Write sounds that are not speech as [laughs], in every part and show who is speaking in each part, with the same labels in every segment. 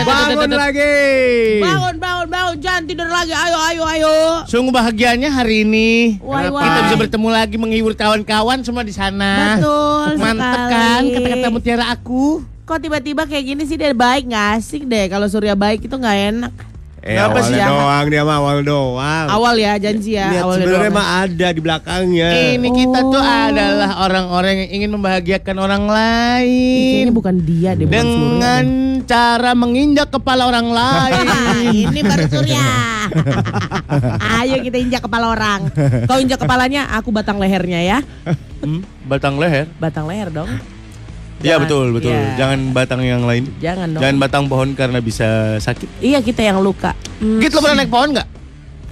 Speaker 1: Bangun lagi.
Speaker 2: Bangun, bangun, bangun. Jangan tidur lagi. Ayo, ayo, ayo.
Speaker 1: Sungguh bahagianya hari ini.
Speaker 2: Wai, wai.
Speaker 1: Kita bisa bertemu lagi menghibur kawan-kawan semua di sana.
Speaker 2: Betul
Speaker 1: Mantep
Speaker 2: sekali.
Speaker 1: kan kata-kata mutiara aku.
Speaker 2: Kok tiba-tiba kayak gini sih dia baik nggak asik deh. Kalau Surya baik itu nggak enak.
Speaker 3: Eh,
Speaker 2: Kenapa
Speaker 3: awal
Speaker 2: sih?
Speaker 3: doang dia mah awal doang.
Speaker 2: Awal ya janji ya.
Speaker 3: Niat
Speaker 2: awalnya
Speaker 3: sebenarnya
Speaker 2: doang.
Speaker 3: mah ada di belakangnya.
Speaker 4: Eh.
Speaker 1: Ini kita tuh
Speaker 2: Oh.
Speaker 1: adalah orang-orang yang ingin membahagiakan orang
Speaker 2: Ih,
Speaker 1: lain.
Speaker 2: Kayaknya bukan dia deh. bukan Surya
Speaker 1: dengan
Speaker 2: deh.
Speaker 1: cara menginjak kepala orang lain.
Speaker 2: Ah, ini baru
Speaker 1: [laughs]
Speaker 2: Surya. Ayo kita injak kepala orang. Kau injak kepalanya, aku batang lehernya ya.
Speaker 4: Hmm, [laughs] batang leher.
Speaker 2: Batang leher dong.
Speaker 4: Iya
Speaker 2: Jangan-
Speaker 4: betul betul.
Speaker 2: iya.
Speaker 4: Jangan batang yang lain.
Speaker 2: Jangan dong.
Speaker 4: Jangan batang pohon karena bisa sakit.
Speaker 2: Iya kita yang luka. Hmm.
Speaker 1: Git lo pernah naik pohon nggak?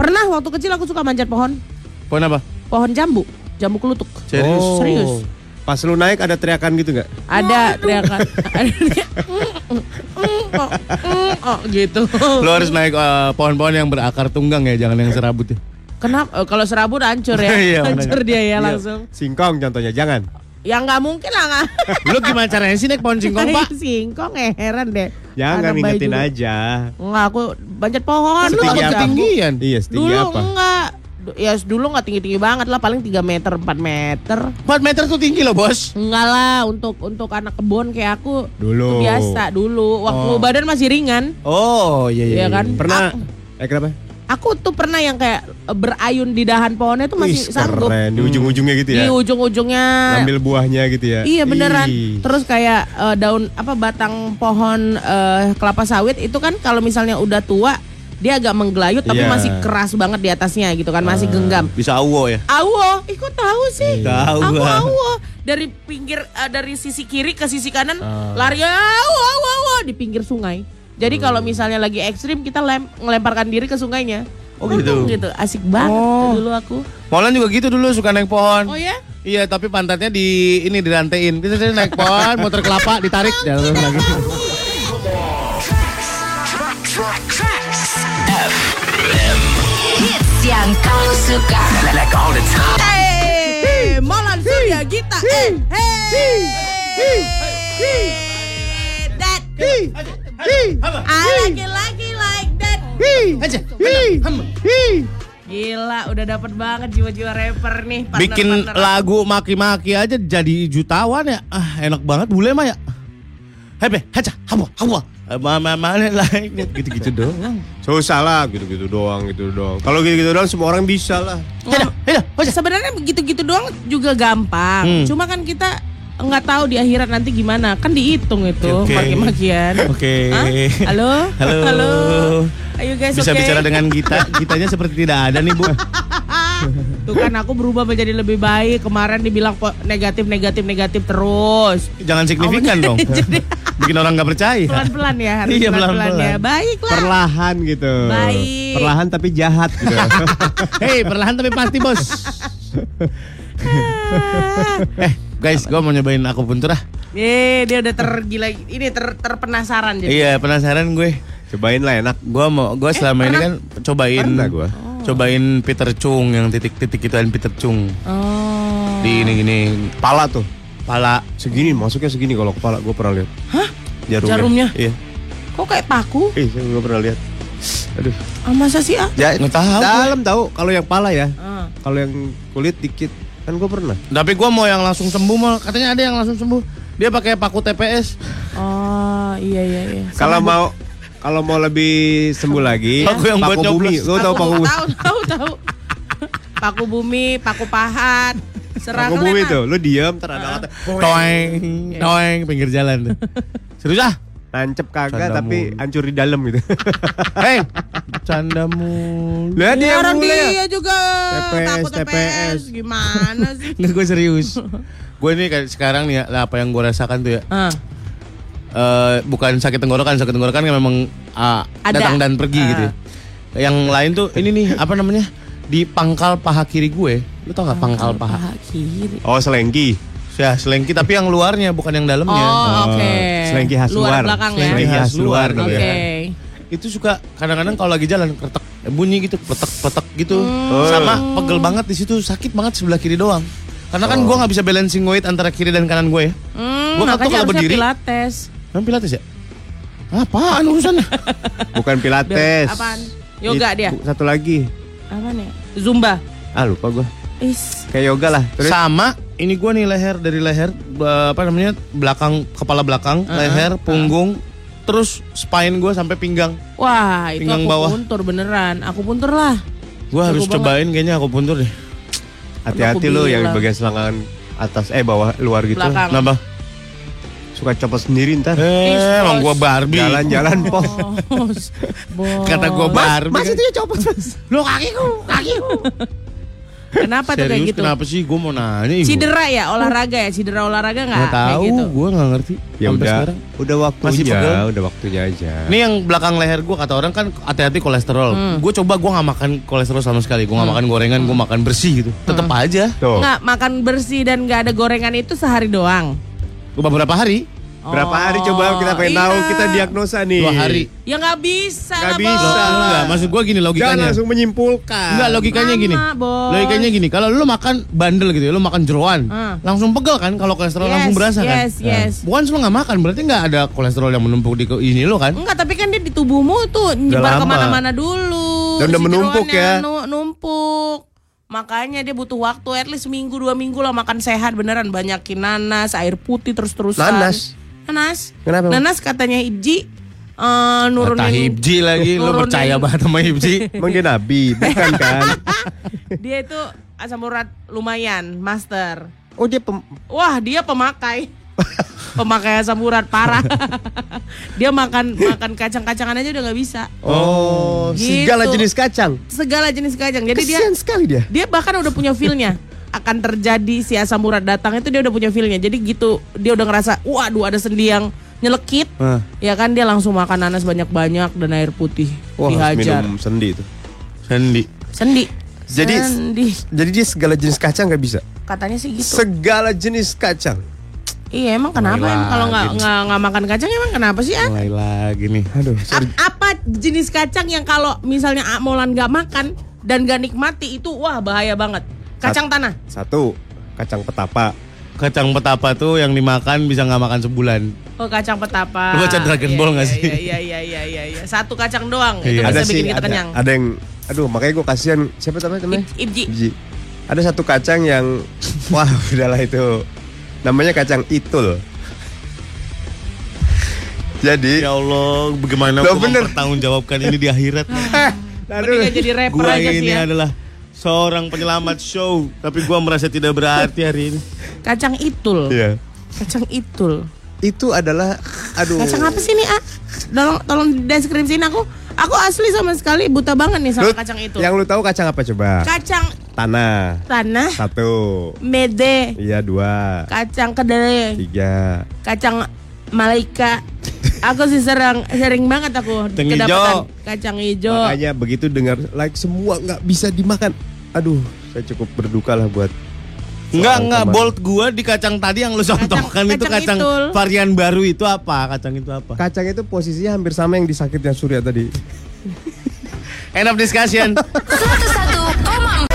Speaker 2: Pernah waktu kecil aku suka manjat pohon.
Speaker 4: Pohon apa?
Speaker 2: Pohon jambu. Jambu kelutuk.
Speaker 4: Serius?
Speaker 3: Oh.
Speaker 2: Serius.
Speaker 3: Pas lu naik ada teriakan gitu nggak?
Speaker 2: Ada teriakan. [laughs] Ada dia, "Mm, mm, mm, oh, mm, oh," gitu.
Speaker 4: Lo harus naik eh, pohon-pohon yang berakar tunggang ya, jangan yang serabut ya.
Speaker 2: Kenapa? eh, Kalau serabut hancur
Speaker 3: [laughs]
Speaker 2: ya.
Speaker 4: Iya,
Speaker 2: hancur
Speaker 4: makanya.
Speaker 2: dia ya langsung.
Speaker 3: Singkong contohnya jangan.
Speaker 2: Ya nggak mungkin lah nggak.
Speaker 1: [laughs] Lo gimana caranya sih naik pohon singkong, Pak?
Speaker 2: Singkong eh heran deh.
Speaker 3: Jangan
Speaker 2: Anak bayi
Speaker 3: ingetin
Speaker 2: juga.
Speaker 3: aja.
Speaker 2: Enggak, aku manjat pohon.
Speaker 3: Setinggi
Speaker 2: Dulu
Speaker 3: apa?
Speaker 2: aku jambu.
Speaker 1: Ketinggian.
Speaker 3: Iya, setinggi
Speaker 2: Dulu
Speaker 3: apa?
Speaker 2: enggak. Du- Ya dulu enggak tinggi-tinggi banget lah, paling 3 meter, 4 meter.
Speaker 1: 4 meter tuh tinggi loh, Bos.
Speaker 2: Enggak lah, untuk untuk anak kebun kayak aku
Speaker 3: Dulu.
Speaker 2: itu biasa dulu. Waktu badan masih ringan,
Speaker 4: Oh, iya
Speaker 2: Iya kan?
Speaker 3: Pernah eh kenapa?
Speaker 2: aku tuh pernah yang kayak berayun di dahan pohonnya tuh masih
Speaker 3: Wih,
Speaker 2: sanggup.
Speaker 3: keren di ujung-ujungnya gitu ya.
Speaker 2: Di ujung-ujungnya
Speaker 3: Ambil buahnya gitu ya.
Speaker 2: Iya beneran.
Speaker 3: Ih.
Speaker 2: Terus kayak eh, daun apa batang pohon eh, kelapa sawit itu kan kalau misalnya udah tua dia agak menggelayut tapi
Speaker 3: Iya. Ah.
Speaker 2: masih keras banget di atasnya gitu kan masih genggam.
Speaker 4: Bisa awo ya.
Speaker 2: Awo, ih kok tahu sih?
Speaker 4: Iya. Tahu
Speaker 2: Aku
Speaker 4: lah.
Speaker 2: awo dari pinggir eh, dari sisi kiri ke sisi kanan
Speaker 4: Ah.
Speaker 2: lari awo awo awo di pinggir sungai. Jadi kalau
Speaker 4: Hmm.
Speaker 2: misalnya lagi ekstrim kita lem, melemparkan diri ke sungainya.
Speaker 4: Oh,
Speaker 2: Untung
Speaker 4: gitu.
Speaker 2: gitu. Asik banget tuh dulu aku.
Speaker 4: Molan juga gitu dulu suka naik pohon.
Speaker 2: Oh ya?
Speaker 1: Iya, tapi pantatnya di ini dirantein. Bisa jadi naik pohon, motor kelapa [laughs] ditarik jalan lagi.
Speaker 5: Hits yang kamu suka.
Speaker 2: Eh, Molan Surya Gita. Eh, hey. That. I like it, like it, like that.
Speaker 1: Aja. Hem. Hi.
Speaker 2: Gila, udah dapat banget jiwa-jiwa rapper nih. partner-
Speaker 4: Bikin
Speaker 2: partner.
Speaker 4: lagu maki-maki aja jadi jutawan ya. Ah, enak banget bule mah ya. Hebe, haja, hawa, hawa.
Speaker 3: Eh,
Speaker 4: Mama mana like that. [laughs] gitu-gitu doang.
Speaker 3: Susah lah gitu-gitu doang gitu doang. Kalau gitu-gitu doang semua orang bisa lah.
Speaker 4: Heda, heda, haja.
Speaker 2: Oh, Sebenarnya begitu-gitu doang juga
Speaker 4: Hmm.
Speaker 2: gampang. Cuma kan kita nggak tahu di akhirat nanti gimana. Kan dihitung itu
Speaker 4: Oke.
Speaker 2: maki-makian.
Speaker 4: Oke.
Speaker 2: Hah? Halo?
Speaker 4: Halo.
Speaker 2: Halo. Ayo guys,
Speaker 4: Bisa
Speaker 2: oke.
Speaker 4: bicara dengan kita, kitanya seperti tidak ada nih,
Speaker 3: [laughs]
Speaker 4: Bu.
Speaker 2: Tuh kan aku berubah menjadi lebih baik. Kemarin dibilang po- negatif, negatif, negatif terus.
Speaker 4: Jangan signifikan
Speaker 2: [laughs]
Speaker 4: dong. Bikin orang nggak percaya.
Speaker 2: Oh, Pelan-pelan ya, harus
Speaker 4: Iya,
Speaker 2: pelan-pelan ya.
Speaker 4: pelan-pelan.
Speaker 2: Baiklah. [laughs]
Speaker 3: Perlahan gitu.
Speaker 2: Baik.
Speaker 3: Perlahan tapi jahat gitu.
Speaker 2: [laughs]
Speaker 1: Hei, perlahan tapi pasti, Bos.
Speaker 4: Eh, guys, gue mau nyobain aku ah.
Speaker 2: Ye, Eh, dia udah tergila ini ter- terpenasaran jadi.
Speaker 4: Iya, penasaran gue.
Speaker 3: Cobain lah enak.
Speaker 4: Gue
Speaker 1: Eh,
Speaker 4: mau, gue selama ini kan cobain,
Speaker 3: Pernah gua.
Speaker 4: cobain Peter Chung yang titik-titik gituan Peter Chung
Speaker 2: Oh.
Speaker 4: di ini gini
Speaker 3: Pala tuh.
Speaker 4: pala.
Speaker 3: Segini masuknya segini kalau kepala gue pernah lihat.
Speaker 2: Hah?
Speaker 3: Jarumnya.
Speaker 2: Jarumnya?
Speaker 3: Iya.
Speaker 2: Kok kayak paku?
Speaker 3: Ih, saya gue pernah lihat. Aduh.
Speaker 2: Ah, masa sih ah?
Speaker 3: Ya,
Speaker 4: Nggak tahu gue.
Speaker 3: Dalam tahu kalau yang pala ya.
Speaker 2: Ah.
Speaker 3: Kalau yang kulit dikit kan gue pernah.
Speaker 4: Tapi gue mau yang langsung sembuh mal. Katanya ada yang langsung sembuh. Dia pakai paku TPS.
Speaker 2: Oh, iya iya iya.
Speaker 3: Kalau mau kalau mau lebih sembuh lagi,
Speaker 4: Paku yang buat
Speaker 3: bumi.
Speaker 4: nyoblos.
Speaker 3: Lu tahu paku bumi?
Speaker 2: Tahu, tahu, tahu. paku bumi, paku pahat, serang
Speaker 3: Paku bumi tuh.
Speaker 2: kan?
Speaker 3: Lu diam ntar ada kata
Speaker 4: Toeng, toeng pinggir jalan. tuh.
Speaker 1: [laughs]
Speaker 4: Serius ah?
Speaker 3: nancep kagak
Speaker 4: Canda
Speaker 3: tapi
Speaker 4: mulu.
Speaker 3: hancur di dalam
Speaker 2: [laughs]
Speaker 3: gitu.
Speaker 4: Hei, candamu.
Speaker 3: Lah dia yang
Speaker 2: orang
Speaker 3: mulai. ya.
Speaker 2: dia juga
Speaker 3: TPS,
Speaker 2: takut TPS. Gimana sih?
Speaker 4: Nggak gue serius. [laughs] gue ini kayak sekarang nih ya, lah, apa yang gue rasakan tuh ya.
Speaker 2: [laughs] Ah,
Speaker 4: eh, bukan sakit tenggorokan, sakit tenggorokan kan memang ah,
Speaker 2: Ada.
Speaker 4: datang dan pergi gitu. ya. Yang lain tuh ini nih apa namanya di pangkal paha kiri gue, lu tau gak pangkal paha?
Speaker 2: paha kiri.
Speaker 3: Oh, selengki.
Speaker 4: Ya selengki tapi yang luarnya bukan yang
Speaker 2: Oh,
Speaker 4: dalamnya.
Speaker 2: oke.
Speaker 3: Oh, selengki khas
Speaker 2: Luar
Speaker 3: luar.
Speaker 2: belakang ya.
Speaker 3: Selengki khas luar gitu ya.
Speaker 2: Oke.
Speaker 4: ya?
Speaker 3: namanya.
Speaker 4: Itu suka kadang-kadang kalau lagi jalan kretek eh, bunyi gitu, petek-petek gitu. Sama pegel banget di situ, sakit banget sebelah kiri doang. Karena kan gue nggak bisa balancing weight antara kiri dan kanan gue ya.
Speaker 2: Hmm,
Speaker 4: Gua nggak tahu
Speaker 2: makanya
Speaker 4: kalau
Speaker 2: harusnya
Speaker 4: berdiri.
Speaker 2: pilates.
Speaker 4: Hah? Emang pilates ya? Apaan urusannya?
Speaker 3: Bukan pilates.
Speaker 2: Apaan? Yoga
Speaker 3: Itu,
Speaker 2: dia.
Speaker 3: Satu lagi.
Speaker 2: Apa nih? Zumba.
Speaker 3: Ah lupa gua.
Speaker 2: Is.
Speaker 3: Kayak yoga lah. Terus
Speaker 4: Sama, ini gua nih leher dari leher eh, apa namanya? belakang kepala belakang, leher, punggung, terus spine gua sampai pinggang.
Speaker 2: Wah, itu
Speaker 4: Pinggang
Speaker 2: aku
Speaker 4: bawah.
Speaker 2: puntur beneran. Aku puntur lah.
Speaker 4: Gua harus
Speaker 2: Jago
Speaker 4: cobain kayaknya aku puntur deh.
Speaker 3: hati-hati
Speaker 2: Aku
Speaker 3: lo yang di
Speaker 2: bilang.
Speaker 3: bagian selangkangan atas eh bawah luar gitu.
Speaker 2: Belakang.
Speaker 4: Kenapa?
Speaker 3: Suka copot sendiri ntar.
Speaker 2: Please,
Speaker 4: Eh, emang
Speaker 2: bos.
Speaker 4: gua Barbie. Oh.
Speaker 3: Jalan-jalan
Speaker 2: Oh.
Speaker 3: po.
Speaker 2: Bos. Bos.
Speaker 4: Kata gua Barbie. kan.
Speaker 3: Mas itu ya copot mas.
Speaker 4: Lo kakiku, kakiku.
Speaker 2: Kenapa tuh kayak
Speaker 4: Serius
Speaker 2: gitu?
Speaker 4: kenapa sih gua mau nanya Ibu.
Speaker 2: Cedera ya olahraga ya? Cedera olahraga nggak?
Speaker 4: Gak
Speaker 2: Kayak
Speaker 4: tahu,
Speaker 2: gitu.
Speaker 4: gua nggak ngerti.
Speaker 3: Ya
Speaker 4: Sampai
Speaker 3: udah.
Speaker 4: sekarang.
Speaker 3: Udah
Speaker 4: Masih
Speaker 3: waktunya. Ya,
Speaker 4: pegel?
Speaker 3: Udah waktunya aja.
Speaker 4: Ini yang belakang leher gue kata orang kan hati-hati kolesterol. Gue coba gue nggak makan kolesterol sama sekali. Gue nggak makan gorengan, gue makan bersih gitu. Tetep aja.
Speaker 3: Tuh.
Speaker 2: Nggak makan bersih dan nggak ada gorengan itu sehari doang.
Speaker 4: Gua beberapa hari,
Speaker 3: Berapa hari coba kita pengen
Speaker 2: iya.
Speaker 3: tahu kita diagnosa nih.
Speaker 4: dua hari.
Speaker 2: Ya nggak bisa
Speaker 3: Nggak
Speaker 2: lah,
Speaker 3: bisa.
Speaker 2: Bos.
Speaker 4: Enggak, maksud gue gini
Speaker 3: Jangan
Speaker 4: logikanya.
Speaker 3: langsung menyimpulkan.
Speaker 4: Enggak logikanya
Speaker 2: Sama,
Speaker 4: gini.
Speaker 2: Bos.
Speaker 4: Logikanya gini, kalau lu makan bandel gitu ya, lu makan jeroan,
Speaker 2: Hmm.
Speaker 4: langsung pegel kan kalau kolesterol
Speaker 2: Yes,
Speaker 4: langsung berasa kan?
Speaker 2: yes, yes.
Speaker 4: Bukan lu nggak makan, berarti nggak ada kolesterol yang menumpuk di ke- ini lo kan?
Speaker 2: Enggak, tapi kan dia di tubuhmu tuh nyebar
Speaker 4: lama.
Speaker 2: kemana-mana dulu.
Speaker 3: Dan udah
Speaker 2: Si
Speaker 3: menumpuk
Speaker 2: jeroannya
Speaker 3: ya.
Speaker 2: nu- numpuk. Makanya dia butuh waktu, at least minggu dua minggu lah makan sehat beneran. Banyakin nanas, air putih terus-terusan.
Speaker 3: Nanas?
Speaker 2: Nanas.
Speaker 3: Kenapa, Bang?
Speaker 2: Nanas katanya Ibji eh,
Speaker 4: Kata
Speaker 2: nurunin.
Speaker 4: Hibji lagi, lu
Speaker 2: nurunin-
Speaker 4: percaya banget sama Hibji.
Speaker 3: Emang dia nabi, bukan
Speaker 2: [laughs]
Speaker 3: kan?
Speaker 2: Dia itu asam urat lumayan, master.
Speaker 3: Oh dia pem-
Speaker 2: Wah, dia
Speaker 3: [laughs]
Speaker 2: pemakai. pemakai asam urat parah. [laughs] dia makan makan kacang-kacangan aja udah nggak bisa.
Speaker 3: Oh,
Speaker 2: Gitu.
Speaker 3: segala jenis kacang.
Speaker 2: Segala jenis kacang. Jadi dia
Speaker 3: Kesian sekali dia.
Speaker 2: dia bahkan udah punya feelnya akan terjadi si asam urat datang itu dia udah punya feelnya jadi gitu dia udah ngerasa waduh ada sendi yang nyelekit
Speaker 3: Hah.
Speaker 2: ya kan dia langsung makan nanas banyak-banyak dan air putih
Speaker 3: Wah, harus
Speaker 2: dihajar
Speaker 3: minum sendi itu.
Speaker 4: Sendi.
Speaker 2: sendi
Speaker 3: Jadi-
Speaker 2: sendi
Speaker 3: Jadi dia segala jenis kacang nggak bisa.
Speaker 2: katanya sih gitu
Speaker 3: Segala jenis kacang.
Speaker 2: iya emang kenapa
Speaker 4: Mulai
Speaker 2: em? kalau nggak
Speaker 4: lagi.
Speaker 2: nggak nggak makan kacang emang kenapa sih An?
Speaker 4: Mulai lagi nih. Aduh.
Speaker 2: Ap- apa jenis kacang yang kalau misalnya Amolan nggak makan dan gak nikmati itu wah bahaya banget kacang tanah
Speaker 3: Satu, kacang petapa.
Speaker 4: Kacang petapa tuh yang dimakan bisa nggak makan sebulan.
Speaker 2: Oh kacang petapa.
Speaker 4: Lu baca Dragon
Speaker 2: Iya,
Speaker 4: Ball nggak
Speaker 2: iya,
Speaker 4: sih?
Speaker 2: Iya iya iya iya iya. Satu kacang doang itu bisa
Speaker 4: Iya.
Speaker 3: ada
Speaker 2: bikin
Speaker 3: sih,
Speaker 2: kita
Speaker 3: ada,
Speaker 2: kenyang.
Speaker 3: ada yang, aduh makanya gue kasihan. Siapa namanya temennya?
Speaker 2: Ib- Ibji.
Speaker 3: Ji. Ada satu kacang yang, [laughs] wah udahlah itu. Namanya kacang itul. Jadi,
Speaker 4: [laughs] Ya Allah, bagaimana
Speaker 3: Loh,
Speaker 4: aku
Speaker 3: bener.
Speaker 4: mempertanggungjawabkan ini
Speaker 2: [laughs]
Speaker 4: di akhirat?
Speaker 2: Mending nggak jadi rapper
Speaker 4: Gua
Speaker 2: aja sih
Speaker 4: ini
Speaker 2: ya.
Speaker 4: adalah seorang penyelamat show, tapi gua merasa tidak berarti hari ini.
Speaker 2: Kacang itul.
Speaker 3: Iya.
Speaker 2: Kacang itul.
Speaker 3: itu adalah, aduh.
Speaker 2: Kacang apa sih nih, ah? Tolong tolong deskripsiin aku. Aku asli sama sekali buta banget nih
Speaker 3: Lu-
Speaker 2: sama Nah, kacang itu.
Speaker 3: Yang lu tahu kacang apa coba?
Speaker 2: Kacang
Speaker 3: Tanah.
Speaker 2: tanah,
Speaker 3: Satu.
Speaker 2: mede,
Speaker 3: Iya dua.
Speaker 2: kacang kedelai,
Speaker 3: Tiga.
Speaker 2: kacang malaika. Aku sih serang, sering banget aku
Speaker 4: Kacang
Speaker 2: kedapatan
Speaker 4: hijau.
Speaker 2: kacang hijau.
Speaker 3: Makanya begitu dengar like semua nggak bisa dimakan. Aduh, saya cukup berduka lah buat.
Speaker 4: Enggak,
Speaker 3: Seorang
Speaker 4: enggak
Speaker 3: teman.
Speaker 4: bolt gua di kacang tadi yang lu contohkan itu
Speaker 2: kacang
Speaker 4: kacang
Speaker 2: itul.
Speaker 4: varian baru itu apa? Kacang itu apa?
Speaker 3: Kacang itu posisinya hampir sama yang disakitnya Surya tadi.
Speaker 4: End of
Speaker 2: [laughs]
Speaker 4: discussion.
Speaker 5: 101,4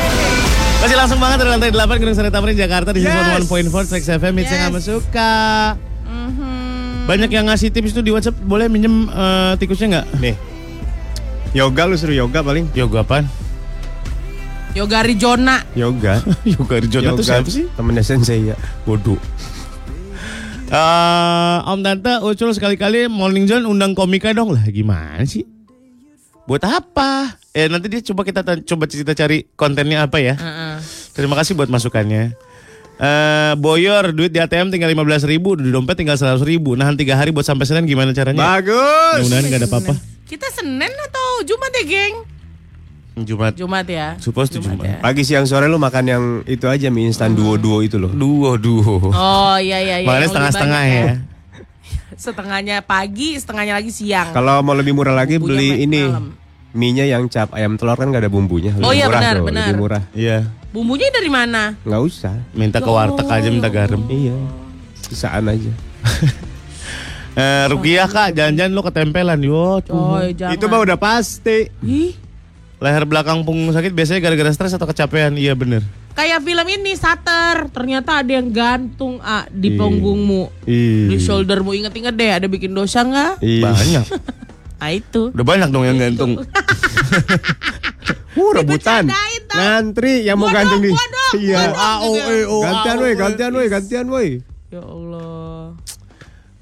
Speaker 4: Masih langsung banget dari lantai 8 Gedung Sari Tamrin Jakarta di
Speaker 3: Yes.
Speaker 4: yes. 101.4 Sex FM It's yang
Speaker 2: Yes. Mhm.
Speaker 4: sama suka. Banyak yang ngasih tips itu di WhatsApp, boleh minjem eh, tikusnya nggak? Nih.
Speaker 3: Yoga lu suruh yoga paling.
Speaker 4: Yoga apaan?
Speaker 2: Yoga Rizona.
Speaker 3: Yoga.
Speaker 4: [laughs] Yoga Arjuna tuh siapa sih?
Speaker 3: Temennya sensei ya. Waduh.
Speaker 4: Eh, Om Tante Ucul sekali-kali Morning John undang komika dong lah gimana sih? Buat apa? Eh nanti dia coba kita ta- coba kita cari kontennya apa
Speaker 2: Hmm.
Speaker 4: ya? Terima kasih buat masukannya. Eh Boyor duit di ATM tinggal 15.000 ribu di dompet tinggal 100.000 ribu nahan tiga hari buat sampai Senin gimana caranya?
Speaker 3: Bagus.
Speaker 4: Mudah-mudahan nggak ada apa-apa.
Speaker 2: Kita Senin atau Jumat ya, geng?
Speaker 4: Jumat.
Speaker 2: Jumat ya.
Speaker 4: Suppose tuh Jumat.
Speaker 3: Pagi siang sore lu makan yang itu aja mie
Speaker 2: Hmm.
Speaker 3: instan duo-duo itu loh.
Speaker 4: Duo duo.
Speaker 2: Oh iya iya iya.
Speaker 4: Makanya
Speaker 2: Yang
Speaker 4: setengah-setengah
Speaker 2: lebih
Speaker 4: ya.
Speaker 2: banyak Setengahnya pagi, setengahnya lagi siang.
Speaker 3: Kalau mau lebih murah lagi
Speaker 2: Bumbunya
Speaker 3: beli
Speaker 2: malam.
Speaker 3: ini. Mie-nya yang cap ayam telur kan gak ada bumbunya. Lebih
Speaker 2: Oh iya,
Speaker 3: murah
Speaker 2: benar,
Speaker 3: tuh,
Speaker 2: benar.
Speaker 3: Lebih murah.
Speaker 4: Iya.
Speaker 2: Bumbunya dari mana?
Speaker 3: Nggak usah.
Speaker 4: Minta ke warteg aja minta garam.
Speaker 3: Iya. Sisaan aja.
Speaker 4: Eh Rukiah kak, jangan-jangan lo ketempelan yo.
Speaker 2: Coy, jangan.
Speaker 3: Itu mah udah pasti.
Speaker 2: Ih,
Speaker 4: Leher belakang punggung sakit biasanya gara-gara stres atau kecapean. Iya bener.
Speaker 2: Kayak film ini Sater, ternyata ada yang gantung ah, di
Speaker 4: Ih.
Speaker 2: punggungmu.
Speaker 3: Iya.
Speaker 4: Ih.
Speaker 2: Di shouldermu inget-inget deh ada bikin dosa nggak?
Speaker 4: Ih.
Speaker 3: [laughs]
Speaker 4: Banyak.
Speaker 2: Ah itu.
Speaker 4: Udah banyak dong yang gantung.
Speaker 3: Uh, rebutan.
Speaker 2: Dibercandain, tau.
Speaker 3: Ngantri yang mau
Speaker 2: Gua
Speaker 3: gantung
Speaker 2: dong,
Speaker 3: di.
Speaker 2: gua dong,
Speaker 3: Iya.
Speaker 2: gua dong.
Speaker 3: Gantian woi, gantian woi, gantian woi.
Speaker 2: Ya Allah.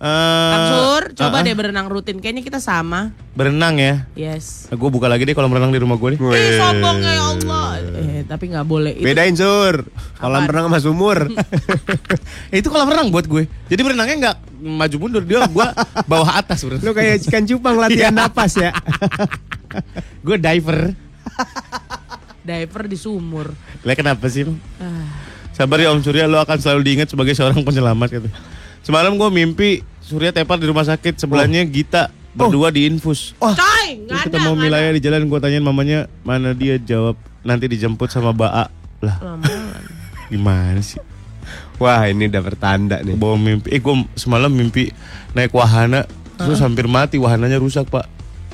Speaker 4: Eh,
Speaker 2: Kang Sur, coba
Speaker 4: uh-uh.
Speaker 2: deh berenang rutin. Kayaknya kita sama.
Speaker 4: Berenang ya.
Speaker 2: Yes.
Speaker 4: Gue buka lagi deh kolam renang di rumah
Speaker 3: [laughs]
Speaker 4: gue deh.
Speaker 2: Ih, sombong ya Allah. Eh, tapi nggak boleh. Itu
Speaker 3: Bedain sur. Kolam renang sama sumur.
Speaker 4: Eh, itu kolam renang buat gue. Jadi berenangnya nggak maju mundur dia gue bawah atas berenang.
Speaker 3: [laughs] Lu kayak ikan cupang latihan napas ya.
Speaker 4: gue diver.
Speaker 2: diver di sumur.
Speaker 4: Lah kenapa sih? Bang?
Speaker 2: Ah,
Speaker 4: Sabar ya Om Surya, lo akan selalu diingat sebagai seorang penyelamat gitu. Semalam gue mimpi Surya tepar di rumah sakit,
Speaker 3: Oh.
Speaker 4: sebelahnya Gita berdua diinfus.
Speaker 2: Coy, nggak ada.
Speaker 4: Kita mau
Speaker 2: nggak ada.
Speaker 4: Milaya di jalan, gue tanyain mamanya mana dia jawab nanti dijemput sama Baa lah. Gimana sih?
Speaker 3: [laughs] Wah, ini udah pertanda nih.
Speaker 4: Bawa mimpi. Eh gue semalam mimpi naik wahana, terus hampir mati wahananya rusak pak.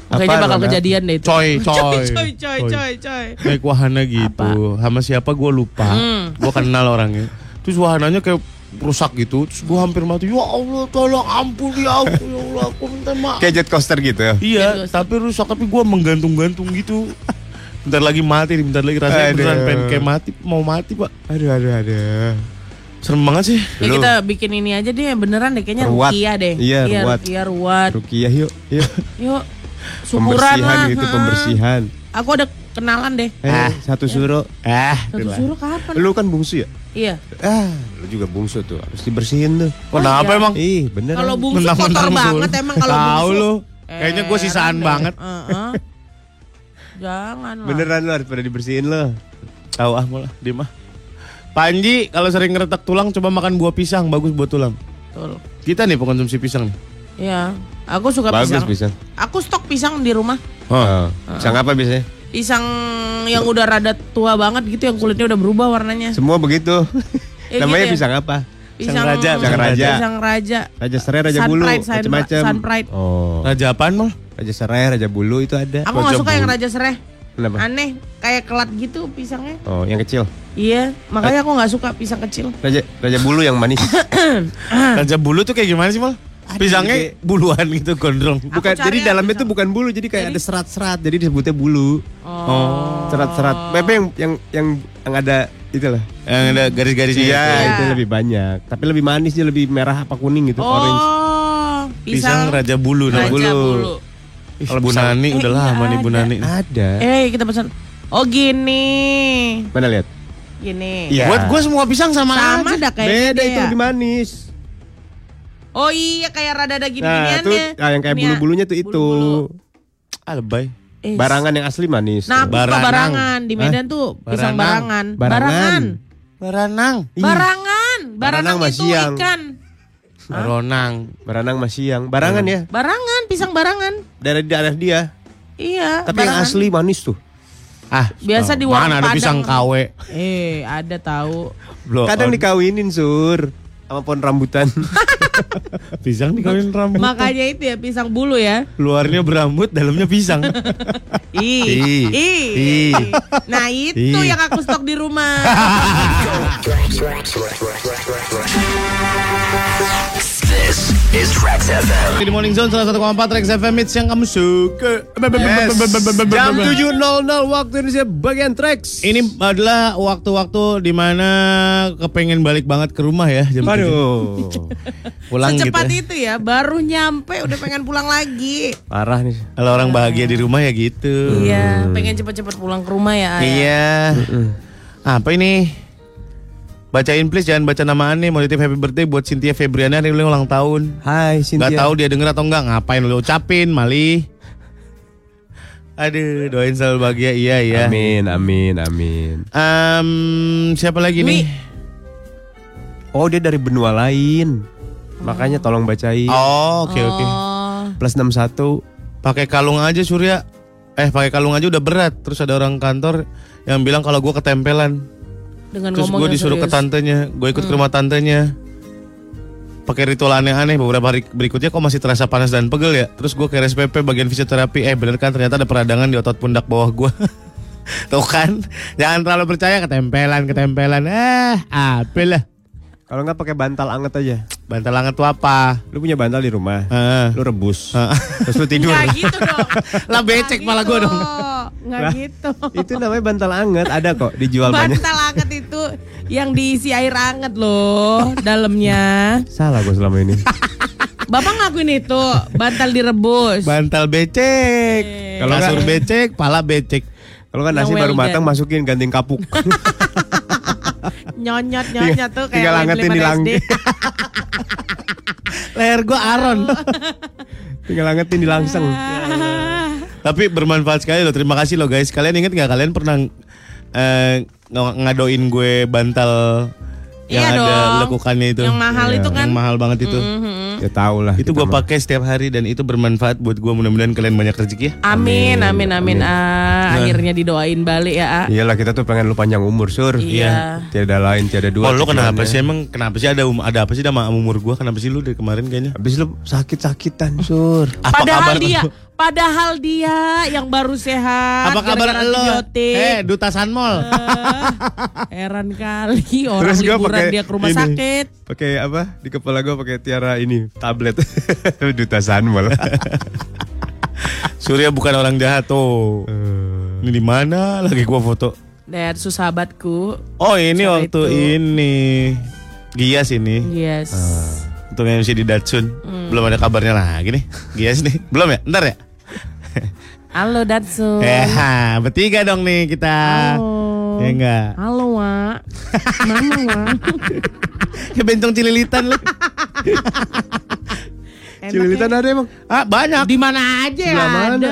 Speaker 2: Kayaknya
Speaker 3: Apa,
Speaker 2: bakal
Speaker 3: Ronda?
Speaker 2: kejadian deh itu.
Speaker 4: Coy,
Speaker 2: [laughs] coy,
Speaker 4: coy,
Speaker 2: coy, coy, coy, coy.
Speaker 4: naik wahana gitu sama siapa gue lupa
Speaker 2: Hmm.
Speaker 4: gue kenal orangnya terus wahananya kayak rusak gitu terus gue hampir mati ya allah tolong ampuni aku ya allah aku minta maaf
Speaker 3: Kayak jet coaster gitu.
Speaker 4: iya tapi rusak tapi gue menggantung-gantung gitu bentar lagi mati nih, bentar lagi rasanya
Speaker 3: Aduh.
Speaker 4: beneran pengen kayak mati mau mati pak
Speaker 3: Aduh, aduh, aduh.
Speaker 4: serem banget sih
Speaker 2: Ya kita bikin ini aja deh beneran deh kayaknya
Speaker 3: Ruat.
Speaker 2: rukiah deh.
Speaker 3: Iya, ruat.
Speaker 2: rukiah, ruat.
Speaker 3: Rukiah yuk, yuk.
Speaker 2: Yuk. Syukuran
Speaker 3: Pembersihan
Speaker 2: lah.
Speaker 3: gitu,
Speaker 2: ha.
Speaker 3: pembersihan.
Speaker 2: Aku ada kenalan deh.
Speaker 3: Eh, satu suruh.
Speaker 4: ah
Speaker 2: Satu suruh kapan?
Speaker 3: Lu kan bungsu ya?
Speaker 2: Iya.
Speaker 3: Ah, lu juga bungsu tuh. Harus dibersihin tuh.
Speaker 4: kenapa emang
Speaker 3: Ih, bener.
Speaker 2: Oh. Kalau bungsu
Speaker 4: Mentang-mentang
Speaker 2: kotor
Speaker 4: bungsu.
Speaker 2: banget emang kalau bungsu.
Speaker 4: Tahu lu. Kayaknya gua sisaan
Speaker 2: Heran deh.
Speaker 4: banget.
Speaker 2: Heeh. [laughs] Jangan lah.
Speaker 3: Beneran lu harus pada dibersihin lo.
Speaker 4: tahu ah malah diem ah Panji kalau sering ngeretak tulang coba makan buah pisang bagus buat tulang
Speaker 2: Betul.
Speaker 4: kita nih pengkonsumsi pisang nih
Speaker 2: Iya. Aku suka
Speaker 3: Bagus
Speaker 2: pisang.
Speaker 3: pisang.
Speaker 2: Aku stok pisang di rumah.
Speaker 3: Oh. Pisang apa biasanya?
Speaker 2: Pisang yang udah rada tua banget gitu yang kulitnya udah berubah warnanya.
Speaker 3: Semua begitu. [laughs]
Speaker 2: Ya
Speaker 3: Namanya
Speaker 2: gitu ya.
Speaker 3: pisang apa?
Speaker 2: Pisang
Speaker 4: raja,
Speaker 2: Pisang
Speaker 3: pisang
Speaker 2: raja.
Speaker 3: raja.
Speaker 2: Raja
Speaker 3: Raja serai, raja bulu, macam-macam.
Speaker 2: Sun Pride.
Speaker 3: Oh.
Speaker 4: Raja apaan mal?
Speaker 3: Raja serai, raja bulu itu ada.
Speaker 2: Aku nggak suka yang raja serai.
Speaker 3: Kenapa?
Speaker 2: Aneh, kayak kelat gitu pisangnya.
Speaker 3: Oh, yang kecil.
Speaker 2: Iya, makanya aku nggak suka pisang kecil.
Speaker 3: Raja raja bulu yang
Speaker 2: [laughs]
Speaker 3: manis.
Speaker 4: Raja bulu tuh kayak gimana sih mal? Pisangnya buluan gitu gondrong.
Speaker 3: bukan
Speaker 2: cari
Speaker 3: jadi
Speaker 2: yang
Speaker 3: dalamnya tuh
Speaker 2: pisang.
Speaker 3: bukan bulu, jadi kayak ada serat-serat. Jadi disebutnya bulu.
Speaker 2: Oh.
Speaker 3: Serat-serat. Memang yang yang yang yang ada itu lah.
Speaker 4: Yang ada garis-garisnya.
Speaker 3: Iya,
Speaker 4: itu.
Speaker 3: itu lebih banyak. Tapi lebih manis dia lebih merah apa kuning gitu,
Speaker 2: Oh,
Speaker 3: orange.
Speaker 2: pisang,
Speaker 4: Pisang raja bulu
Speaker 2: raja
Speaker 4: namanya.
Speaker 2: bulu.
Speaker 4: Ih, Bu Nani
Speaker 2: Oh,
Speaker 4: udah
Speaker 2: iya,
Speaker 4: lama nih Bu Nani.
Speaker 3: Ada.
Speaker 2: Eh, kita pesan. Oh gini,
Speaker 3: Mana lihat?
Speaker 2: gini.
Speaker 3: Iya.
Speaker 4: Ya. Buat gue semua pisang sama,
Speaker 2: Sama
Speaker 4: aja.
Speaker 2: dah kayak
Speaker 3: Beda
Speaker 2: gini
Speaker 3: itu
Speaker 2: ya.
Speaker 3: lebih manis.
Speaker 2: Oh iya, kayak rada ada gini
Speaker 3: Nah, itu
Speaker 2: giniannya.
Speaker 3: ah, yang kayak bulu-bulunya tuh itu.
Speaker 4: Ah, lebay.
Speaker 3: Barangan yang asli manis.
Speaker 2: Nah, aku suka
Speaker 4: Baranang.
Speaker 2: barangan di Medan tuh pisang barangan.
Speaker 4: Baranang.
Speaker 2: Barangan.
Speaker 4: Baranang.
Speaker 2: Barangan. Baranang
Speaker 3: mah
Speaker 2: itu
Speaker 3: siang.
Speaker 2: ikan. ah.
Speaker 4: Baronang.
Speaker 3: Baranang masih yang barangan ya.
Speaker 2: Barangan, pisang barangan.
Speaker 3: Dari daerah dia.
Speaker 2: Iya.
Speaker 3: Tapi yang
Speaker 2: barangan.
Speaker 3: asli manis tuh.
Speaker 4: Ah,
Speaker 2: Biasa di warung
Speaker 4: mana ada
Speaker 2: Padang.
Speaker 4: pisang KW. eh,
Speaker 2: Eh, ada tahu.
Speaker 4: Blow
Speaker 3: Kadang
Speaker 4: on.
Speaker 3: dikawinin sur sama pohon rambutan.
Speaker 4: pisang
Speaker 2: [laughs]
Speaker 4: dikawin rambut.
Speaker 2: Makanya itu ya pisang bulu ya.
Speaker 4: Luarnya berambut, dalamnya pisang. [laughs]
Speaker 2: Ih.
Speaker 4: Ih.
Speaker 2: Ih.
Speaker 4: Ih.
Speaker 2: Nah, itu
Speaker 4: Ih.
Speaker 2: yang aku stok di rumah.
Speaker 4: Di Morning Zone salah satu kompat Rex FM Hits yang kamu suka.
Speaker 3: Yes. [laughs] Jam
Speaker 2: [laughs]
Speaker 4: Jam 7
Speaker 3: 7.00 waktu Indonesia bagian tracks.
Speaker 4: Ini adalah waktu-waktu dimana kepengen balik banget ke rumah ya jam [laughs]
Speaker 3: Aduh.
Speaker 4: 7. pulang
Speaker 2: Secepat
Speaker 4: gitu. ya.
Speaker 2: itu ya, baru nyampe udah pengen pulang lagi.
Speaker 3: Parah nih.
Speaker 4: Kalau orang bahagia di rumah ya
Speaker 3: Hmm.
Speaker 4: gitu.
Speaker 2: Iya, pengen cepet-cepet pulang ke rumah ya. Ayah.
Speaker 4: Iya. Apa ini? Bacain please jangan baca nama aneh. Mau titip happy birthday buat Cynthia Febriana hari ini ulang tahun.
Speaker 3: Hai Cynthia.
Speaker 4: Gak tahu dia denger atau enggak. Ngapain lu ucapin, Mali? Aduh, doain selalu bahagia. Iya, iya.
Speaker 3: Amin, amin, amin.
Speaker 4: Em, siapa lagi nih?
Speaker 2: Mi.
Speaker 3: Oh, dia dari benua lain. Makanya tolong bacain.
Speaker 4: Oh, oke oke.
Speaker 2: Oh.
Speaker 3: Plus 61.
Speaker 4: Pakai kalung aja Surya. Eh, pakai kalung aja udah berat. Terus ada orang kantor yang bilang kalau gua ketempelan.
Speaker 2: Dengan
Speaker 4: Terus
Speaker 2: ngomong
Speaker 4: gue
Speaker 2: yang
Speaker 4: disuruh ke
Speaker 2: serius.
Speaker 4: tantenya, gue ikut ke rumah tantenya. Pakai ritual aneh-aneh beberapa hari berikutnya kok masih terasa panas dan pegel ya. Terus gue ke RSPP bagian fisioterapi. Eh bener kan ternyata ada peradangan di otot pundak bawah gue. [laughs] Tuh kan, jangan terlalu percaya ketempelan, ketempelan. Eh, apel lah.
Speaker 3: Kalau nggak pakai bantal anget aja.
Speaker 4: Bantal hangat tuh apa?
Speaker 3: Lu punya bantal di rumah. Ah.
Speaker 4: Heeh.
Speaker 3: Lu rebus.
Speaker 4: Heeh.
Speaker 3: Terus lu tidur.
Speaker 2: Nggak gitu dong.
Speaker 4: Lah becek
Speaker 2: Gitu
Speaker 4: malah gua dong.
Speaker 2: Enggak gitu.
Speaker 3: Itu namanya bantal anget, ada kok dijual iya, banyak.
Speaker 2: Bantal anget itu yang diisi air anget loh dalamnya.
Speaker 3: Salah gue selama ini.
Speaker 2: Bapak ngakuin itu bantal direbus.
Speaker 4: Bantal becek. Kalau kasur becek, pala becek.
Speaker 3: Kalau kan nasi
Speaker 2: Yang
Speaker 3: baru
Speaker 2: well
Speaker 3: matang masukin ganting
Speaker 2: [laughs]
Speaker 3: kapuk.
Speaker 2: nyonyot nyonyot tuh kayak
Speaker 3: Tinggal
Speaker 2: main
Speaker 3: angetin
Speaker 2: beli
Speaker 3: di
Speaker 2: pada
Speaker 3: langit.
Speaker 2: SD.
Speaker 4: Leher gua Aron.
Speaker 3: [laughs] Tinggal angetin di langseng.
Speaker 2: Ah.
Speaker 4: Tapi bermanfaat sekali loh. Terima kasih loh guys. Kalian inget nggak kalian pernah eh, ng- ngadoin gue bantal yang
Speaker 2: Iya
Speaker 4: ada
Speaker 2: dong.
Speaker 4: lekukannya itu?
Speaker 2: Yang mahal
Speaker 4: Iya,
Speaker 2: itu kan. Mm-hmm.
Speaker 4: Yang mahal banget itu.
Speaker 3: Ya tau lah.
Speaker 4: Itu
Speaker 3: kita
Speaker 4: gue
Speaker 3: mah.
Speaker 4: pakai setiap hari dan itu bermanfaat buat gue. Mudah-mudahan kalian banyak rezeki ya.
Speaker 2: [laughs] Amin, amin, amin. Ah, akhirnya didoain balik ya. Ah.
Speaker 3: Iyalah kita tuh pengen lu panjang umur sur.
Speaker 2: Iya.
Speaker 3: Tiada lain tiada dua. ya.
Speaker 4: Pol Oh, lu kenapa
Speaker 3: tujuannya.
Speaker 4: sih emang kenapa sih ada um- ada apa sih sama umur gue? Kenapa sih lu dari kemarin kayaknya?
Speaker 3: Habis lu sakit-sakitan sur.
Speaker 4: Apa
Speaker 2: padahal
Speaker 4: kabar
Speaker 2: dia, padahal dia yang baru sehat.
Speaker 4: [laughs] Apa kabar
Speaker 2: gara-gara Eh.
Speaker 4: lo?
Speaker 2: antibiotik.
Speaker 4: Eh, duta Sanmol.
Speaker 2: Heran kali orang
Speaker 3: Terus gua
Speaker 2: liburan
Speaker 3: pakai
Speaker 2: dia ke rumah
Speaker 3: ini.
Speaker 2: sakit.
Speaker 3: Pakai apa? Di kepala gue pakai tiara ini, tablet. [laughs] Duta Sanmol.
Speaker 4: [laughs] Surya bukan orang jahat tuh. Ini di mana lagi gua foto?
Speaker 2: Dan sahabatku,
Speaker 4: Oh ini
Speaker 2: Sore
Speaker 4: waktu
Speaker 2: itu. Iya.
Speaker 4: ini Gias ini
Speaker 2: yes.
Speaker 1: Ah.
Speaker 4: Untuk MC di Datsun
Speaker 2: Hmm.
Speaker 4: Belum ada kabarnya lagi nih Gias nih [laughs] Belum ya? Ntar ya?
Speaker 2: Halo Datsun.
Speaker 4: Eh, ha, bertiga dong nih kita
Speaker 2: Halo.
Speaker 4: Ya enggak
Speaker 2: Halo Wak. Mana
Speaker 1: [laughs]
Speaker 2: Wak?
Speaker 4: Ya bencong cililitan lu
Speaker 2: Enak
Speaker 3: Cililitan
Speaker 2: ya?
Speaker 3: ada emang?
Speaker 4: ah, Banyak
Speaker 2: Di mana aja
Speaker 3: Sebelah mana?
Speaker 2: ada?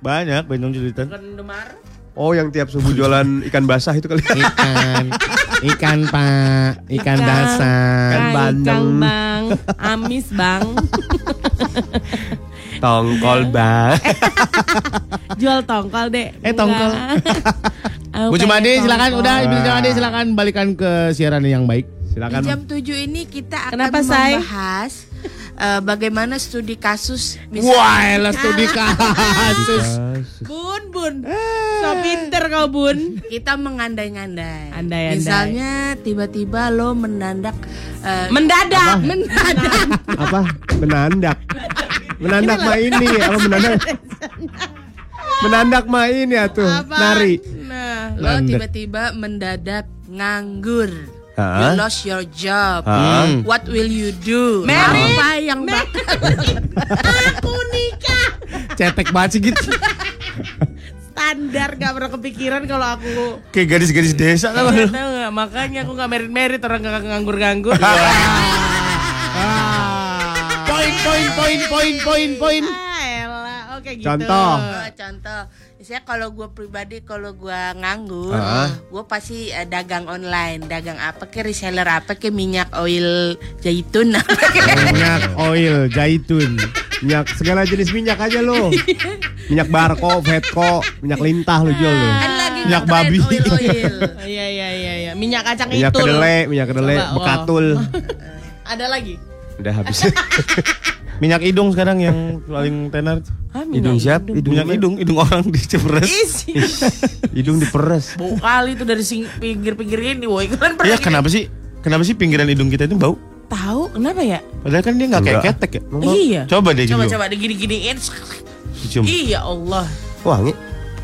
Speaker 4: Banyak bencong cililitan
Speaker 2: Kendemar.
Speaker 3: Oh yang tiap subuh jualan ikan basah itu kali.
Speaker 1: Ikan, ikan pak, ikan
Speaker 2: Ikan.
Speaker 1: dasar.
Speaker 2: Kang
Speaker 3: bandeng.
Speaker 2: Kan. Bang, amis
Speaker 1: [laughs]
Speaker 2: Bang,
Speaker 3: [laughs] Tongkol bang.
Speaker 2: Eh. jual tongkol deh.
Speaker 1: Eh, tongkol. [laughs] Bu Jumadi silakan udah Ibu Jumadi silakan balikan ke siaran yang baik.
Speaker 5: Di
Speaker 3: Silakan.
Speaker 5: jam 7 ini kita akan
Speaker 2: Kenapa, Shay?
Speaker 5: membahas eh, bagaimana studi kasus bisa
Speaker 1: Wah, elah studi kasus.
Speaker 2: Bun, bun,
Speaker 1: Eh.
Speaker 2: so pinter kau bun.
Speaker 5: kita mengandai-ngandai.
Speaker 2: Andai-andai.
Speaker 5: Misalnya tiba-tiba lo menandak eh,
Speaker 1: ya?
Speaker 2: Mendadak,
Speaker 5: mendadak
Speaker 3: apa? Menandak. Menandak mah ini apa
Speaker 2: [laughs]
Speaker 3: menandak? Menandak mah ini ya tuh,
Speaker 5: Apa?
Speaker 3: nari.
Speaker 5: Nah, lo tiba-tiba mendadak nganggur.
Speaker 3: Ha?
Speaker 5: You lost your job.
Speaker 3: Ha?
Speaker 5: What will you do?
Speaker 2: Merit.
Speaker 5: Apa yang bakal
Speaker 2: aku nikah.
Speaker 4: Cetek banget sih gitu
Speaker 2: Standar gak pernah kepikiran kalau aku.
Speaker 4: Kayak gadis-gadis desa
Speaker 3: kan? [laughs]
Speaker 4: tau
Speaker 2: Iya,
Speaker 4: gak lu?
Speaker 2: Tahu gak? Makanya aku gak merit-merit orang gak nganggur-nganggur.
Speaker 3: Ah.
Speaker 2: Ah,
Speaker 1: Poin, poin, poin, poin, poin, poin.
Speaker 2: Ah, elah. Oke gitu.
Speaker 3: Contoh.
Speaker 5: Oh, contoh, saya kalau gue pribadi kalau gue nganggur,
Speaker 3: Ah.
Speaker 5: gue pasti eh, dagang online, dagang apa ke reseller apa ke minyak oil zaitun. [laughs]
Speaker 3: Minyak oil zaitun. Minyak segala jenis minyak aja lo. Minyak barko, vetko, minyak lintah lo jual lo.
Speaker 5: kan lagi
Speaker 4: Minyak
Speaker 5: ngetren
Speaker 4: babi. [laughs]
Speaker 5: Oil-oil.
Speaker 2: Iya iya iya iya. Minyak kacang
Speaker 3: Minyak
Speaker 2: itu. loh.
Speaker 3: kedelai, minyak kedelai,
Speaker 2: Coba, wow.
Speaker 3: bekatul.
Speaker 2: Ada lagi.
Speaker 3: Udah habis.
Speaker 4: Minyak hidung sekarang yang paling tenar
Speaker 2: Ah,
Speaker 3: [laughs] Hidung siap, hidung
Speaker 4: Minyak hidung, hidung orang dicepres
Speaker 2: Isi.
Speaker 3: hidung diperes.
Speaker 2: Bau kali tuh dari sing- pinggir-pinggir ini, woi. Kalian pernah
Speaker 4: Iya
Speaker 2: gitu?
Speaker 4: kenapa sih? Kenapa sih pinggiran hidung kita itu bau?
Speaker 2: Tahu kenapa ya?
Speaker 4: Padahal kan dia nggak kayak
Speaker 3: Enggak.
Speaker 4: ketek ya.
Speaker 2: Iya.
Speaker 4: Coba deh
Speaker 2: Coba
Speaker 4: dulu.
Speaker 2: coba digini-giniin.
Speaker 4: Dicium.
Speaker 2: Iya Allah.
Speaker 3: Wangi.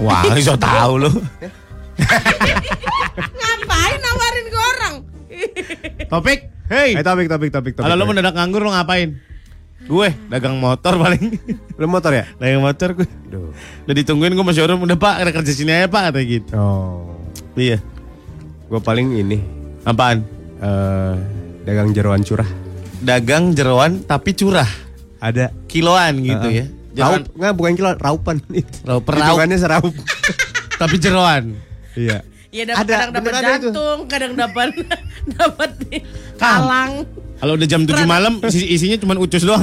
Speaker 4: Wah,
Speaker 3: [laughs]
Speaker 4: bisa tahu lo.
Speaker 2: Ngapain nawarin ke orang?
Speaker 4: Topik. Hey.
Speaker 3: Eh topik topik topik topik.
Speaker 4: Kalau lo mendadak nganggur lo ngapain? Gue dagang motor paling.
Speaker 3: Lo motor ya?
Speaker 4: dagang motor gue.
Speaker 3: Aduh.
Speaker 4: Udah ditungguin gue masih orang udah Pak, ada kerja sini aja Pak kata gitu.
Speaker 3: Oh.
Speaker 4: Iya.
Speaker 3: Gue paling ini
Speaker 4: Apaan?
Speaker 3: eh dagang jeroan curah.
Speaker 4: Dagang jeroan tapi curah.
Speaker 3: Ada
Speaker 4: Kiloan gitu ya.
Speaker 3: Eh, Raup,
Speaker 4: Jeroan,
Speaker 3: nggak bukan kilo, raupan itu.
Speaker 4: Raup, raup.
Speaker 3: [laughs] Hitungannya seraup.
Speaker 4: tapi jeroan.
Speaker 3: iya.
Speaker 2: Ya dapat
Speaker 3: Ada,
Speaker 2: kadang dapat
Speaker 3: bener ada itu.
Speaker 2: jantung, kadang [laughs] dapat dapat kalang.
Speaker 4: Kalau udah jam 7 malam isi- isinya cuma ucus doang.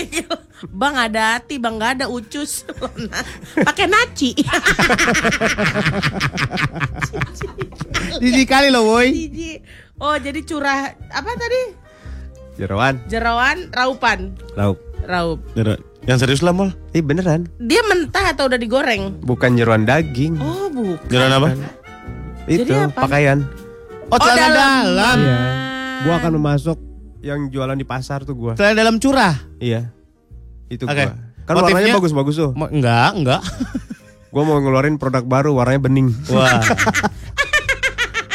Speaker 2: Iya. Bang ada hati, bang gak ada ucus. [laughs] Pakai naci.
Speaker 4: Jijik kali lo woi.
Speaker 2: Jijik. oh jadi curah apa tadi?
Speaker 3: Jeroan,
Speaker 2: Jerawan, raupan,
Speaker 3: raup.
Speaker 2: raup.
Speaker 4: Jeroan. Yang serius lah mol.
Speaker 3: Ih beneran,
Speaker 2: Dia mentah atau udah digoreng?
Speaker 3: bukan jeruan daging.
Speaker 2: Oh, bu.
Speaker 4: Jalan apa?
Speaker 3: itu
Speaker 2: jadi apa?
Speaker 3: pakaian.
Speaker 4: Oh, celana
Speaker 2: dalam.
Speaker 4: dalam.
Speaker 3: Iya. Gua akan memasuk yang jualan di pasar tuh gua.
Speaker 4: Celana dalam curah.
Speaker 3: Iya. Itu
Speaker 4: Oke.
Speaker 3: gua. Kan
Speaker 4: Motifnya-
Speaker 3: warnanya bagus-bagus tuh.
Speaker 4: Ma- enggak, enggak.
Speaker 3: Gua mau ngeluarin produk baru warnanya bening.
Speaker 4: Wah.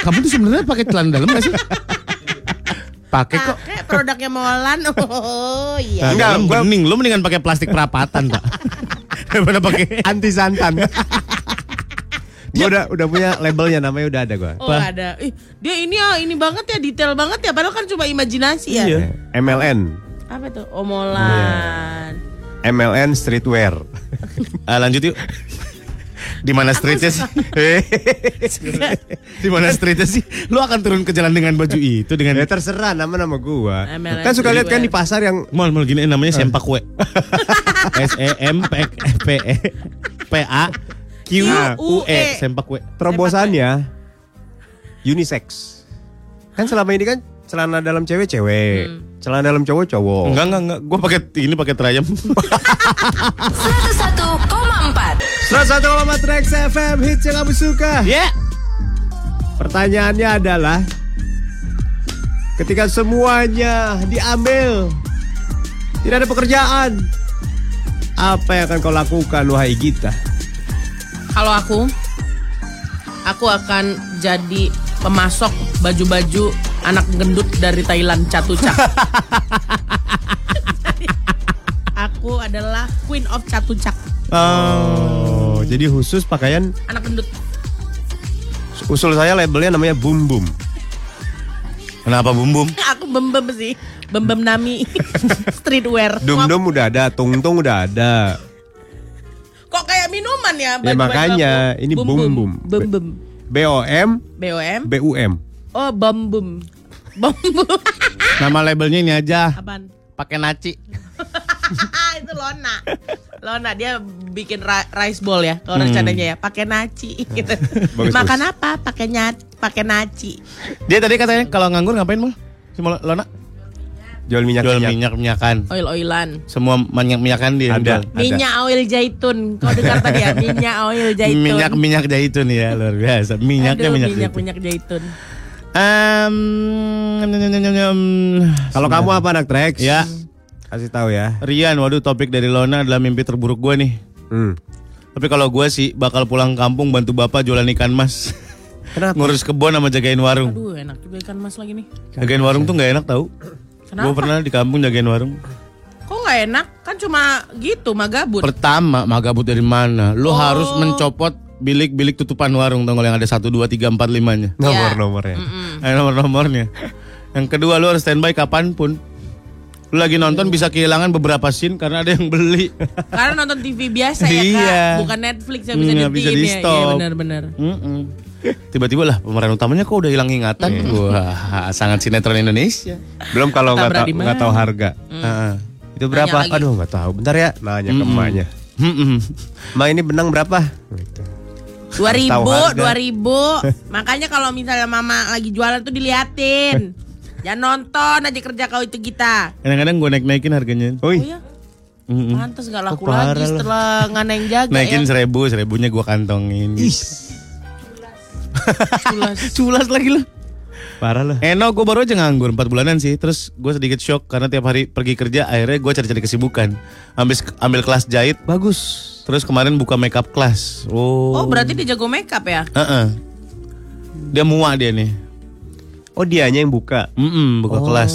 Speaker 1: Kamu tuh sebenarnya pakai celana dalam gak sih?
Speaker 4: Pakai kok.
Speaker 2: Pakai produknya [laughs] Molan. Oh, iya.
Speaker 4: Enggak,
Speaker 3: Enggak, gua-
Speaker 4: Nah, bening. Lu mendingan pakai plastik perapatan, Pak. Daripada pakai
Speaker 3: Anti [laughs] santan. gua udah udah punya labelnya namanya udah ada gua.
Speaker 2: Oh, ada. Ih, dia ini ya, ini banget ya, detail banget ya. Padahal kan cuma imajinasi ya.
Speaker 3: Iya. MLN.
Speaker 2: Apa tuh? Oh, Molan.
Speaker 3: MLN streetwear.
Speaker 4: Ah, lanjut yuk. Di mana streetnya sih? [laughs] Eh,
Speaker 2: Iya. [laughs]
Speaker 4: Di mana streetnya sih? Lu akan turun ke jalan dengan baju itu
Speaker 3: ya [laughs]
Speaker 4: dengan
Speaker 3: terserah nama nama gua.
Speaker 2: MLN
Speaker 3: kan suka lihat kan
Speaker 2: streetwear.
Speaker 3: di pasar yang
Speaker 4: mal mal gini namanya sempak [laughs] kue. S E M P P E P A Q U E sempak kue.
Speaker 3: terobosannya unisex. Kan selama ini kan celana dalam cewek cewek, celana dalam cowok cowok.
Speaker 4: Enggak enggak enggak, gua pakai ini pakai terayam.
Speaker 6: 101,4
Speaker 3: 101,3 Trax FM hits yang kamu suka.
Speaker 4: Ya.
Speaker 3: Pertanyaannya adalah ketika semuanya diambil, tidak ada pekerjaan, apa yang akan kau lakukan wahai Gita?
Speaker 2: Kalau aku, aku akan jadi pemasok baju-baju anak gendut dari Thailand
Speaker 3: [laughs]
Speaker 2: catucak. aku adalah queen of catucak,
Speaker 3: Oh, jadi khusus pakaian
Speaker 2: anak gendut.
Speaker 3: usul saya labelnya namanya Bum Bum.
Speaker 4: [laughs] Kenapa bum bum?
Speaker 2: Aku bembem sih, bembem nami
Speaker 3: [laughs]
Speaker 2: streetwear.
Speaker 3: Dum Dum udah ada, Tung Tung udah ada.
Speaker 2: Kok kayak minuman ya?
Speaker 3: Ya, makanya,
Speaker 2: aku?
Speaker 3: ini bum-bum.
Speaker 2: Bum bum.
Speaker 3: B O M
Speaker 2: BOM.
Speaker 3: B U M.
Speaker 2: Oh, bom bum. Bom bum.
Speaker 4: Nama labelnya ini aja.
Speaker 2: [laughs] Apaan?
Speaker 4: Pakai naci.
Speaker 2: [laughs] itu Lona. Lona dia bikin ra- rice ball ya, kalau
Speaker 4: Hmm.
Speaker 2: rencananya ya, pakai naci
Speaker 4: [laughs]
Speaker 2: gitu.
Speaker 3: Bagus,
Speaker 2: Makan apa? Pakai nyat, pakai naci.
Speaker 4: Dia tadi katanya kalau nganggur ngapain mal? Si Mol- Lona
Speaker 3: Jual minyak
Speaker 4: jual minyak minyakan.
Speaker 2: Oil-oilan.
Speaker 4: Semua minyak minyakan dia. yang
Speaker 3: Ada.
Speaker 4: jual.
Speaker 2: Minyak oil zaitun. Kau dengar tadi ya, minyak
Speaker 4: [laughs]
Speaker 2: oil zaitun.
Speaker 4: Minyak minyak zaitun ya luar biasa. Minyaknya
Speaker 2: Aduh,
Speaker 4: minyak,
Speaker 2: minyak,
Speaker 4: zaitun.
Speaker 2: minyak zaitun.
Speaker 4: Em, nyam, nyam, nyam, nyam, nyam.
Speaker 3: Kalau kamu apa anak Trax?
Speaker 4: ya
Speaker 3: Kasih tahu ya.
Speaker 4: Rian, waduh topik dari Lona adalah mimpi terburuk gue nih.
Speaker 3: Hmm.
Speaker 4: Tapi kalau gue sih bakal pulang kampung bantu bapak jualan ikan
Speaker 2: [laughs]
Speaker 4: mas.
Speaker 3: Kenapa?
Speaker 4: Ngurus kebun sama jagain warung.
Speaker 2: Aduh, enak juga ikan mas lagi nih.
Speaker 4: Jagain warung tuh nggak enak tau. Gue
Speaker 2: Kenapa?
Speaker 4: pernah di kampung jagain warung.
Speaker 2: Kok nggak enak? Kan cuma gitu, magabut.
Speaker 4: Pertama, magabut dari mana?
Speaker 2: Oh.
Speaker 4: Lu harus mencopot bilik-bilik tutupan warung tau nggak, yang ada 1, 2, 3, 4, 5 nya.
Speaker 2: Ya.
Speaker 3: Nomor-nomornya.
Speaker 2: Hmm.
Speaker 4: Eh, nomor-nomornya. Yang kedua lu harus standby kapanpun. Lu lagi nonton bisa kehilangan beberapa scene karena ada yang beli. [laughs]
Speaker 2: Karena nonton TV biasa ya, Kak.
Speaker 4: Iya.
Speaker 2: Bukan Netflix yang bisa
Speaker 4: Nggak bisa
Speaker 2: ditiin ya. Iya,
Speaker 4: di-stop.
Speaker 2: benar-benar.
Speaker 4: Mm-mm. Tiba-tiba lah pemeran utamanya kok udah hilang ingatan.
Speaker 2: Hmm.
Speaker 4: Wah, sangat sinetron Indonesia.
Speaker 3: Belum kalau nggak
Speaker 2: Ketabrak
Speaker 3: tahu
Speaker 2: di mana?
Speaker 3: nggak tahu harga.
Speaker 2: Hmm.
Speaker 4: Heeh.
Speaker 3: Itu berapa?
Speaker 2: lagi.
Speaker 3: Aduh nggak tahu. Bentar ya. Nanya ke emaknya.
Speaker 4: Mm-mm.
Speaker 3: Ma ini benang berapa?
Speaker 2: dua ribu
Speaker 3: Tahu harga.
Speaker 2: dua ribu makanya kalau misalnya mama lagi jualan tuh diliatin jangan nonton aja kerja kau itu kita
Speaker 4: Kadang-kadang gue naik-naikin harganya.
Speaker 3: Oi.
Speaker 2: iya
Speaker 4: Mm-mm.
Speaker 2: pantas gak laku
Speaker 4: Oh, parah
Speaker 2: lagi
Speaker 4: lah.
Speaker 2: setelah nggak ada yang jaga
Speaker 4: Naikin
Speaker 2: ya
Speaker 4: seribu, seribunya gue kantongin.
Speaker 2: Culas.
Speaker 4: [laughs] Culas lagi lu.
Speaker 3: Parah loh.
Speaker 4: Eno gue Eh, baru aja nganggur 4 bulanan sih Terus gue sedikit shock karena tiap hari pergi kerja Akhirnya gue cari-cari kesibukan ambil, ambil kelas jahit
Speaker 3: Bagus.
Speaker 4: Terus kemarin buka makeup class Oh,
Speaker 2: oh berarti dia jago makeup ya
Speaker 4: Heeh. Dia muak dia nih
Speaker 3: Oh dianya yang buka.
Speaker 4: Mm-mm, buka kelas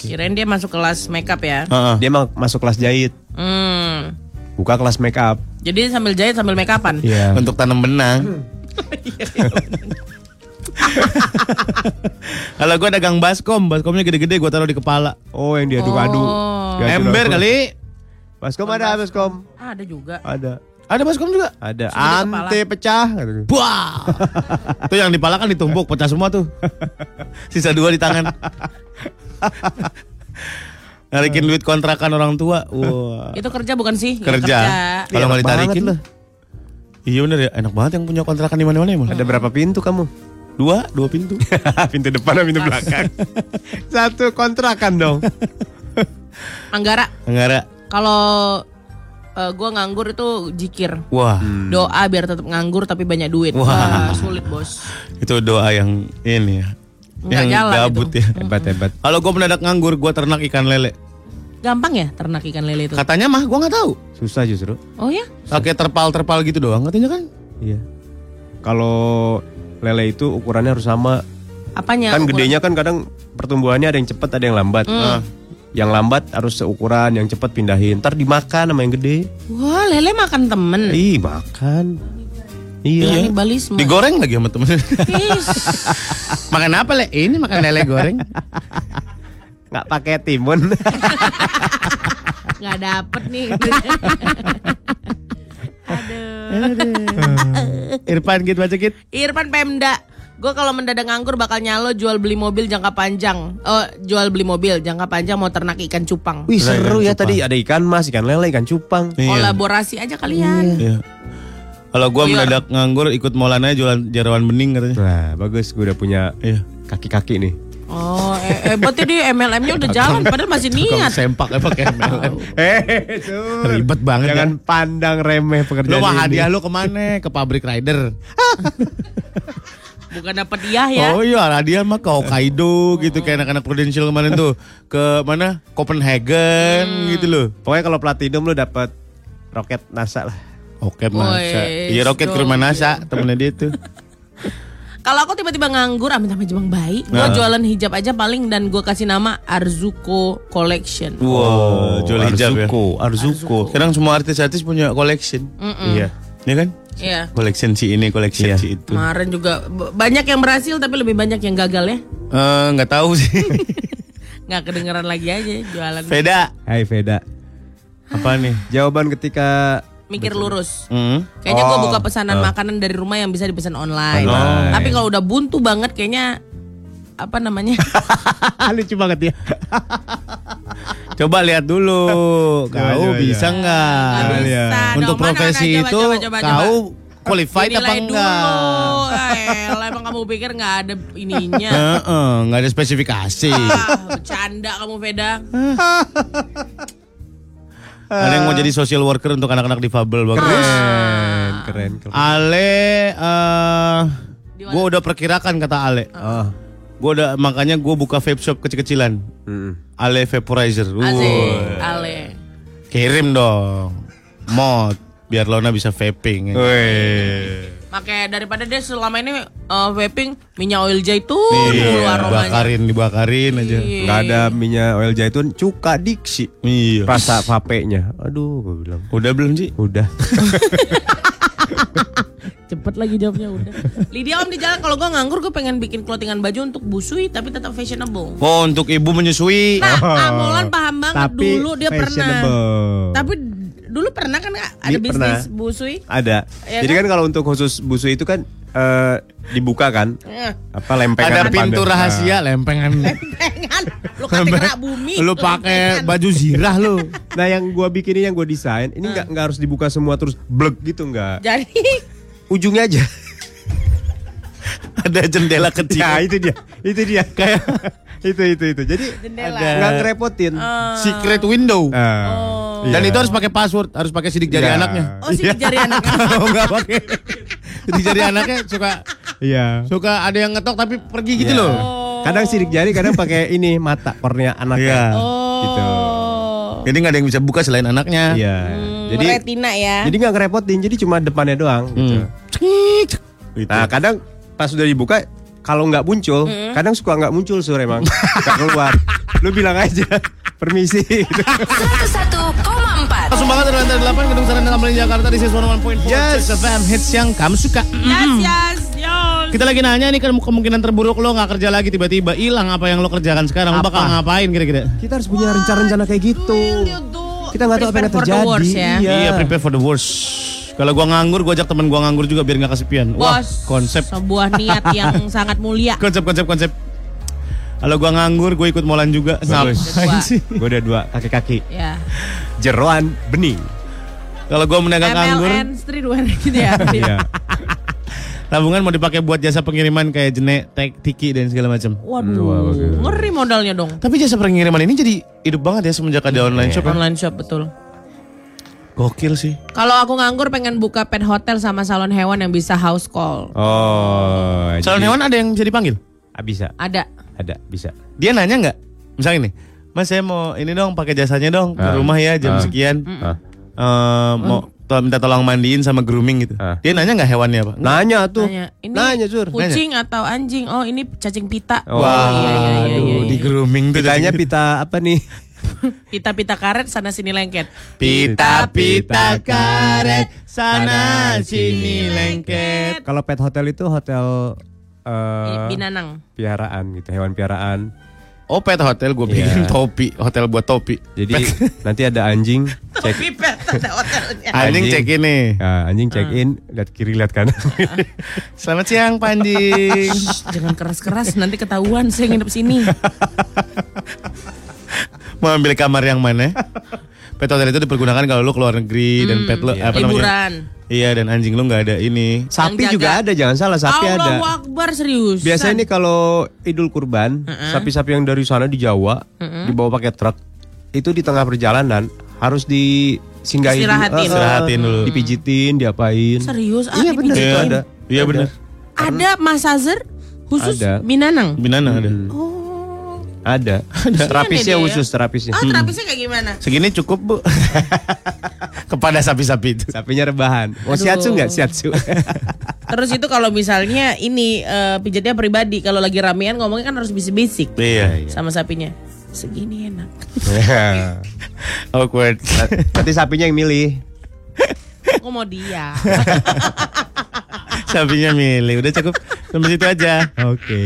Speaker 2: kirain dia masuk kelas makeup ya
Speaker 4: Heeh.
Speaker 3: Dia emang masuk kelas jahit.
Speaker 2: hmm.
Speaker 3: Buka kelas make up.
Speaker 2: jadi sambil jahit sambil makeupan
Speaker 3: Iya.
Speaker 4: Untuk tanam benang [laughs] Kalau gue dagang baskom Baskomnya gede-gede gue taruh di kepala
Speaker 3: Oh yang diaduk-aduk.
Speaker 2: Oh.
Speaker 3: Diaduk-aduk.
Speaker 4: Ember kali
Speaker 3: Baskom ada baskom.
Speaker 2: ah, ada juga
Speaker 3: Ada.
Speaker 4: Ada baskom juga
Speaker 3: Ada.
Speaker 2: di kepala.
Speaker 3: Ante pecah. Gitu. [laughs]
Speaker 4: Wah Itu yang di pala kan ditumpuk Pecah semua tuh Sisa dua di
Speaker 3: [laughs]
Speaker 4: tangan Narikin duit kontrakan orang tua Wah
Speaker 2: itu kerja bukan sih Ya,
Speaker 4: Kerja Kalau nggak
Speaker 3: Iya, Enak banget
Speaker 4: ditarikin
Speaker 3: loh.
Speaker 4: Iya bener ya Enak banget yang punya kontrakan di mana-mana ya Mul.
Speaker 3: Ada berapa pintu kamu?
Speaker 4: Dua Dua pintu
Speaker 3: [laughs] pintu depan dan pintu belakang. Satu kontrakan dong.
Speaker 2: Anggara
Speaker 4: Anggara
Speaker 2: kalau eh, gua nganggur itu jikir.
Speaker 4: Wah,
Speaker 2: Doa biar tetap nganggur tapi banyak duit. Wah,
Speaker 4: Hmm. Wah.
Speaker 2: sulit, Bos.
Speaker 4: itu doa yang ini ya.
Speaker 2: Nggak
Speaker 4: yang
Speaker 2: jalan
Speaker 4: gabut
Speaker 2: itu.
Speaker 4: ya.
Speaker 3: Hebat hebat.
Speaker 4: Kalau gue mendadak nganggur, gue ternak ikan lele.
Speaker 2: Gampang ya ternak ikan lele itu?
Speaker 4: Katanya mah gue nggak tahu.
Speaker 3: Susah justru.
Speaker 2: Oh ya?
Speaker 4: Pakai terpal-terpal gitu doang katanya kan.
Speaker 3: Iya. Kalau lele itu ukurannya harus sama.
Speaker 2: Apanya?
Speaker 3: kan
Speaker 2: Ya, ukuran?
Speaker 3: gedenya kan kadang pertumbuhannya ada yang cepat, ada yang lambat. Nah, yang lambat harus seukuran, yang cepat pindahin. Ntar dimakan sama yang gede.
Speaker 2: Wah, lele makan temen.
Speaker 3: Ih, makan.
Speaker 2: Iya.
Speaker 3: Iya.
Speaker 2: Kanibalisme.
Speaker 4: Digoreng lagi sama temen.
Speaker 3: [laughs]
Speaker 2: Is.
Speaker 1: [laughs] Makan apa le? Ini makan lele goreng.
Speaker 3: Nggak pakai timun.
Speaker 2: Nggak dapet nih.
Speaker 1: Irfan gitu baca gitu.
Speaker 2: Irfan Pemda. Gue kalau mendadak nganggur bakal nyalo jual beli mobil jangka panjang. Oh, jual beli mobil jangka panjang mau ternak ikan cupang.
Speaker 3: Wih, seru ya tadi ada ikan mas, ikan lele, ikan cupang.
Speaker 2: Kolaborasi aja kalian.
Speaker 4: Iya. Kalau
Speaker 1: Iya.
Speaker 4: gue mendadak nganggur ikut Maulana jualan jarawan bening katanya.
Speaker 3: Nah, bagus gue udah punya
Speaker 4: Iya.
Speaker 3: kaki-kaki nih.
Speaker 2: Oh, eh, eh berarti di MLM-nya udah jalan padahal masih
Speaker 1: Tukang
Speaker 2: niat.
Speaker 1: sempak apa [laughs] kayak MLM.
Speaker 3: [laughs] Eh, Sur.
Speaker 1: Ribet banget kan.
Speaker 3: Jangan pandang remeh
Speaker 1: Lu
Speaker 3: pekerjaan
Speaker 1: mah
Speaker 3: ini.
Speaker 1: hadiah lu kemana? Ke pabrik rider.
Speaker 2: Bukan dapat dia ya.
Speaker 4: Oh iya, hadiah mah ke Hokkaido gitu kayak anak-anak Prudential kemarin tuh. Ke mana? Copenhagen
Speaker 2: Hmm.
Speaker 4: gitu loh.
Speaker 3: Pokoknya kalau platinum lu dapat roket NASA lah.
Speaker 4: Oke, masa.
Speaker 2: Wes,
Speaker 4: Iya, roket ke rumah NASA temennya dia tuh.
Speaker 2: Kalau aku tiba-tiba nganggur amit-amit jebang bayi, gue
Speaker 3: Nah.
Speaker 2: jualan hijab aja paling dan gue kasih nama Arzuko Collection.
Speaker 4: Wow, jual hijab ya.
Speaker 3: Oh, Arzuko, Arzuko.
Speaker 4: Sekarang semua artis-artis punya collection.
Speaker 2: Mm.
Speaker 3: Iya.
Speaker 4: Iya kan?
Speaker 2: Iya.
Speaker 4: Collection si ini, collection
Speaker 3: Iya.
Speaker 4: si itu.
Speaker 2: Kemarin juga b- banyak yang berhasil tapi lebih banyak yang gagal ya. [laughs]
Speaker 4: Eh, nggak tahu sih.
Speaker 2: Nggak kedengeran lagi aja jualan.
Speaker 4: Veda.
Speaker 3: Hai Veda. Eh.
Speaker 4: Apa nih?
Speaker 3: Jawaban ketika [laughs]
Speaker 2: Mikir lurus.
Speaker 4: Hmm.
Speaker 2: Kayaknya gue buka pesanan makanan dari rumah yang bisa dipesan online.
Speaker 3: Online.
Speaker 2: Tapi kalau udah buntu banget kayaknya apa namanya?
Speaker 3: lucu banget ya.
Speaker 4: Coba lihat dulu. [laughs]
Speaker 3: Coba,
Speaker 4: Kau
Speaker 3: coba,
Speaker 4: bisa nggak?
Speaker 2: Nggak bisa dong.
Speaker 1: Untuk
Speaker 2: Mana, mana,
Speaker 1: profesi
Speaker 2: coba,
Speaker 1: itu
Speaker 2: coba, coba, coba.
Speaker 1: kau qualified apa
Speaker 2: Dinilai
Speaker 1: enggak?
Speaker 2: dulu. Ayolah, emang kamu pikir nggak ada
Speaker 4: [laughs]
Speaker 2: ininya?
Speaker 1: Heeh, nggak ada spesifikasi.
Speaker 2: [laughs] Ah, bercanda kamu Veda.
Speaker 4: Ada yang mau jadi social worker untuk anak-anak difabel bagus.
Speaker 3: Keren, keren. keren.
Speaker 4: Ale, eh gue udah perkirakan kata Ale.
Speaker 3: Oh.
Speaker 4: Gue udah makanya gue buka vape shop kecil-kecilan. Hmm.
Speaker 3: Mm-mm.
Speaker 4: Ale vaporizer.
Speaker 2: Asik,
Speaker 4: Wuh.
Speaker 2: Ale.
Speaker 4: Kirim dong. Mod biar Lona bisa vaping.
Speaker 3: Weh.
Speaker 2: Makanya daripada dia selama ini eh, vaping minyak oil zaitun dulu
Speaker 4: Iya,
Speaker 2: aromanya.
Speaker 4: dibakarin, dibakarin aja.
Speaker 2: Iya,
Speaker 3: Nggak ada minyak oil jaitun, cuka diksi.
Speaker 4: Iya.
Speaker 3: Rasa vapenya. Aduh, gue bilang.
Speaker 4: Udah belum sih?
Speaker 3: Udah.
Speaker 2: Cepet lagi jawabnya udah. [laughs] Lydia Om di jalan kalau gue nganggur gue pengen bikin clothingan baju untuk busui tapi tetap fashionable.
Speaker 4: Oh, untuk ibu menyusui.
Speaker 2: Nah, Amolan paham banget dulu dia pernah.
Speaker 3: fashionable.
Speaker 2: Tapi d- dulu pernah kan ada
Speaker 3: Dia
Speaker 2: bisnis
Speaker 3: pernah.
Speaker 2: busui?
Speaker 3: Ada.
Speaker 2: Iya
Speaker 3: Jadi kan kalau untuk khusus busu itu kan eh, dibuka kan?
Speaker 2: Eh,
Speaker 3: Apa lempengan
Speaker 4: kan
Speaker 1: Ada
Speaker 3: depan
Speaker 1: pintu
Speaker 3: dan-
Speaker 1: rahasia
Speaker 4: Nah.
Speaker 1: lempengan.
Speaker 2: Pengen kan? lu kata
Speaker 4: [laughs]
Speaker 2: kena bumi. Kan?
Speaker 1: Lu pakai baju zirah lu.
Speaker 3: Nah, Nah, yang gua bikin ini yang gua desain, ini nggak nggak harus dibuka semua terus blek gitu nggak?
Speaker 2: Hmm. Jadi
Speaker 3: Ujungnya
Speaker 1: [laughs]
Speaker 3: aja.
Speaker 4: Ada jendela
Speaker 1: Iya.
Speaker 4: kecil.
Speaker 3: Ya, itu dia. Itu dia. Kayak [laughs] itu itu itu. Jadi
Speaker 2: Jendela. Oh.
Speaker 3: nggak ngerepotin.
Speaker 1: Secret window.
Speaker 3: Ah, iya.
Speaker 1: Dan itu harus pakai password, harus pakai sidik jari
Speaker 3: Iya. [laughs] Oh,
Speaker 1: anaknya.
Speaker 2: Oh sih jari
Speaker 4: [laughs]
Speaker 2: anaknya.
Speaker 1: Kalau nggak pakai [laughs] sidik jari anaknya suka
Speaker 3: Iya.
Speaker 1: suka ada yang ngetok tapi pergi gitu
Speaker 2: Oh.
Speaker 1: loh.
Speaker 3: Kadang sidik jari, kadang pakai ini mata kornea
Speaker 4: Iya.
Speaker 3: anaknya. Gitu.
Speaker 2: Oh. Hmm.
Speaker 4: Jadi nggak ada yang bisa buka selain anaknya.
Speaker 3: Iya. Jadi
Speaker 2: retina ya.
Speaker 3: jadi nggak ngerepotin, jadi cuma depannya doang
Speaker 1: Hmm.
Speaker 3: gitu. Nah kadang pas sudah dibuka kalau nggak muncul,
Speaker 2: Hmm.
Speaker 3: kadang suka nggak muncul sore emang nggak keluar. Lu bilang aja permisi. gitu.
Speaker 6: 101,4
Speaker 1: Langsung banget dari lantai 8 Gedung Sarana Tamrin Jakarta di Season 1.4 Yes FM hits yang kamu suka Hmm.
Speaker 2: Yes, yes, yes.
Speaker 1: Kita lagi nanya nih kan kemungkinan terburuk lo gak kerja lagi tiba-tiba hilang apa yang lo kerjakan sekarang Lo
Speaker 3: Apa?
Speaker 1: bakal ngapain kira-kira
Speaker 3: [laughs] Kita harus punya rencana-rencana kayak gitu. Kita nggak tahu apa yang
Speaker 2: Prepare for the
Speaker 3: terjadi.
Speaker 2: worst ya.
Speaker 3: Iya.
Speaker 1: Iya prepare for the worst kalau gua nganggur, gua ajak temen gua nganggur juga biar gak kesepian. Wah,
Speaker 2: Bos,
Speaker 1: konsep,
Speaker 2: sebuah niat yang sangat mulia.
Speaker 1: konsep, konsep, konsep. Kalau gua nganggur, gue ikut molan juga. Ngapain
Speaker 4: [laughs]
Speaker 2: Dua.
Speaker 1: sih?
Speaker 3: Gue udah dua kaki-kaki.
Speaker 2: Ya.
Speaker 3: Jeroan bening.
Speaker 1: Kalau gua mendagang nganggur,
Speaker 2: MLN streetwear gitu ya.
Speaker 3: Iya.
Speaker 1: tabungan mau dipakai buat jasa pengiriman kayak jene, tek, tiki dan segala macam.
Speaker 2: Waduh, ngeri modalnya dong.
Speaker 4: Iya.
Speaker 1: Tapi jasa pengiriman ini jadi hidup banget ya semenjak ada online shop. ya.
Speaker 2: Online shop betul.
Speaker 4: Gokil sih.
Speaker 2: Kalau aku nganggur pengen buka pet hotel sama salon hewan yang bisa house call.
Speaker 3: Oh,
Speaker 4: Calon
Speaker 3: jadi-
Speaker 4: hewan ada yang bisa dipanggil?
Speaker 3: Ah, bisa,
Speaker 2: Ada.
Speaker 3: ada bisa.
Speaker 4: Dia nanya nggak? Misalnya nih, Mas saya mau ini dong pakai jasanya dong ke
Speaker 3: Ah.
Speaker 4: rumah ya jam
Speaker 3: Ah.
Speaker 4: sekian.
Speaker 3: Ah.
Speaker 2: Hmm.
Speaker 4: Eh, mau to- minta tolong mandiin sama grooming gitu.
Speaker 3: Ah.
Speaker 4: Dia nanya nggak hewannya apa? Nggak.
Speaker 3: Nanya tuh.
Speaker 2: Nanya, ini
Speaker 3: Nanya, Sur.
Speaker 2: kucing atau anjing? Oh, ini cacing pita.
Speaker 3: Oh,
Speaker 2: iya, iya, iya,
Speaker 4: aduh,
Speaker 2: iya,
Speaker 4: di
Speaker 2: iya.
Speaker 4: grooming tuh.
Speaker 3: Pitanya
Speaker 4: jadi-
Speaker 3: pita apa nih?
Speaker 2: Pita-pita karet sana sini lengket.
Speaker 4: pita pita karet sana sini lengket.
Speaker 3: Kalau pet hotel itu hotel eh,
Speaker 2: Binanang.
Speaker 3: piaraan gitu, hewan piaraan.
Speaker 4: Oh pet hotel gue bikin
Speaker 3: Iya.
Speaker 4: topi, hotel buat topi.
Speaker 3: Jadi [laughs] nanti ada anjing cek
Speaker 2: Tapi pet ada hotelnya.
Speaker 3: Anjing.
Speaker 4: Anjing cek ini.
Speaker 3: ah, anjing check in, lihat kiri lihat kanan.
Speaker 4: Selamat siang Panjing.
Speaker 2: Shh, Jangan keras-keras nanti ketahuan saya nginep sini.
Speaker 4: Mau ambil kamar yang mana? Pet hotel itu dipergunakan kalau lu keluar negeri dan pet lu apa namanya?
Speaker 2: Liburan.
Speaker 4: Iya dan anjing lu nggak ada ini.
Speaker 3: [laughs] sapi
Speaker 2: Yang
Speaker 3: juga
Speaker 2: jaga.
Speaker 3: ada, jangan salah, sapi ada.
Speaker 2: Allahu Akbar serius.
Speaker 3: Biasanya nih kalau Idul Kurban, sapi-sapi yang dari sana di Jawa dibawa pakai truk, itu di tengah perjalanan harus disinggahi dulu,
Speaker 2: Istirahatin.
Speaker 3: eh, eh,
Speaker 4: Istirahatin dulu.
Speaker 3: dipijitin, diapain.
Speaker 2: Serius? Ah,
Speaker 3: iya benar itu
Speaker 2: dipijitin.
Speaker 3: ada.
Speaker 4: Iya benar.
Speaker 2: ada massager khusus Oh,
Speaker 3: Ada.
Speaker 2: Minanang.
Speaker 4: Binana ada.
Speaker 3: Ada. Terapisnya
Speaker 2: dia ya.
Speaker 3: khusus, terapisnya.
Speaker 2: Ah, terapisnya kayak gimana?
Speaker 4: Segini cukup bu. Kepada sapi-sapi itu.
Speaker 3: [laughs] Sapinya rebahan. Mau siatsu nggak
Speaker 2: [laughs]
Speaker 3: siatsu?
Speaker 2: Terus itu kalau misalnya ini eh, pijatnya pribadi, kalau lagi ramean ngomongnya kan harus bisik-bisik
Speaker 4: Iya.
Speaker 2: sama sapinya. Segini enak.
Speaker 4: Awkward.
Speaker 3: Nanti sapinya yang milih.
Speaker 2: Aku mau dia.
Speaker 4: [laughs] Sapinya milih. Udah cukup. Sampai situ aja. Eh,
Speaker 3: Oke.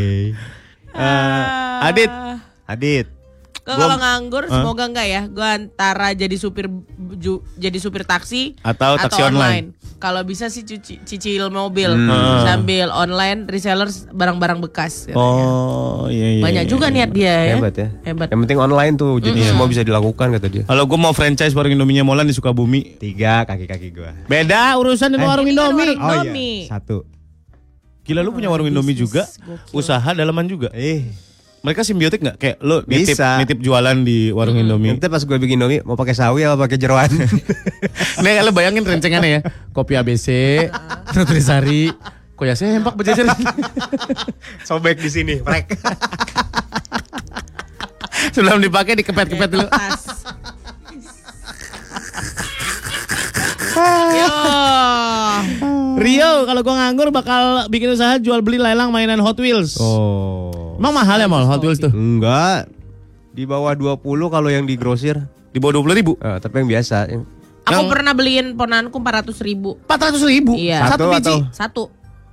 Speaker 2: Ah.
Speaker 4: Adit. Adit.
Speaker 2: Gua
Speaker 4: Gua-
Speaker 2: kalau nganggur semoga enggak ya. Gue antara jadi supir ju- jadi supir taksi
Speaker 4: Atau taksi online. Hmm.
Speaker 2: Kalau bisa sih cuci, cicil mobil Hmm. sambil online reseller barang-barang bekas. katanya.
Speaker 4: Oh iya iya.
Speaker 2: Banyak
Speaker 4: iya.
Speaker 2: juga niat dia ya.
Speaker 3: Hebat ya.
Speaker 2: Hebat.
Speaker 3: Yang penting online tuh, jadi semua bisa dilakukan kata dia.
Speaker 4: Kalau gue mau franchise warung Indominya Molan di Sukabumi.
Speaker 3: Tiga kaki-kaki gua.
Speaker 4: Beda urusan dengan warung
Speaker 2: Ini kan
Speaker 4: Indomie.
Speaker 2: warung
Speaker 3: Oh
Speaker 2: Indomie.
Speaker 3: iya. Satu.
Speaker 4: Gila lu punya warung Indomie juga, usaha dalaman juga.
Speaker 3: Eh,
Speaker 4: Mereka simbiotik nggak? Kayak lu nitip,
Speaker 3: Bisa.
Speaker 4: nitip jualan di warung Indomie.
Speaker 3: nanti pas gue bikin Indomie mau pakai sawi apa pakai jeroan?
Speaker 4: Nih lu bayangin rencengannya ya. Kopi ABC, Nutrisari, Koya sempak berjajar.
Speaker 3: [laughs] Sobek di sini, prek.
Speaker 4: [laughs] Sebelum dipakai
Speaker 2: Iya,
Speaker 4: dikepet-kepet dulu.
Speaker 2: Pas. Yo.
Speaker 1: Hmm. Rio, kalau gua nganggur bakal bikin usaha jual beli lelang mainan Hot Wheels.
Speaker 3: Oh.
Speaker 1: Emang mahal ya mal Hot Wheels tuh?
Speaker 3: Enggak. Di bawah 20 kalau yang di grosir.
Speaker 4: Di bawah 20 ribu.
Speaker 3: Eh, tapi yang biasa. yang-
Speaker 2: Aku pernah beliin ponanku 400 ribu.
Speaker 1: 400 ribu?
Speaker 2: Iya.
Speaker 1: Satu,
Speaker 3: Satu
Speaker 1: biji?
Speaker 4: Oh.
Speaker 3: atau-
Speaker 2: Satu.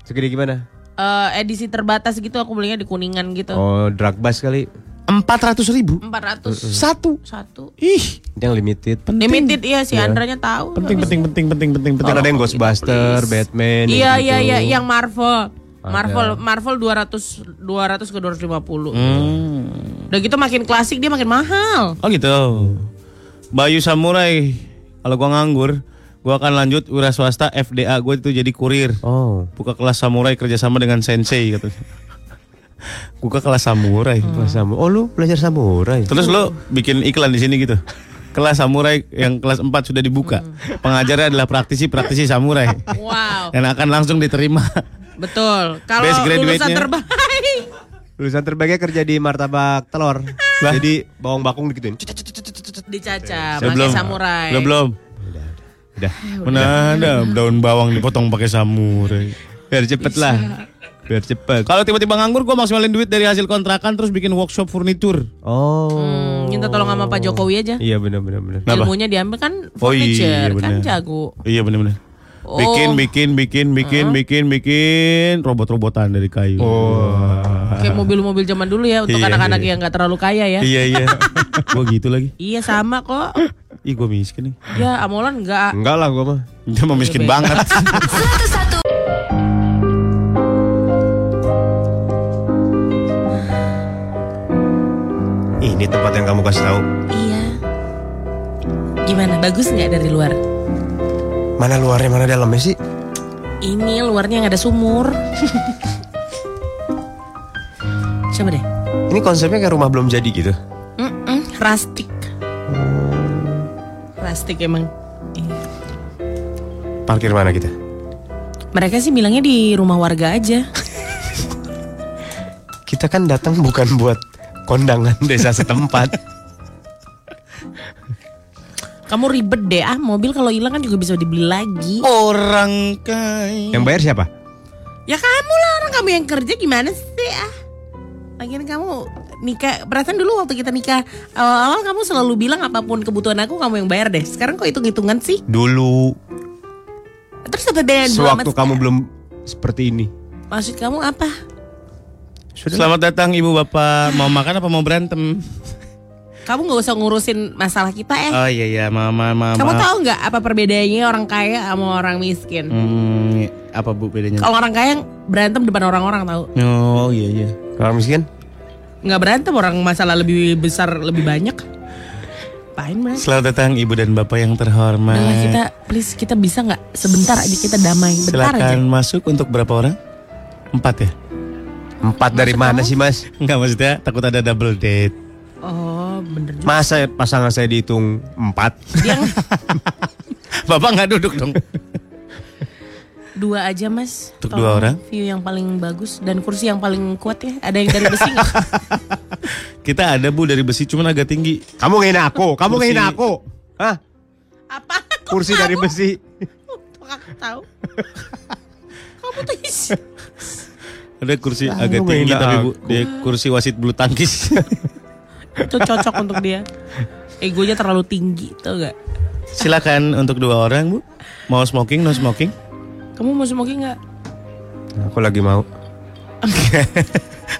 Speaker 3: Segede gimana?
Speaker 2: Eh, edisi terbatas gitu aku belinya di Kuningan gitu.
Speaker 3: Oh, drag bus kali.
Speaker 1: 400 ribu?
Speaker 2: 400
Speaker 1: Satu?
Speaker 2: satu.
Speaker 1: Ih,
Speaker 3: Yang limited.
Speaker 2: Limited iya si Andranya tahu.
Speaker 1: penting, penting, penting, penting, penting, penting.
Speaker 3: Kan ada yang Ghostbuster, Batman. gitu.
Speaker 2: Iya iya
Speaker 4: gitu.
Speaker 3: gitu-gitu.
Speaker 2: iya yang Marvel. Marvel Marvel 200 200 ke 250.
Speaker 4: Hmm.
Speaker 2: Udah gitu makin klasik dia makin mahal.
Speaker 4: Oh gitu. Bayu Samurai. Kalau gua nganggur, gua akan lanjut wira swasta FDA gua itu jadi kurir.
Speaker 3: Oh.
Speaker 4: Buka kelas samurai kerjasama dengan sensei katanya. [laughs] Buka kelas samurai.
Speaker 3: Kelas samu- Oh, lu belajar samurai.
Speaker 4: Terus lo bikin iklan di sini gitu. Kelas samurai yang kelas 4 sudah dibuka.
Speaker 2: Hmm.
Speaker 4: Pengajarnya adalah praktisi-praktisi samurai. [laughs]
Speaker 2: Wow.
Speaker 4: Dan akan langsung diterima.
Speaker 2: Betul. Kalau
Speaker 4: Best
Speaker 2: lulusan
Speaker 4: graduate-nya.
Speaker 2: terbaik. [laughs]
Speaker 3: Lulusan terbaiknya kerja di martabak telur. Jadi bawang bakung digituin.
Speaker 2: dicacah pakai samurai. Eh,
Speaker 4: Belum, belum.
Speaker 3: Udah.
Speaker 4: Menadam daun bawang dipotong pakai samurai.
Speaker 3: Biar cepet lah. Biar cepet.
Speaker 4: Kalau tiba-tiba nganggur gue maksimalin duit dari hasil kontrakan terus bikin workshop furnitur.
Speaker 3: Oh.
Speaker 2: Hmm, minta tolong sama Pak Jokowi aja.
Speaker 3: Iya benar benar benar.
Speaker 4: Kenapa?
Speaker 2: Ilmunya diambil kan
Speaker 4: Oh iya,
Speaker 2: furniture, kan
Speaker 4: bener.
Speaker 2: jago.
Speaker 4: Iya benar-benar.
Speaker 2: Oh.
Speaker 4: Bikin, bikin, bikin, bikin, bikin, bikin robot-robotan dari kayu. Oh.
Speaker 2: Kayak mobil-mobil zaman dulu ya untuk
Speaker 4: Ah. Iya,
Speaker 2: anak-anak
Speaker 4: iya.
Speaker 2: yang nggak terlalu kaya ya.
Speaker 4: Iya iya. gue gitu lagi.
Speaker 2: Iya sama kok.
Speaker 4: Ih gue miskin nih.
Speaker 2: Ya Amolan nggak.
Speaker 3: Enggak lah gua mah.
Speaker 4: Dia mau miskin banget.
Speaker 6: 101
Speaker 3: Ini tempat yang kamu kasih tahu.
Speaker 2: Iya. Gimana? Bagus nggak dari luar?
Speaker 3: Mana luarnya mana dalamnya sih?
Speaker 2: Ini luarnya yang ada sumur. Coba deh.
Speaker 3: Ini konsepnya kayak rumah belum jadi gitu.
Speaker 2: Mm-mm, rustic. Rustic emang. Iya.
Speaker 3: Parkir mana kita?
Speaker 2: Mereka sih bilangnya di rumah warga aja.
Speaker 3: Kita kan datang bukan [laughs] buat kondangan desa setempat.
Speaker 2: Kamu ribet deh ah mobil kalau hilang kan juga bisa dibeli lagi.
Speaker 4: Orang kaya.
Speaker 3: [laughs] Yang bayar siapa?
Speaker 2: Ya kamu lah orang kamu yang kerja gimana sih ah? Lagian kamu nikah perasaan dulu waktu kita nikah awal-awal kamu selalu bilang apapun kebutuhan aku kamu yang bayar deh. Sekarang kok hitung-hitungan sih?
Speaker 3: Dulu
Speaker 2: Terus apa bedanya Eh, dulu sama
Speaker 3: sewaktu kamu belum seperti ini.
Speaker 2: sekarang? Maksud kamu apa?
Speaker 4: Selamat datang ibu bapak. Mau makan apa mau berantem?
Speaker 2: Kamu nggak usah ngurusin masalah kita eh.
Speaker 4: Oh iya iya mama
Speaker 3: Eh,
Speaker 4: mama.
Speaker 2: kamu tahu nggak apa perbedaannya orang kaya sama orang miskin?
Speaker 4: Hmm, apa bu bedanya?
Speaker 2: Kalau orang kaya berantem depan orang-orang tahu.
Speaker 4: Oh iya iya.
Speaker 3: Kalau miskin
Speaker 2: nggak berantem orang masalah lebih besar lebih banyak pain
Speaker 3: Eh.
Speaker 2: mas
Speaker 4: Selamat datang ibu dan bapak yang terhormat.
Speaker 2: kita please kita bisa nggak sebentar aja kita damai bentar
Speaker 4: Silakan
Speaker 2: aja
Speaker 4: masuk untuk berapa orang? Empat ya?
Speaker 3: empat dari mana sih mas?
Speaker 4: Enggak maksudnya takut ada double date. [laughs]
Speaker 2: oh bener juga.
Speaker 3: Masa pasangan saya dihitung empat?
Speaker 4: [laughs]
Speaker 2: Dia nggak-
Speaker 4: Bapak nggak duduk dong.
Speaker 2: dua aja mas
Speaker 4: Untuk
Speaker 2: Tolong
Speaker 4: dua orang?
Speaker 2: view yang paling bagus dan kursi yang paling kuat ya ada yang dari besi
Speaker 4: [laughs]
Speaker 2: nggak
Speaker 4: Kita ada bu dari besi cuman agak tinggi.
Speaker 3: Kamu ngehina aku, kamu
Speaker 4: Kursi.
Speaker 3: ngehina aku. Hah?
Speaker 2: apa Kok
Speaker 3: Kursi
Speaker 2: kamu?
Speaker 3: dari besi.
Speaker 2: Kok aku tahu kamu tuh is-
Speaker 4: Ada kursi
Speaker 3: Lah,
Speaker 4: agak
Speaker 3: lu
Speaker 4: tinggi
Speaker 3: ngehina
Speaker 4: tapi bu
Speaker 3: aku.
Speaker 4: dia kursi wasit bulu tangkis. [laughs]
Speaker 2: itu cocok untuk dia egonya terlalu tinggi tau gak
Speaker 4: Silakan untuk dua orang bu. Mau smoking no smoking? [laughs]
Speaker 2: kamu mau smoking nggak
Speaker 3: Aku lagi mau.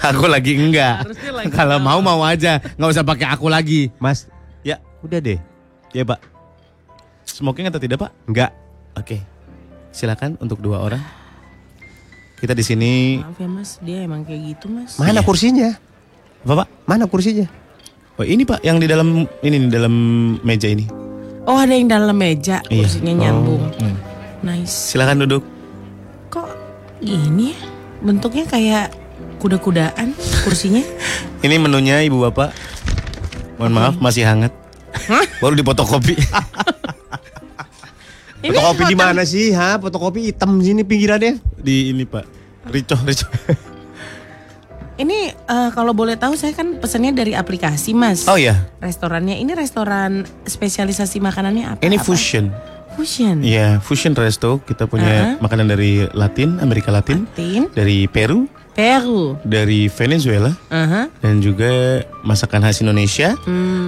Speaker 4: aku lagi enggak.
Speaker 2: Harusnya lagi
Speaker 4: Kalau mau mau aja, nggak usah pakai aku lagi.
Speaker 3: Mas,
Speaker 4: Ya,
Speaker 3: udah deh.
Speaker 4: ya pak. Smoking atau tidak pak?
Speaker 3: Enggak.
Speaker 4: Oke. Silakan untuk dua orang. Kita di sini
Speaker 2: maaf ya mas dia emang kayak gitu mas
Speaker 3: Mana
Speaker 4: Iya.
Speaker 3: kursinya?
Speaker 4: apa pak?
Speaker 3: Mana kursinya?
Speaker 4: Oh ini pak yang di dalam ini di dalam meja ini.
Speaker 2: Oh ada yang dalam meja
Speaker 4: Iya.
Speaker 2: kursinya nyambung. Nice.
Speaker 4: Silakan duduk.
Speaker 2: Kok gini ya? Bentuknya kayak kuda-kudaan kursinya.
Speaker 4: Ini menunya ibu bapak. Mohon maaf masih hangat. Baru
Speaker 2: [laughs]
Speaker 4: dipotokopi.
Speaker 2: Ini
Speaker 3: Fotokopi di
Speaker 2: hotel-
Speaker 3: mana sih? Ha, fotokopi hitam sini pinggirannya.
Speaker 4: di ini pak. Ricoh ricoh.
Speaker 2: Ini eh, kalau boleh tahu saya kan pesannya dari aplikasi mas.
Speaker 4: Oh ya.
Speaker 2: Restorannya ini restoran spesialisasi makanannya apa?
Speaker 4: Ini
Speaker 2: Apa?
Speaker 4: fusion.
Speaker 2: Fusion.
Speaker 4: Iya fusion resto. Kita punya makanan dari Latin Amerika Latin,
Speaker 2: Tin,
Speaker 4: dari Peru,
Speaker 2: Peru.
Speaker 4: dari Venezuela,
Speaker 2: Aha.
Speaker 4: dan juga masakan khas Indonesia,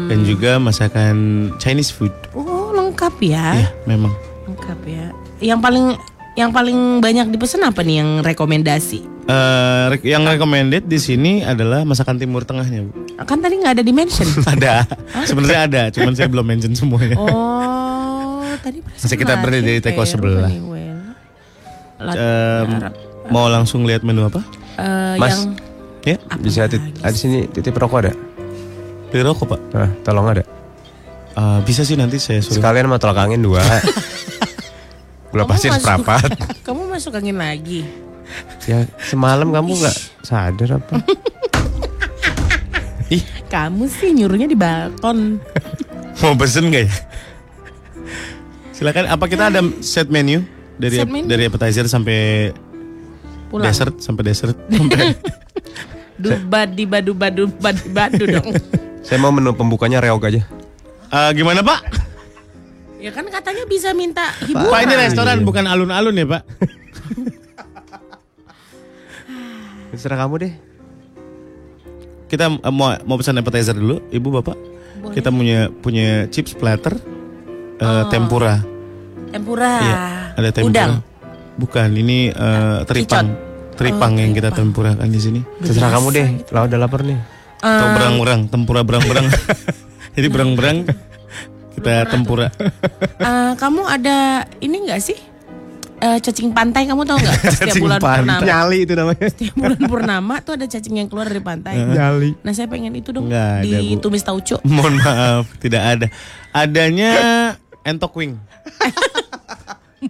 Speaker 4: dan juga masakan Chinese food.
Speaker 2: Oh lengkap ya.
Speaker 4: Ya memang.
Speaker 2: Lengkap ya. Yang paling yang paling banyak dipesan apa nih yang rekomendasi?
Speaker 4: Eh, rek- yang recommended di sini adalah masakan Timur Tengahnya.
Speaker 2: [laughs]
Speaker 4: Bu.
Speaker 2: Kan tadi nggak ada di
Speaker 4: [laughs]
Speaker 2: mention.
Speaker 4: Ada, sebenarnya ada, cuman saya belum mention semuanya.
Speaker 2: Oh, tadi perasaan
Speaker 4: Masih kita
Speaker 2: lari
Speaker 4: berdiri dari
Speaker 2: Peru
Speaker 4: teko sebelah.
Speaker 2: nih, Wen. Lat-
Speaker 4: Em, mau langsung lihat menu apa?
Speaker 2: eh,
Speaker 3: Mas.
Speaker 2: yang
Speaker 4: Ya,
Speaker 2: apa
Speaker 3: Bisa tit-
Speaker 2: lagi?
Speaker 3: ada sini titip rokok ada?
Speaker 4: beli rokok pak.
Speaker 3: Nah, tolong ada.
Speaker 4: Eh, bisa sih nanti saya suruh.
Speaker 3: Sekalian sama tolak angin [laughs] dua. Gula
Speaker 2: Kamu
Speaker 3: pasir
Speaker 2: masuk-
Speaker 3: seperempat.
Speaker 2: [laughs] Kamu masuk angin lagi.
Speaker 3: ya, semalam kamu nggak sadar apa?
Speaker 2: Kamu sih nyuruhnya di
Speaker 4: [laughs]
Speaker 2: balkon.
Speaker 4: Mau pesen nggak ya? Silakan. Apa kita ada set menu dari
Speaker 2: Set menu.
Speaker 4: dari appetizer sampai
Speaker 2: Pulang.
Speaker 4: dessert sampai
Speaker 2: [laughs]
Speaker 4: dessert sampai
Speaker 2: Duba diba duba duba diba du
Speaker 4: [laughs]
Speaker 2: dong.
Speaker 3: Saya mau menu pembukanya reog aja.
Speaker 4: Eh, gimana pak?
Speaker 2: ya kan katanya bisa minta
Speaker 4: Pak
Speaker 2: hiburan.
Speaker 4: ini restoran bukan alun-alun ya pak?
Speaker 3: Terserah kamu deh.
Speaker 4: Kita eh, mau mau pesan appetizer dulu, ibu bapak. Kita punya punya chips platter eh, tempura.
Speaker 2: Tempura.
Speaker 4: Iya, ada
Speaker 2: Oh.
Speaker 4: tempura.
Speaker 2: Ah, Udang.
Speaker 4: Bukan, ini eh, teripang. Teripang
Speaker 2: Oh,
Speaker 4: yang kita tempurakan di sini.
Speaker 3: Terserah kamu deh. Lah udah lapar nih.
Speaker 2: Eh.
Speaker 4: Atau berang-berang, tempura
Speaker 2: [laughs]
Speaker 4: berang-berang. Jadi berang-berang kita tempura.
Speaker 2: Eh, kamu ada ini enggak sih? Eh, cacing pantai kamu tahu
Speaker 4: [laughs]
Speaker 2: nggak? Setiap bulan
Speaker 4: Ya.
Speaker 2: purnama.
Speaker 3: Nyali itu namanya.
Speaker 2: Setiap bulan purnama tuh ada cacing yang keluar dari pantai.
Speaker 3: Nyali.
Speaker 2: Nah saya pengen itu dong
Speaker 4: Ya. Nggak ada, Bu.
Speaker 2: ditumis tauco.
Speaker 4: [laughs]
Speaker 2: [laughs]
Speaker 4: Mohon maaf, tidak ada. Adanya entok wing.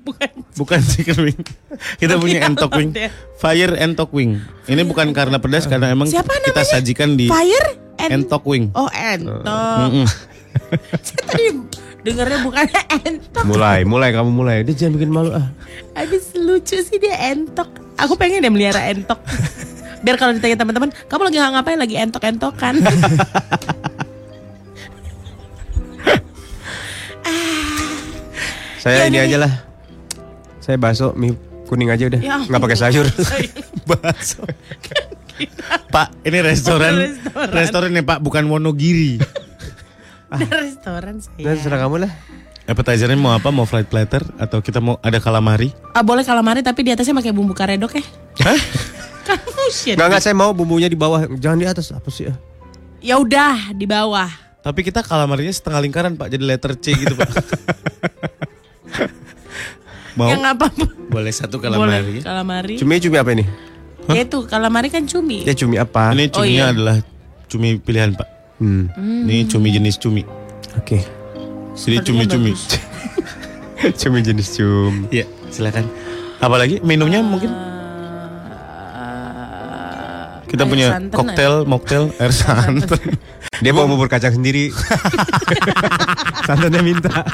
Speaker 2: Bukan.
Speaker 4: Bukan chicken wing.
Speaker 2: Oh,
Speaker 4: Kita punya
Speaker 2: iya,
Speaker 4: entok wing.
Speaker 2: ya.
Speaker 4: Fire entok wing. Ini bukan karena pedas karena emang
Speaker 2: Siapa
Speaker 4: kita
Speaker 2: namanya?
Speaker 4: sajikan di
Speaker 2: Fire and
Speaker 4: entok wing.
Speaker 2: Oh entok.
Speaker 4: Mm-mm.
Speaker 2: [laughs] Saya tadi dengernya bukan entok.
Speaker 3: Mulai, mulai kamu mulai. Dia jangan bikin malu ah.
Speaker 2: Habis lucu sih dia entok. Aku pengen deh melihara
Speaker 4: [laughs]
Speaker 2: entok. Biar kalau ditanya teman-teman, kamu lagi ngapain lagi
Speaker 4: [laughs]
Speaker 2: entok-entokan. Iya,
Speaker 3: Saya ini aja lah. Saya bakso mie kuning aja udah.
Speaker 2: Ya ampun.
Speaker 3: Nggak pakai sayur.
Speaker 4: [laughs]
Speaker 2: [laughs]
Speaker 4: Bakso. Pak, ini restoran,
Speaker 2: Oh,
Speaker 4: restoran.
Speaker 2: restoran.
Speaker 4: nih Pak, bukan Wonogiri.
Speaker 2: Dari restoran saya.
Speaker 3: Dan serah kamu lah.
Speaker 4: Appetizernya mau apa? Mau flight platter atau kita mau ada calamari?
Speaker 2: Ah, boleh kalamari tapi di atasnya pakai bumbu karedok ya.
Speaker 4: Hah?
Speaker 2: Kan fusion.
Speaker 3: Nggak nggak saya mau bumbunya di bawah, jangan di atas. Apa sih? ah?
Speaker 2: Ya udah di bawah.
Speaker 4: Tapi kita calamarinya setengah lingkaran Pak, jadi letter C gitu
Speaker 2: [laughs]
Speaker 4: Pak. mau?
Speaker 2: Ya nggak apa-apa.
Speaker 4: Boleh satu
Speaker 2: Boleh
Speaker 4: calamari.
Speaker 2: kalamari.
Speaker 3: Cumi cumi apa ini?
Speaker 2: Ya itu kalamari kan cumi.
Speaker 3: Ya cumi apa?
Speaker 4: Ini
Speaker 2: Oh,
Speaker 4: cuminya
Speaker 2: iya.
Speaker 4: adalah cumi pilihan Pak.
Speaker 3: Hmm.
Speaker 4: Ini cumi jenis cumi.
Speaker 3: Oke.
Speaker 4: Ini cumi-cumi.
Speaker 3: [laughs] cumi jenis cum.
Speaker 4: [laughs] Iya, silakan. Apalagi minumnya mungkin
Speaker 2: Eh,
Speaker 4: kita
Speaker 2: Air
Speaker 4: punya
Speaker 2: santan,
Speaker 4: koktail, mocktail, air
Speaker 2: [laughs]
Speaker 4: santan.
Speaker 3: Dia mau bubur kacang sendiri. [laughs] Santannya minta.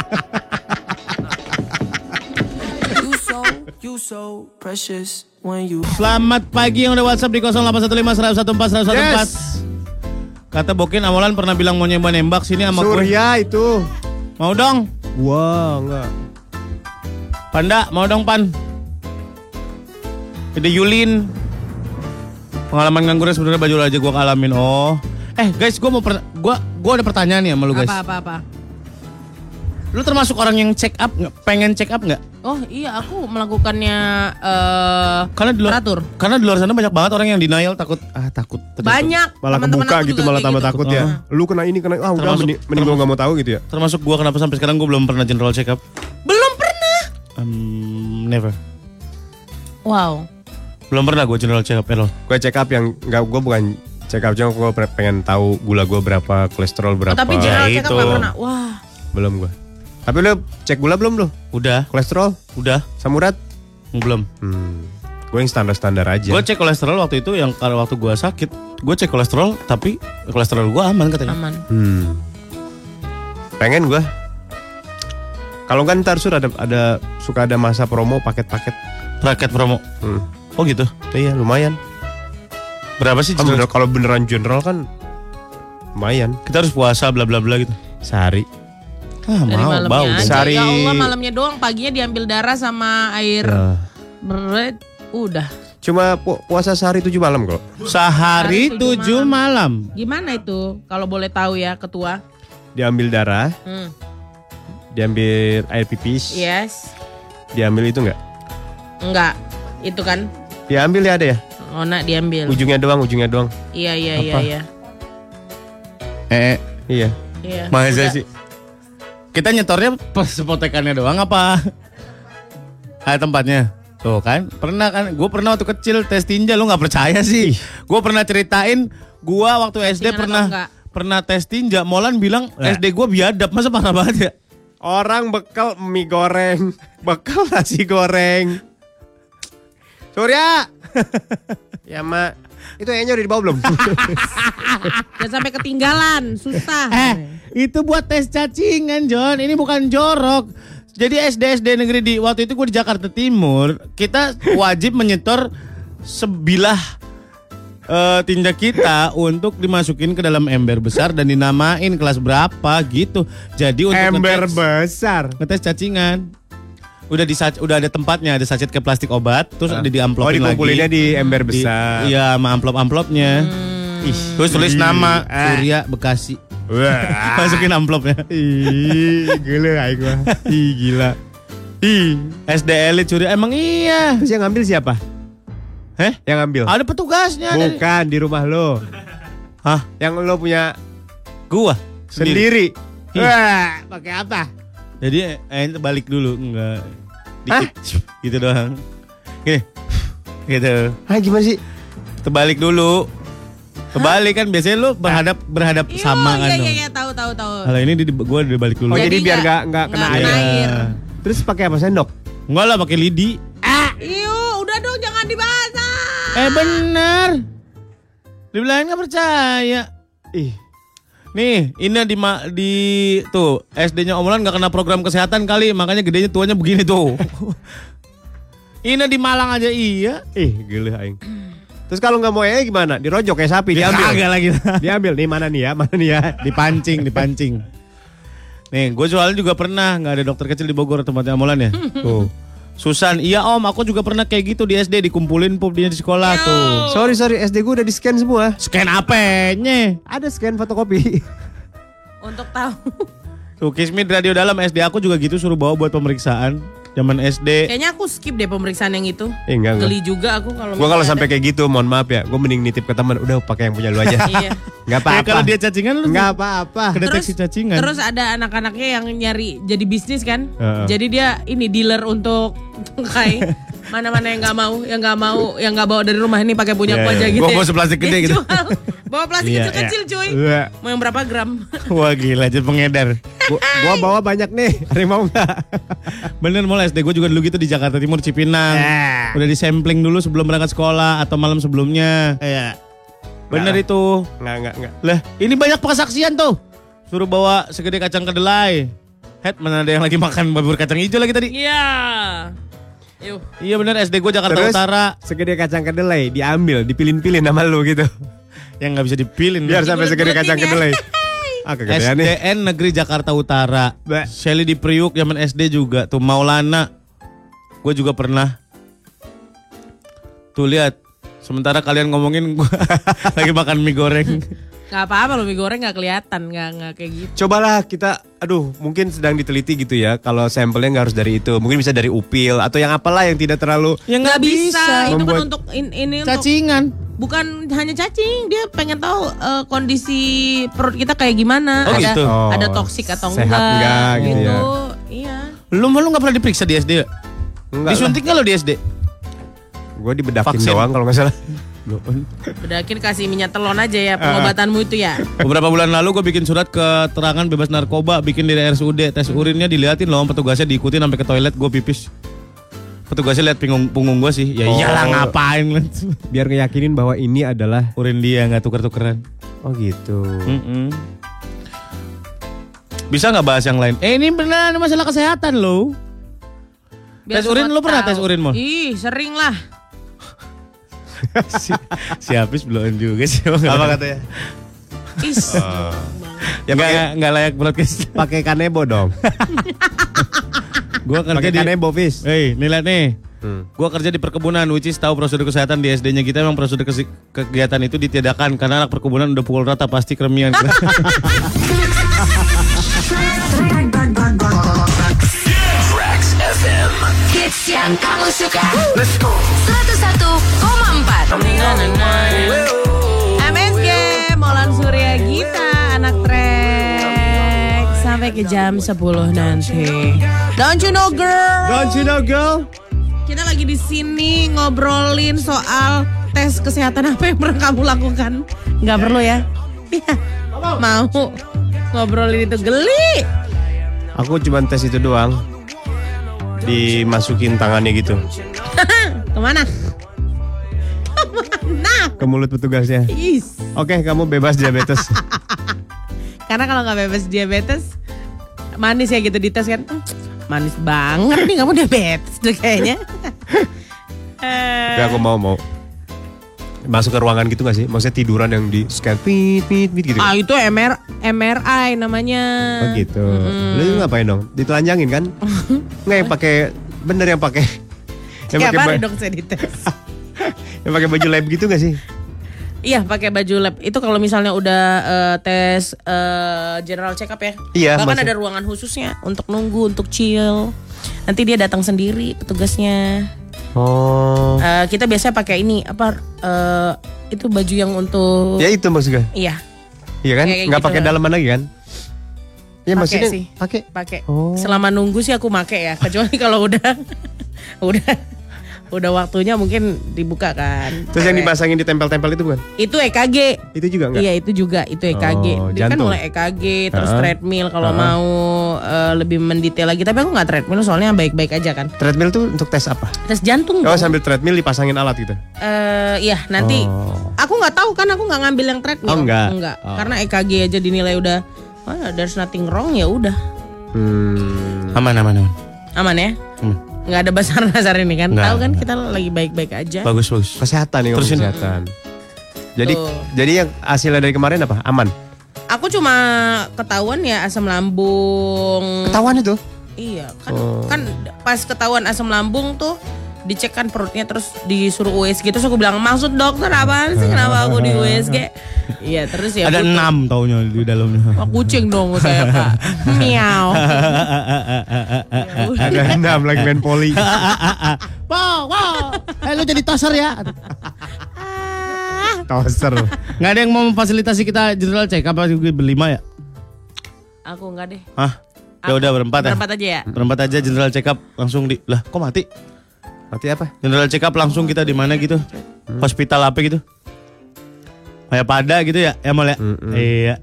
Speaker 7: You so, you so precious when you.
Speaker 1: Selamat pagi yang udah WhatsApp di 0815 114 114.
Speaker 4: Kata Bokin Amolan pernah bilang mau nyoba nembak sini sama gue.
Speaker 3: Surya itu.
Speaker 4: Mau dong.
Speaker 3: Wah, enggak.
Speaker 4: Panda, mau dong Pan. Ada Yulin. Pengalaman nganggurnya sebenarnya baju aja gua alamin. Oh. Eh guys, gua mau per- gua gua ada pertanyaan nih sama lu guys.
Speaker 2: Apa-apa-apa.
Speaker 4: Lu termasuk orang yang check up nggak? Pengen check up nggak?
Speaker 2: Oh iya aku melakukannya eh
Speaker 4: Karena di luar
Speaker 2: teratur.
Speaker 4: Karena di luar sana banyak banget orang yang denial takut ah takut. ternyata.
Speaker 2: Banyak.
Speaker 3: Malah
Speaker 2: teman-teman
Speaker 3: kebuka
Speaker 2: aku
Speaker 3: gitu
Speaker 2: juga
Speaker 3: malah
Speaker 2: kayak
Speaker 3: tambah
Speaker 2: gitu.
Speaker 3: takut ya. Lu kena ini kena ah udah
Speaker 4: Termasuk-
Speaker 3: mending, mending gua nggak mau tahu gitu ya.
Speaker 4: Termasuk gua kenapa sampai sekarang gua belum pernah general check up?
Speaker 2: Belum pernah.
Speaker 4: Um, never.
Speaker 2: Wow.
Speaker 4: Belum pernah gua general check up eh, at all.
Speaker 3: Gue check up yang enggak gua bukan check up cuma gua pre- pengen tahu gula gua berapa, kolesterol berapa.
Speaker 2: Tapi general
Speaker 3: Nah,
Speaker 2: check up
Speaker 4: itu.
Speaker 2: nggak pernah. Wah.
Speaker 3: belum gua. Tapi lu cek gula belum lu?
Speaker 4: Udah,
Speaker 3: Kolesterol,
Speaker 4: udah,
Speaker 3: samurat?
Speaker 4: belum.
Speaker 3: Hmm. Gue yang standar-standar aja.
Speaker 4: Gue cek kolesterol waktu itu yang kalau waktu gue sakit, gue cek kolesterol tapi kolesterol gue aman katanya.
Speaker 2: Aman.
Speaker 3: Hmm. Pengen gua. Kalau kan ntar sur ada ada suka ada masa promo paket-paket.
Speaker 4: Raket promo.
Speaker 3: Hmm.
Speaker 4: Oh gitu.
Speaker 3: Iya lumayan.
Speaker 4: Berapa sih?
Speaker 3: Kan
Speaker 4: general?
Speaker 3: bener- kalau beneran general kan lumayan.
Speaker 4: Kita harus puasa bla bla bla gitu.
Speaker 3: Sehari.
Speaker 4: Ah,
Speaker 2: Dari
Speaker 4: mau
Speaker 2: malamnya
Speaker 4: bau.
Speaker 2: aja.
Speaker 3: Sari-
Speaker 2: Ya Allah malamnya doang. Paginya diambil darah sama air berat. Udah.
Speaker 3: Cuma pu- puasa sehari tujuh malam kok.
Speaker 2: Sehari
Speaker 4: Sehari
Speaker 2: tujuh
Speaker 4: tujuh malam.
Speaker 2: Gimana itu? Kalau boleh tahu ya ketua.
Speaker 3: Diambil darah,
Speaker 2: Hmm.
Speaker 3: diambil air pipis,
Speaker 2: Yes.
Speaker 3: diambil itu nggak?
Speaker 2: Enggak. Itu kan.
Speaker 3: Diambil ya ada ya?
Speaker 2: Ona diambil.
Speaker 3: Ujungnya doang, ujungnya doang.
Speaker 2: Iya iya iya
Speaker 3: Apa?
Speaker 2: iya.
Speaker 4: Eh,
Speaker 3: Iya.
Speaker 2: Iya.
Speaker 4: masa
Speaker 2: Udah.
Speaker 4: sih? Kita nyetornya persepotekannya doang apa? Ah tempatnya. Tuh kan, pernah kan? Gue pernah waktu kecil tes tinja, lu nggak percaya sih? Gue pernah ceritain, gue waktu
Speaker 2: Postingan
Speaker 4: SD
Speaker 2: atau
Speaker 4: pernah
Speaker 2: enggak?
Speaker 4: pernah tes tinja. Molan bilang SD gue biadab, masa parah banget ya?
Speaker 3: Orang bekal mie goreng, [laughs] bekal nasi goreng. Surya. [laughs] ya, Mak. Itu kayaknya udah dibawa belum? [laughs]
Speaker 2: Jangan sampai ketinggalan. Susah.
Speaker 4: Eh, itu buat tes cacingan, John. Ini bukan jorok. Jadi SD SD negeri di waktu itu gue di Jakarta Timur, kita wajib menyetor sebilah eh, tinja kita untuk dimasukin ke dalam ember besar dan dinamain kelas berapa gitu. Jadi untuk ngetes-
Speaker 3: besar.
Speaker 4: ngetes cacingan. Udah di sac- udah ada tempatnya, ada sachet ke plastik obat, terus ada di
Speaker 3: Oh,
Speaker 4: amplopin
Speaker 3: dikumpulinnya
Speaker 4: lagi.
Speaker 3: di ember
Speaker 4: Di-
Speaker 3: besar.
Speaker 4: Iya, sama amplop-amplopnya. Ih, terus tulis nama
Speaker 3: Ah.
Speaker 4: Surya Bekasi.
Speaker 3: [laughs] Wah.
Speaker 4: Masukin amplopnya.
Speaker 3: Ih, gila aing mah. Ih, gila.
Speaker 4: Ih, SD elit curi emang iya.
Speaker 3: Terus yang ngambil siapa?
Speaker 4: Heh?
Speaker 3: Yang ngambil?
Speaker 4: Ada petugasnya. ada-
Speaker 3: Bukan di rumah lo.
Speaker 4: Hah?
Speaker 3: Yang lo punya
Speaker 4: Gua
Speaker 3: sendiri.
Speaker 4: Iya.
Speaker 3: Wah, pakai apa?
Speaker 4: Jadi eh, itu balik dulu enggak.
Speaker 3: Hah?
Speaker 4: Dikit. Gitu doang. Gini. Gitu.
Speaker 3: Hah, gimana sih?
Speaker 4: Terbalik dulu. Terbalik kan biasanya lu berhadap berhadap
Speaker 2: Iya,
Speaker 4: sama kan.
Speaker 2: iya,
Speaker 4: dong.
Speaker 2: iya, iya, tahu, tahu, tahu.
Speaker 4: Kalau ini di, gua dibalik dulu. Iya.
Speaker 3: Oh, jadi,
Speaker 2: Jadi
Speaker 3: biar
Speaker 2: nggak-
Speaker 3: nggak nggak kena
Speaker 2: nggak
Speaker 3: air.
Speaker 2: kena air.
Speaker 3: Terus pakai apa sendok?
Speaker 4: Enggak lah pakai lidi.
Speaker 2: Iyo, Iya, udah dong, jangan dibahas. ah.
Speaker 4: Eh bener. Dibilangin nggak percaya.
Speaker 3: Ih,
Speaker 4: Nih, ini di ma- di tuh SD-nya Omolan nggak kena program kesehatan kali, makanya gedenya tuanya begini [laughs] tuh. ini di Malang aja iya.
Speaker 3: Ih, gila aing. Terus kalau nggak mau ee gimana? Dirojok kayak sapi,
Speaker 4: Kagak
Speaker 3: diambil.
Speaker 4: lagi.
Speaker 3: Diambil nih mana nih ya, mana nih ya.
Speaker 4: [laughs] dipancing, dipancing. Nih, gue soalnya juga pernah nggak ada dokter kecil di Bogor tempatnya [laughs] Amolan ya. Tuh. Susan, iya om, aku juga pernah kayak gitu di SD dikumpulin pupnya di sekolah tuh.
Speaker 2: Oh.
Speaker 3: Sorry sorry, SD gue udah di scan semua.
Speaker 4: Scan apanya?
Speaker 3: Ada scan
Speaker 2: [laughs]
Speaker 3: fotokopi.
Speaker 2: Untuk tahu.
Speaker 4: Tuh Kismit Radio Dalam SD aku juga gitu suruh bawa buat pemeriksaan zaman SD.
Speaker 2: Kayaknya aku skip deh pemeriksaan yang itu.
Speaker 3: Eh, enggak, enggak.
Speaker 2: Geli juga aku kalau
Speaker 3: Gue kalau
Speaker 2: misalnya
Speaker 3: sampai
Speaker 2: ada.
Speaker 3: kayak gitu, mohon maaf ya. Gue mending nitip ke teman. Udah pakai yang punya lu aja.
Speaker 2: [laughs] Iya.
Speaker 3: Nggak
Speaker 4: Ya,
Speaker 3: apa-apa.
Speaker 4: kalau dia cacingan lu
Speaker 3: Nggak apa-apa.
Speaker 4: kedeteksi cacingan.
Speaker 2: terus ada anak-anaknya yang nyari jadi bisnis kan.
Speaker 3: Heeh.
Speaker 2: Jadi dia ini dealer untuk tungkai.
Speaker 4: [laughs]
Speaker 2: Mana-mana yang nggak mau, yang nggak mau, yang nggak bawa dari rumah ini pakai punya
Speaker 3: Iya,
Speaker 2: aku aja
Speaker 3: iya.
Speaker 2: gitu.
Speaker 4: Gua
Speaker 2: ya.
Speaker 4: bawa seplastik gede
Speaker 2: Dia
Speaker 4: gitu.
Speaker 2: jual. Bawa plastik
Speaker 4: Iya,
Speaker 2: kecil-kecil cuy.
Speaker 3: Iya.
Speaker 2: Mau yang berapa gram? [laughs]
Speaker 4: Wah gila jadi pengedar.
Speaker 3: Gua- Gua bawa banyak nih. [laughs] Ada yang mau nggak?
Speaker 4: Bener mulai SD gue juga dulu gitu di Jakarta Timur Cipinang.
Speaker 3: Eh.
Speaker 4: Udah di sampling dulu sebelum berangkat sekolah atau malam sebelumnya. Bener
Speaker 3: Eh, Nah.
Speaker 4: itu.
Speaker 3: Iya. Nggak nggak nggak.
Speaker 4: Lah ini banyak kesaksian tuh. Suruh bawa segede kacang kedelai. Head mana ada yang lagi makan bubur kacang hijau lagi tadi?
Speaker 2: Iya. Yuk.
Speaker 4: Iya bener SD gue Jakarta
Speaker 3: Terus
Speaker 4: Utara
Speaker 3: segede kacang kedelai diambil, dipilin-pilin sama lu gitu.
Speaker 4: Hmm. yang nggak bisa dipilih.
Speaker 3: Biar sampai segede kacang
Speaker 2: [laughs]
Speaker 3: kedelai. Ah kegedean nih.
Speaker 4: SDN Negeri Jakarta Utara.
Speaker 3: Ba.
Speaker 4: Shelly di Priuk zaman SD juga tuh Maulana. Gue juga pernah. Tuh lihat. Sementara kalian ngomongin gue [laughs] lagi makan mie goreng.
Speaker 2: Gak apa-apa loh mie goreng gak kelihatan, gak, nggak kayak gitu.
Speaker 3: Cobalah kita, aduh mungkin sedang diteliti gitu ya. Kalau sampelnya nggak harus dari itu, mungkin bisa dari upil atau yang apalah yang tidak terlalu.
Speaker 4: Ya nggak
Speaker 2: Itu
Speaker 3: Membuat-
Speaker 2: kan untuk in- ini untuk-
Speaker 4: Cacingan.
Speaker 2: bukan hanya cacing, dia pengen tahu eh, kondisi perut kita kayak gimana,
Speaker 4: Oh,
Speaker 2: ada
Speaker 4: gitu.
Speaker 2: ada
Speaker 3: Oh,
Speaker 2: toksik atau
Speaker 3: sehat
Speaker 2: enggak,
Speaker 3: enggak gitu ya.
Speaker 2: Iya.
Speaker 4: Lu lu nggak pernah diperiksa di SD? ya?
Speaker 3: Enggak
Speaker 4: Disuntik nggak lo di SD?
Speaker 3: Gue dibedakin
Speaker 4: Vaksin. oh.
Speaker 3: doang kalau nggak salah.
Speaker 2: Bedakin kasih minyak telon aja
Speaker 4: Ah,
Speaker 2: ya pengobatanmu itu ya.
Speaker 4: Beberapa bulan lalu gue bikin surat keterangan bebas narkoba, bikin di RSUD, tes urinnya diliatin loh, petugasnya diikutin sampai ke toilet gue pipis. Petugasnya lihat pinggung- punggung gue sih. Ya
Speaker 3: Oh.
Speaker 4: iyalah ngapain.
Speaker 3: Biar ngeyakinin bahwa ini adalah.
Speaker 4: Urin dia nggak tuker-tukeran.
Speaker 3: Oh gitu.
Speaker 4: Hmm. Bisa nggak bahas yang lain? Eh ini benar masalah kesehatan loh.
Speaker 2: Biar
Speaker 4: Tes urin
Speaker 2: semua
Speaker 4: lu pernah
Speaker 2: tahu. Iya.
Speaker 4: tes urin, Mon?
Speaker 2: Ih, sering lah.
Speaker 4: [laughs] si, si Hafiz belum juga sih. Apa katanya?
Speaker 2: Is.
Speaker 4: Oh. Ya, nggak nggak layak [laughs] broadcast.
Speaker 3: Pakai kanebo
Speaker 4: [laughs]
Speaker 3: dong.
Speaker 4: gue kerja
Speaker 3: Pakai
Speaker 4: di
Speaker 3: kanebo Fis.
Speaker 4: Hei, nih lihat nih. Gua kerja di perkebunan, which is tahu prosedur kesehatan di SD-nya kita memang prosedur kesi- kegiatan itu ditiadakan karena anak perkebunan udah pukul rata pasti [laughs] keremian.
Speaker 6: Hits yang kamu suka. Let's go. 101,4.
Speaker 2: MSG Molan Surya Gita anak trek sampai ke jam 10 nanti. Don't you know girl?
Speaker 3: Don't you know girl?
Speaker 2: Kita lagi di sini ngobrolin soal tes kesehatan apa yang pernah kamu lakukan. Nggak perlu ya. Iya. Mau ngobrolin itu geli.
Speaker 3: Aku cuma tes itu doang. Dimasukin tangannya gitu
Speaker 2: Kemana? Kemana?
Speaker 3: ke mulut petugasnya.
Speaker 2: Is.
Speaker 3: Oke, kamu bebas
Speaker 4: [laughs]
Speaker 3: diabetes.
Speaker 2: Karena kalau nggak bebas diabetes, manis ya gitu dites kan. Hmm, Manis banget nih kamu diabetes tuh kayaknya. Eh,
Speaker 3: Gak, aku mau mau masuk ke ruangan gitu gak sih? Maksudnya tiduran yang di scan pit pit pit gitu.
Speaker 2: Ah itu MR MRI namanya.
Speaker 3: Oh gitu. Lu ngapain dong? Ditelanjangin
Speaker 2: [laughs]
Speaker 3: kan? Nggak yang pakai bener yang pakai yang
Speaker 2: Tiap
Speaker 3: pakai
Speaker 2: hari
Speaker 3: ba-
Speaker 2: dong saya dites.
Speaker 3: [laughs] yang pakai baju lab gitu gak sih?
Speaker 2: Iya pakai baju lab itu kalau misalnya udah eh, tes eh, general check up ya.
Speaker 3: Iya,
Speaker 2: Bahkan
Speaker 3: maksud-
Speaker 2: ada ruangan khususnya untuk nunggu untuk chill. Nanti dia datang sendiri petugasnya.
Speaker 3: Oh.
Speaker 2: Eh, kita biasanya pakai ini apa eh, itu baju yang untuk
Speaker 3: Ya itu maksudnya.
Speaker 2: iya
Speaker 3: Iya kan?
Speaker 2: Kayak gitu
Speaker 3: Nggak pakai
Speaker 2: lah.
Speaker 3: dalaman lagi kan? Ya
Speaker 2: Pakai
Speaker 3: maksudnya
Speaker 2: sih.
Speaker 3: pakai.
Speaker 2: pakai.
Speaker 3: Oh.
Speaker 2: Selama nunggu sih aku pakai ya kecuali [laughs] kalau udah udah udah waktunya mungkin dibuka kan.
Speaker 3: Terus yang
Speaker 2: Cewek.
Speaker 3: dipasangin ditempel-tempel itu bukan?
Speaker 2: itu E EKG.
Speaker 3: Itu juga enggak? Oh,
Speaker 2: Iya itu juga itu EKG. Dia kan
Speaker 3: jantung.
Speaker 2: mulai EKG terus
Speaker 3: Ah.
Speaker 2: treadmill kalau mau eh, lebih mendetail lagi. Tapi aku nggak treadmill soalnya baik-baik aja kan.
Speaker 3: Treadmill tuh untuk tes apa?
Speaker 2: Tes jantung.
Speaker 3: Oh
Speaker 2: dong.
Speaker 3: sambil treadmill dipasangin alat gitu.
Speaker 2: Eh, iya nanti aku nggak tahu kan aku nggak ngambil yang treadmill.
Speaker 3: Oh, nggak. Oh.
Speaker 2: Karena EKG aja dinilai udah ah, there's nothing wrong ya udah.
Speaker 3: Hmm.
Speaker 4: Aman, aman, aman.
Speaker 2: Aman ya? Nggak ada basar-basar ini kan. Tahu kan kita lagi baik-baik aja.
Speaker 4: Bagus, bagus.
Speaker 3: Kesehatan nih,
Speaker 4: Terusin.
Speaker 3: kesehatan. Jadi
Speaker 2: Tuh. Mm.
Speaker 3: jadi yang hasilnya dari kemarin apa? Aman.
Speaker 2: Aku cuma ketahuan ya asam lambung.
Speaker 3: Ketahuan itu.
Speaker 2: Iya, kan
Speaker 4: Oh.
Speaker 2: kan pas ketahuan asam lambung tuh dicek kan perutnya terus disuruh USG terus aku bilang maksud dokter apaan sih kenapa aku di
Speaker 4: [laughs]
Speaker 2: USG iya terus ya
Speaker 4: Ada
Speaker 2: aku-
Speaker 4: enam taunya di dalamnya.
Speaker 2: Wah, kucing dong saya
Speaker 4: [laughs]
Speaker 2: pak miau
Speaker 3: Ada [laughs] enam lagi main poli.
Speaker 1: Wow, wow. Eh lu jadi toser ya.
Speaker 3: Toser.
Speaker 1: Nggak ada yang mau memfasilitasi kita jadwal check up apa berlima ya?
Speaker 2: aku enggak deh
Speaker 4: Hah? Ya udah berempat ya.
Speaker 2: berempat aja ya
Speaker 4: Berempat aja general check up langsung di lah kok mati?
Speaker 3: Berarti apa?
Speaker 4: General check up langsung kita di mana gitu? Hospital apa gitu? Kayak pada gitu ya, ya Mol ya? Iya.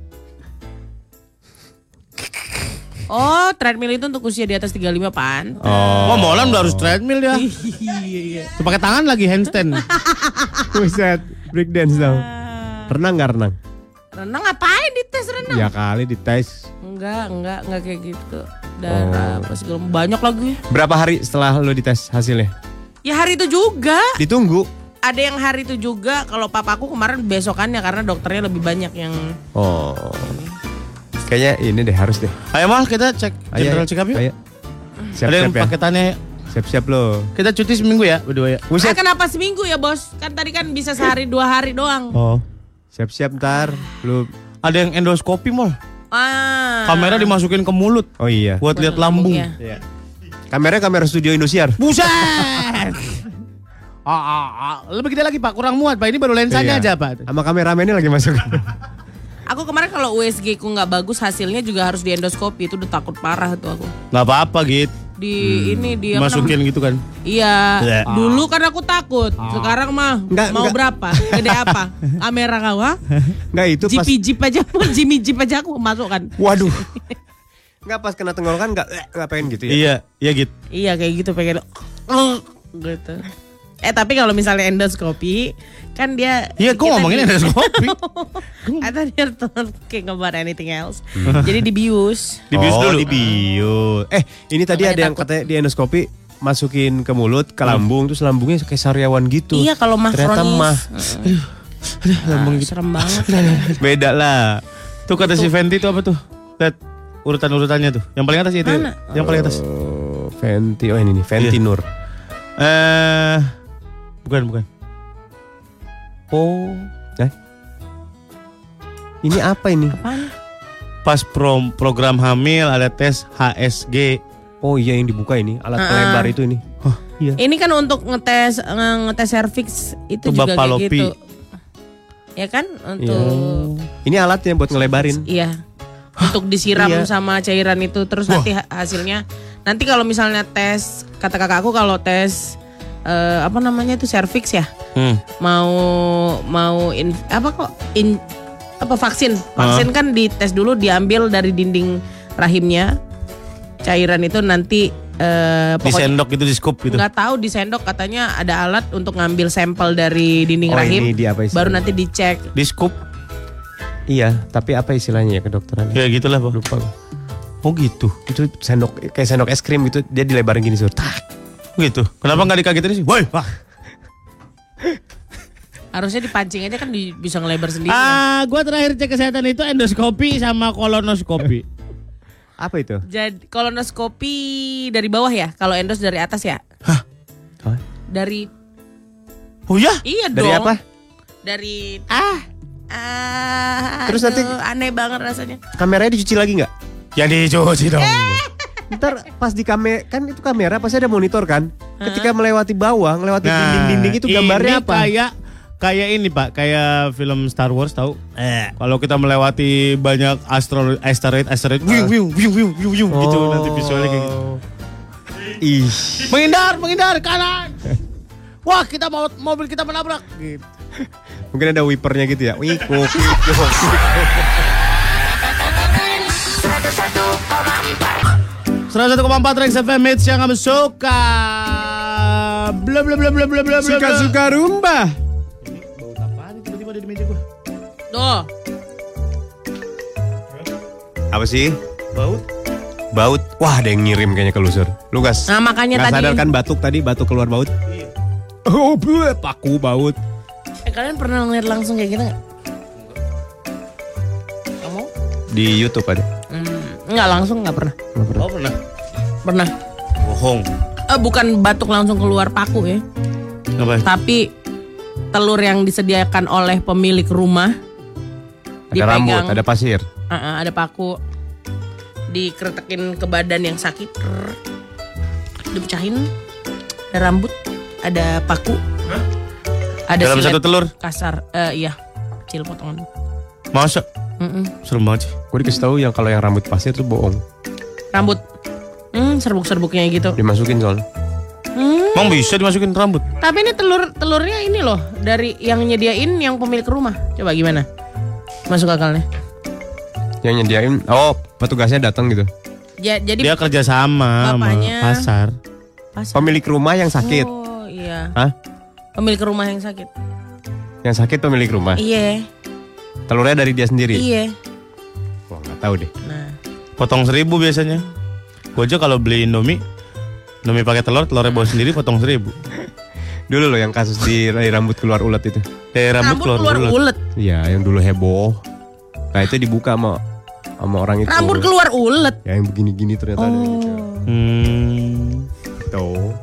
Speaker 2: oh treadmill itu untuk usia di atas 35 pan
Speaker 4: Oh, Molan udah harus treadmill ya.
Speaker 1: Iya, Tuh, Pakai tangan lagi handstand.
Speaker 3: [laughs] Buset, break dance dong. Renang nggak renang?
Speaker 2: renang ngapain di tes renang
Speaker 3: Ya kali dites.
Speaker 2: enggak enggak enggak kayak gitu dan
Speaker 4: Oh.
Speaker 2: apa segala banyak lagi
Speaker 3: Berapa hari setelah lo dites hasilnya?
Speaker 2: ya hari itu juga
Speaker 3: Ditunggu.
Speaker 2: ada yang hari itu juga kalau papaku kemarin besokannya karena dokternya lebih banyak yang
Speaker 3: Oh. Kayaknya ini deh harus deh.
Speaker 4: Ayo Mol kita cek
Speaker 3: Ayo,
Speaker 4: general check up yuk.
Speaker 3: ayo.
Speaker 4: Ada yang
Speaker 3: Siap-siap ya.
Speaker 4: paketannya ya.
Speaker 3: Siap-siap lo.
Speaker 4: Kita cuti seminggu ya, berdua ya.
Speaker 2: Ah, kenapa seminggu ya bos kan tadi kan bisa sehari dua hari doang
Speaker 4: Oh.
Speaker 3: Siap-siap ntar lo.
Speaker 4: Ada yang endoskopi Mol.
Speaker 2: ah ya.
Speaker 4: Kamera dimasukin ke mulut
Speaker 3: Oh iya.
Speaker 4: buat lihat lambung.
Speaker 2: lambungnya.
Speaker 3: Kameranya kamera studio Indosiar.
Speaker 1: Buset. [laughs] Ah, ah, ah. Lebih gede lagi Pak, kurang muat Pak. Ini baru lensanya
Speaker 3: Iya.
Speaker 1: aja Pak.
Speaker 3: Sama kameramennya lagi masuk. [laughs]
Speaker 2: aku kemarin kalau USG ku nggak bagus hasilnya juga harus di endoskopi itu udah takut parah tuh aku
Speaker 4: Nggak apa-apa gitu.
Speaker 2: di ini dia
Speaker 4: Masukin gitu kan.
Speaker 2: Iya,
Speaker 4: Bleh.
Speaker 2: dulu kan aku takut. Sekarang mah
Speaker 3: Enggak,
Speaker 2: mau
Speaker 3: enggak.
Speaker 2: berapa? Gede apa? Kamera kau ha?
Speaker 3: Enggak itu pas.
Speaker 2: Jipi jip aja, [laughs] mau Jimmy jip aja aku masukkan.
Speaker 3: [laughs] Waduh. Enggak pas kena tenggorokan enggak enggak pengen gitu ya.
Speaker 4: Iya, iya gitu.
Speaker 2: Iya kayak gitu pengen gitu. Eh tapi kalau misalnya endoskopi kan dia
Speaker 4: Iya, gue
Speaker 2: kita
Speaker 4: ngomongin
Speaker 2: di- [laughs]
Speaker 4: endoskopi.
Speaker 2: I thought you're talking about anything else. Jadi dibius.
Speaker 4: Dibius
Speaker 3: oh,
Speaker 4: dulu.
Speaker 3: dibius. Eh, ini tadi
Speaker 2: Makanya
Speaker 3: ada yang
Speaker 2: takut. Hmm.
Speaker 3: katanya di endoskopi masukin ke mulut, ke lambung, terus lambungnya kayak sariawan gitu.
Speaker 2: Iya kalau mah
Speaker 3: Ternyata
Speaker 2: kronis.
Speaker 3: mah
Speaker 2: Heeh. Ah, serem banget.
Speaker 4: Beda lah. Tuh kata si Fenty tuh apa tuh? Lihat urutan-urutannya tuh. Yang paling atas itu. ya?
Speaker 2: Mana?
Speaker 4: Yang paling atas.
Speaker 3: Oh, Fenty, oh ini nih, Fenty Nur.
Speaker 4: Eh bukan, bukan. Oh,
Speaker 3: Eh? Ini apa ini?
Speaker 4: pas pro- program hamil ada tes HSG.
Speaker 3: Oh iya yang dibuka ini, alat pelebar itu ini. Hah, iya.
Speaker 2: Ini kan untuk ngetes nge- ngetes cervix itu juga
Speaker 4: Tebak palopi.
Speaker 2: kayak gitu. Ya kan
Speaker 3: Iya.
Speaker 2: untuk
Speaker 3: Hmm. Ini alatnya buat ngelebarin.
Speaker 2: Iya. Untuk disiram
Speaker 3: Iya.
Speaker 2: sama cairan itu terus nanti ha- hasilnya nanti kalau misalnya tes kata kakakku kalau tes eh, apa namanya itu cervix ya
Speaker 4: Hmm.
Speaker 2: mau mau in, apa kok in apa vaksin vaksin kan dites dulu diambil dari dinding rahimnya cairan itu nanti eh,
Speaker 4: Di
Speaker 2: pokoknya
Speaker 4: sendok gitu, di scoop gitu.
Speaker 2: nggak tahu di sendok katanya ada alat untuk ngambil sampel dari dinding
Speaker 3: Oh,
Speaker 2: rahim
Speaker 3: ini dia apa
Speaker 2: baru
Speaker 3: istilahnya?
Speaker 2: nanti dicek
Speaker 4: Di scoop.
Speaker 3: Iya, tapi apa istilahnya ya kedokteran?
Speaker 4: Ya gitulah, Pak.
Speaker 3: Lupa. gua.
Speaker 4: Oh gitu.
Speaker 3: Itu sendok kayak sendok es krim gitu, dia dilebarin gini sur. Tak.
Speaker 4: Gitu. Kenapa nggak dikagetin sih? Woi, Pak.
Speaker 2: harusnya dipancing aja kan di- bisa ngelebar
Speaker 4: Iya.
Speaker 2: sendiri
Speaker 1: Ah, gua terakhir cek kesehatan itu endoskopi sama kolonoskopi.
Speaker 3: Apa itu?
Speaker 2: Jadi kolonoskopi dari bawah ya, kalau endos dari atas ya.
Speaker 3: Hah?
Speaker 2: Dari
Speaker 4: Oh ya?
Speaker 2: iya
Speaker 3: Dari
Speaker 2: dong.
Speaker 3: apa?
Speaker 2: Dari ah ah.
Speaker 3: Terus nanti-
Speaker 2: aduh, aneh banget rasanya.
Speaker 3: Kameranya dicuci lagi nggak?
Speaker 4: Ya dicuci dong.
Speaker 3: Ntar pas di kamera kan itu kamera pasti ada monitor kan. Ketika melewati bawah,
Speaker 4: Nah.
Speaker 3: melewati dinding-dinding itu gambarnya
Speaker 4: ini
Speaker 3: apa?
Speaker 4: Kayak kayak ini Pak, kayak film Star Wars tahu? Kalau kita melewati banyak astro asteroid asteroid wiu, wiu, wiu, wiu, wiu, wiu, gitu
Speaker 3: Oh.
Speaker 4: nanti visualnya kayak gitu.
Speaker 3: Ih,
Speaker 1: menghindar, menghindar
Speaker 4: [laughs]
Speaker 1: kanan. Wah, kita mau mobil kita menabrak. Gitu.
Speaker 3: mungkin ada wipernya gitu ya. Wih, kok. [laughs]
Speaker 1: 101,4 Rex FM Hits yang kamu suka. Bla bla bla bla bla bla bla.
Speaker 3: Suka-suka rumba.
Speaker 1: tiba-tiba ada di
Speaker 4: meja gua.
Speaker 2: Tuh.
Speaker 3: Apa sih?
Speaker 4: Bau?
Speaker 3: Baut. Wah, ada yang ngirim kayaknya ke lu, Sur. Lu gas.
Speaker 4: Ah,
Speaker 2: Nah,
Speaker 3: Nggak
Speaker 2: makanya tadi-
Speaker 3: sadar kan batuk tadi, batuk keluar baut. Oh, bleh, paku baut.
Speaker 2: Eh, kalian pernah ngeliat langsung kayak gitu nggak? Kamu?
Speaker 3: Di YouTube ada.
Speaker 2: Hmm, Nggak langsung nggak pernah.
Speaker 4: Oh pernah.
Speaker 2: Pernah.
Speaker 4: Bohong.
Speaker 2: Eh, bukan batuk langsung keluar paku ya,
Speaker 4: Apa?
Speaker 2: tapi telur yang disediakan oleh pemilik rumah
Speaker 3: Ada rambut, ada pasir.
Speaker 2: Ah, ah, ada paku dikretekin ke badan yang sakit Krrr. dipecahin ada rambut ada paku ada
Speaker 4: Dalam
Speaker 2: silet
Speaker 4: satu telur?
Speaker 2: kasar Eh, iya kecil potongan
Speaker 4: Masa?
Speaker 2: Mm-mm.
Speaker 4: Serem banget sih.
Speaker 3: Gue dikasih tahu yang kalau yang rambut pasir tuh bohong.
Speaker 2: rambut hmm, serbuk-serbuknya gitu Hmm.
Speaker 3: Dimasukin soalnya.
Speaker 4: Emang bisa dimasukin ke rambut?
Speaker 2: tapi ini telur telurnya ini loh dari yang nyediain yang pemilik rumah coba gimana masuk akalnya
Speaker 3: Yang nyediain, oh petugasnya datang gitu.
Speaker 2: Ja- jadi
Speaker 4: Dia kerja sama sama
Speaker 2: Bapaknya-
Speaker 4: pasar.
Speaker 2: pas
Speaker 3: Pemilik rumah yang sakit.
Speaker 2: oh iya
Speaker 3: Hah?
Speaker 2: pemilik rumah yang sakit
Speaker 3: Yang sakit pemilik rumah.
Speaker 2: iya
Speaker 3: Telurnya dari dia sendiri.
Speaker 2: iya
Speaker 3: Wah, nggak tahu deh.
Speaker 2: nah
Speaker 4: Potong seribu biasanya. Gue aja kalau beli Indomie, Indomie pakai telur, telurnya bawa sendiri potong seribu.
Speaker 3: Dulu loh yang kasus
Speaker 2: [laughs]
Speaker 3: di dari rambut keluar ulat itu.
Speaker 4: Dari
Speaker 2: rambut
Speaker 4: rambut, keluar,
Speaker 2: keluar
Speaker 4: ulet.
Speaker 2: ulet
Speaker 3: Iya, yang dulu heboh. Nah, itu dibuka sama sama orang itu.
Speaker 2: Rambut Oh. keluar ulet.
Speaker 3: Ya, yang begini-gini ternyata ada yang gitu.
Speaker 4: Hmm.
Speaker 3: Tuh.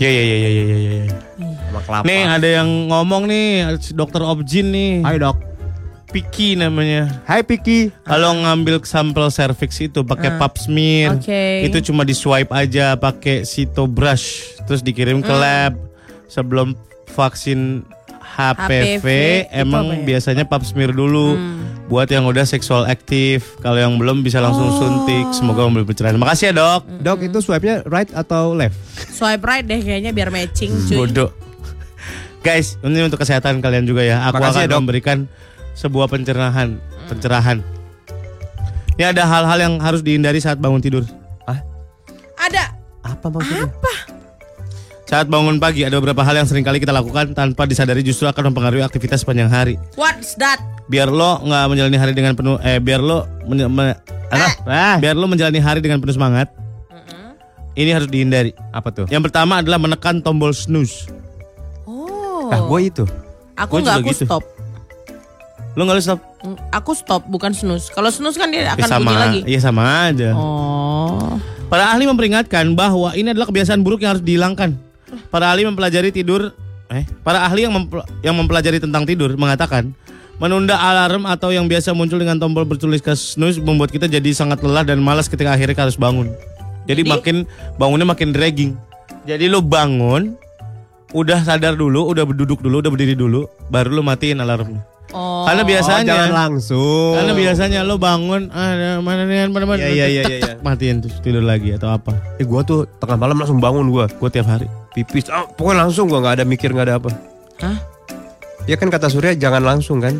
Speaker 4: Ya ya ya ya ya ya. ya.
Speaker 3: Sama kelapa.
Speaker 4: Nih ada yang ngomong nih, si dokter Objin nih.
Speaker 3: Hai, Dok.
Speaker 4: Piki namanya.
Speaker 3: Hai Piki.
Speaker 4: Kalau ngambil sampel cervix itu pakai pap
Speaker 2: Ah,
Speaker 4: smear,
Speaker 2: Oke.
Speaker 4: itu cuma di swipe aja pakai sito brush, terus dikirim ke
Speaker 2: Hmm.
Speaker 4: lab sebelum vaksin HPV,
Speaker 2: HPV, itu apa
Speaker 4: emang
Speaker 2: ya? Hmm.
Speaker 4: biasanya pap smear dulu buat yang udah seksual aktif. Kalau yang belum bisa
Speaker 2: Oh.
Speaker 4: langsung suntik. Semoga memberi pencerahan. Makasih ya dok.
Speaker 2: Hmm.
Speaker 3: Dok itu swipe-nya right atau left?
Speaker 2: Swipe right deh kayaknya biar matching cuy.
Speaker 4: Bodoh. Guys, ini untuk kesehatan kalian juga ya. Aku
Speaker 3: Makasih ya,
Speaker 4: akan
Speaker 3: Dok.
Speaker 4: memberikan sebuah pencerahan, pencerahan. Ini ada hal-hal yang harus dihindari saat bangun tidur.
Speaker 2: Ada.
Speaker 3: Apa maksudnya?
Speaker 4: Saat bangun pagi ada beberapa hal yang sering kali kita lakukan tanpa disadari justru akan mempengaruhi aktivitas sepanjang hari.
Speaker 2: What's that?
Speaker 4: Biar lo nggak menjalani hari dengan penuh eh biar lo men- me-
Speaker 2: Eh.
Speaker 4: apa? Ah. biar lo menjalani hari dengan penuh semangat. Ini harus dihindari.
Speaker 3: Apa tuh?
Speaker 4: Yang pertama adalah menekan tombol snooze.
Speaker 2: Oh.
Speaker 3: Nah, gue itu.
Speaker 2: aku
Speaker 4: gua
Speaker 2: nggak
Speaker 4: juga
Speaker 2: aku
Speaker 4: gitu.
Speaker 2: stop.
Speaker 4: Lo nggak lo stop.
Speaker 2: Mm, Aku stop bukan snooze. Kalau snooze kan dia
Speaker 4: Ya,
Speaker 2: akan
Speaker 4: sama,
Speaker 2: bunyi lagi.
Speaker 4: Iya sama aja.
Speaker 2: Oh.
Speaker 4: Para ahli memperingatkan bahwa ini adalah kebiasaan buruk yang harus dihilangkan. Para ahli mempelajari tidur, eh, para ahli yang mempel- yang mempelajari tentang tidur mengatakan menunda alarm atau yang biasa muncul dengan tombol bertuliskan snooze membuat kita jadi sangat lelah dan malas ketika akhirnya harus bangun. Jadi, makin bangunnya makin dragging. Jadi lu bangun, udah sadar dulu, udah duduk dulu, udah berdiri dulu, baru lu matiin alarmnya.
Speaker 2: Oh.
Speaker 4: Karena biasanya
Speaker 3: Jangan langsung.
Speaker 4: karena biasanya lo bangun ah, mana nih mana mana
Speaker 3: Iya, iya, iya,
Speaker 4: tek,
Speaker 3: iya,
Speaker 4: tek, matiin terus tidur lagi atau apa.
Speaker 3: Eh, gue tuh tengah malam langsung bangun gue.
Speaker 4: Gue tiap hari.
Speaker 3: Pipis. Ah, pokoknya langsung gue nggak ada mikir nggak ada apa.
Speaker 2: Hah?
Speaker 3: Ya kan kata Surya jangan langsung kan?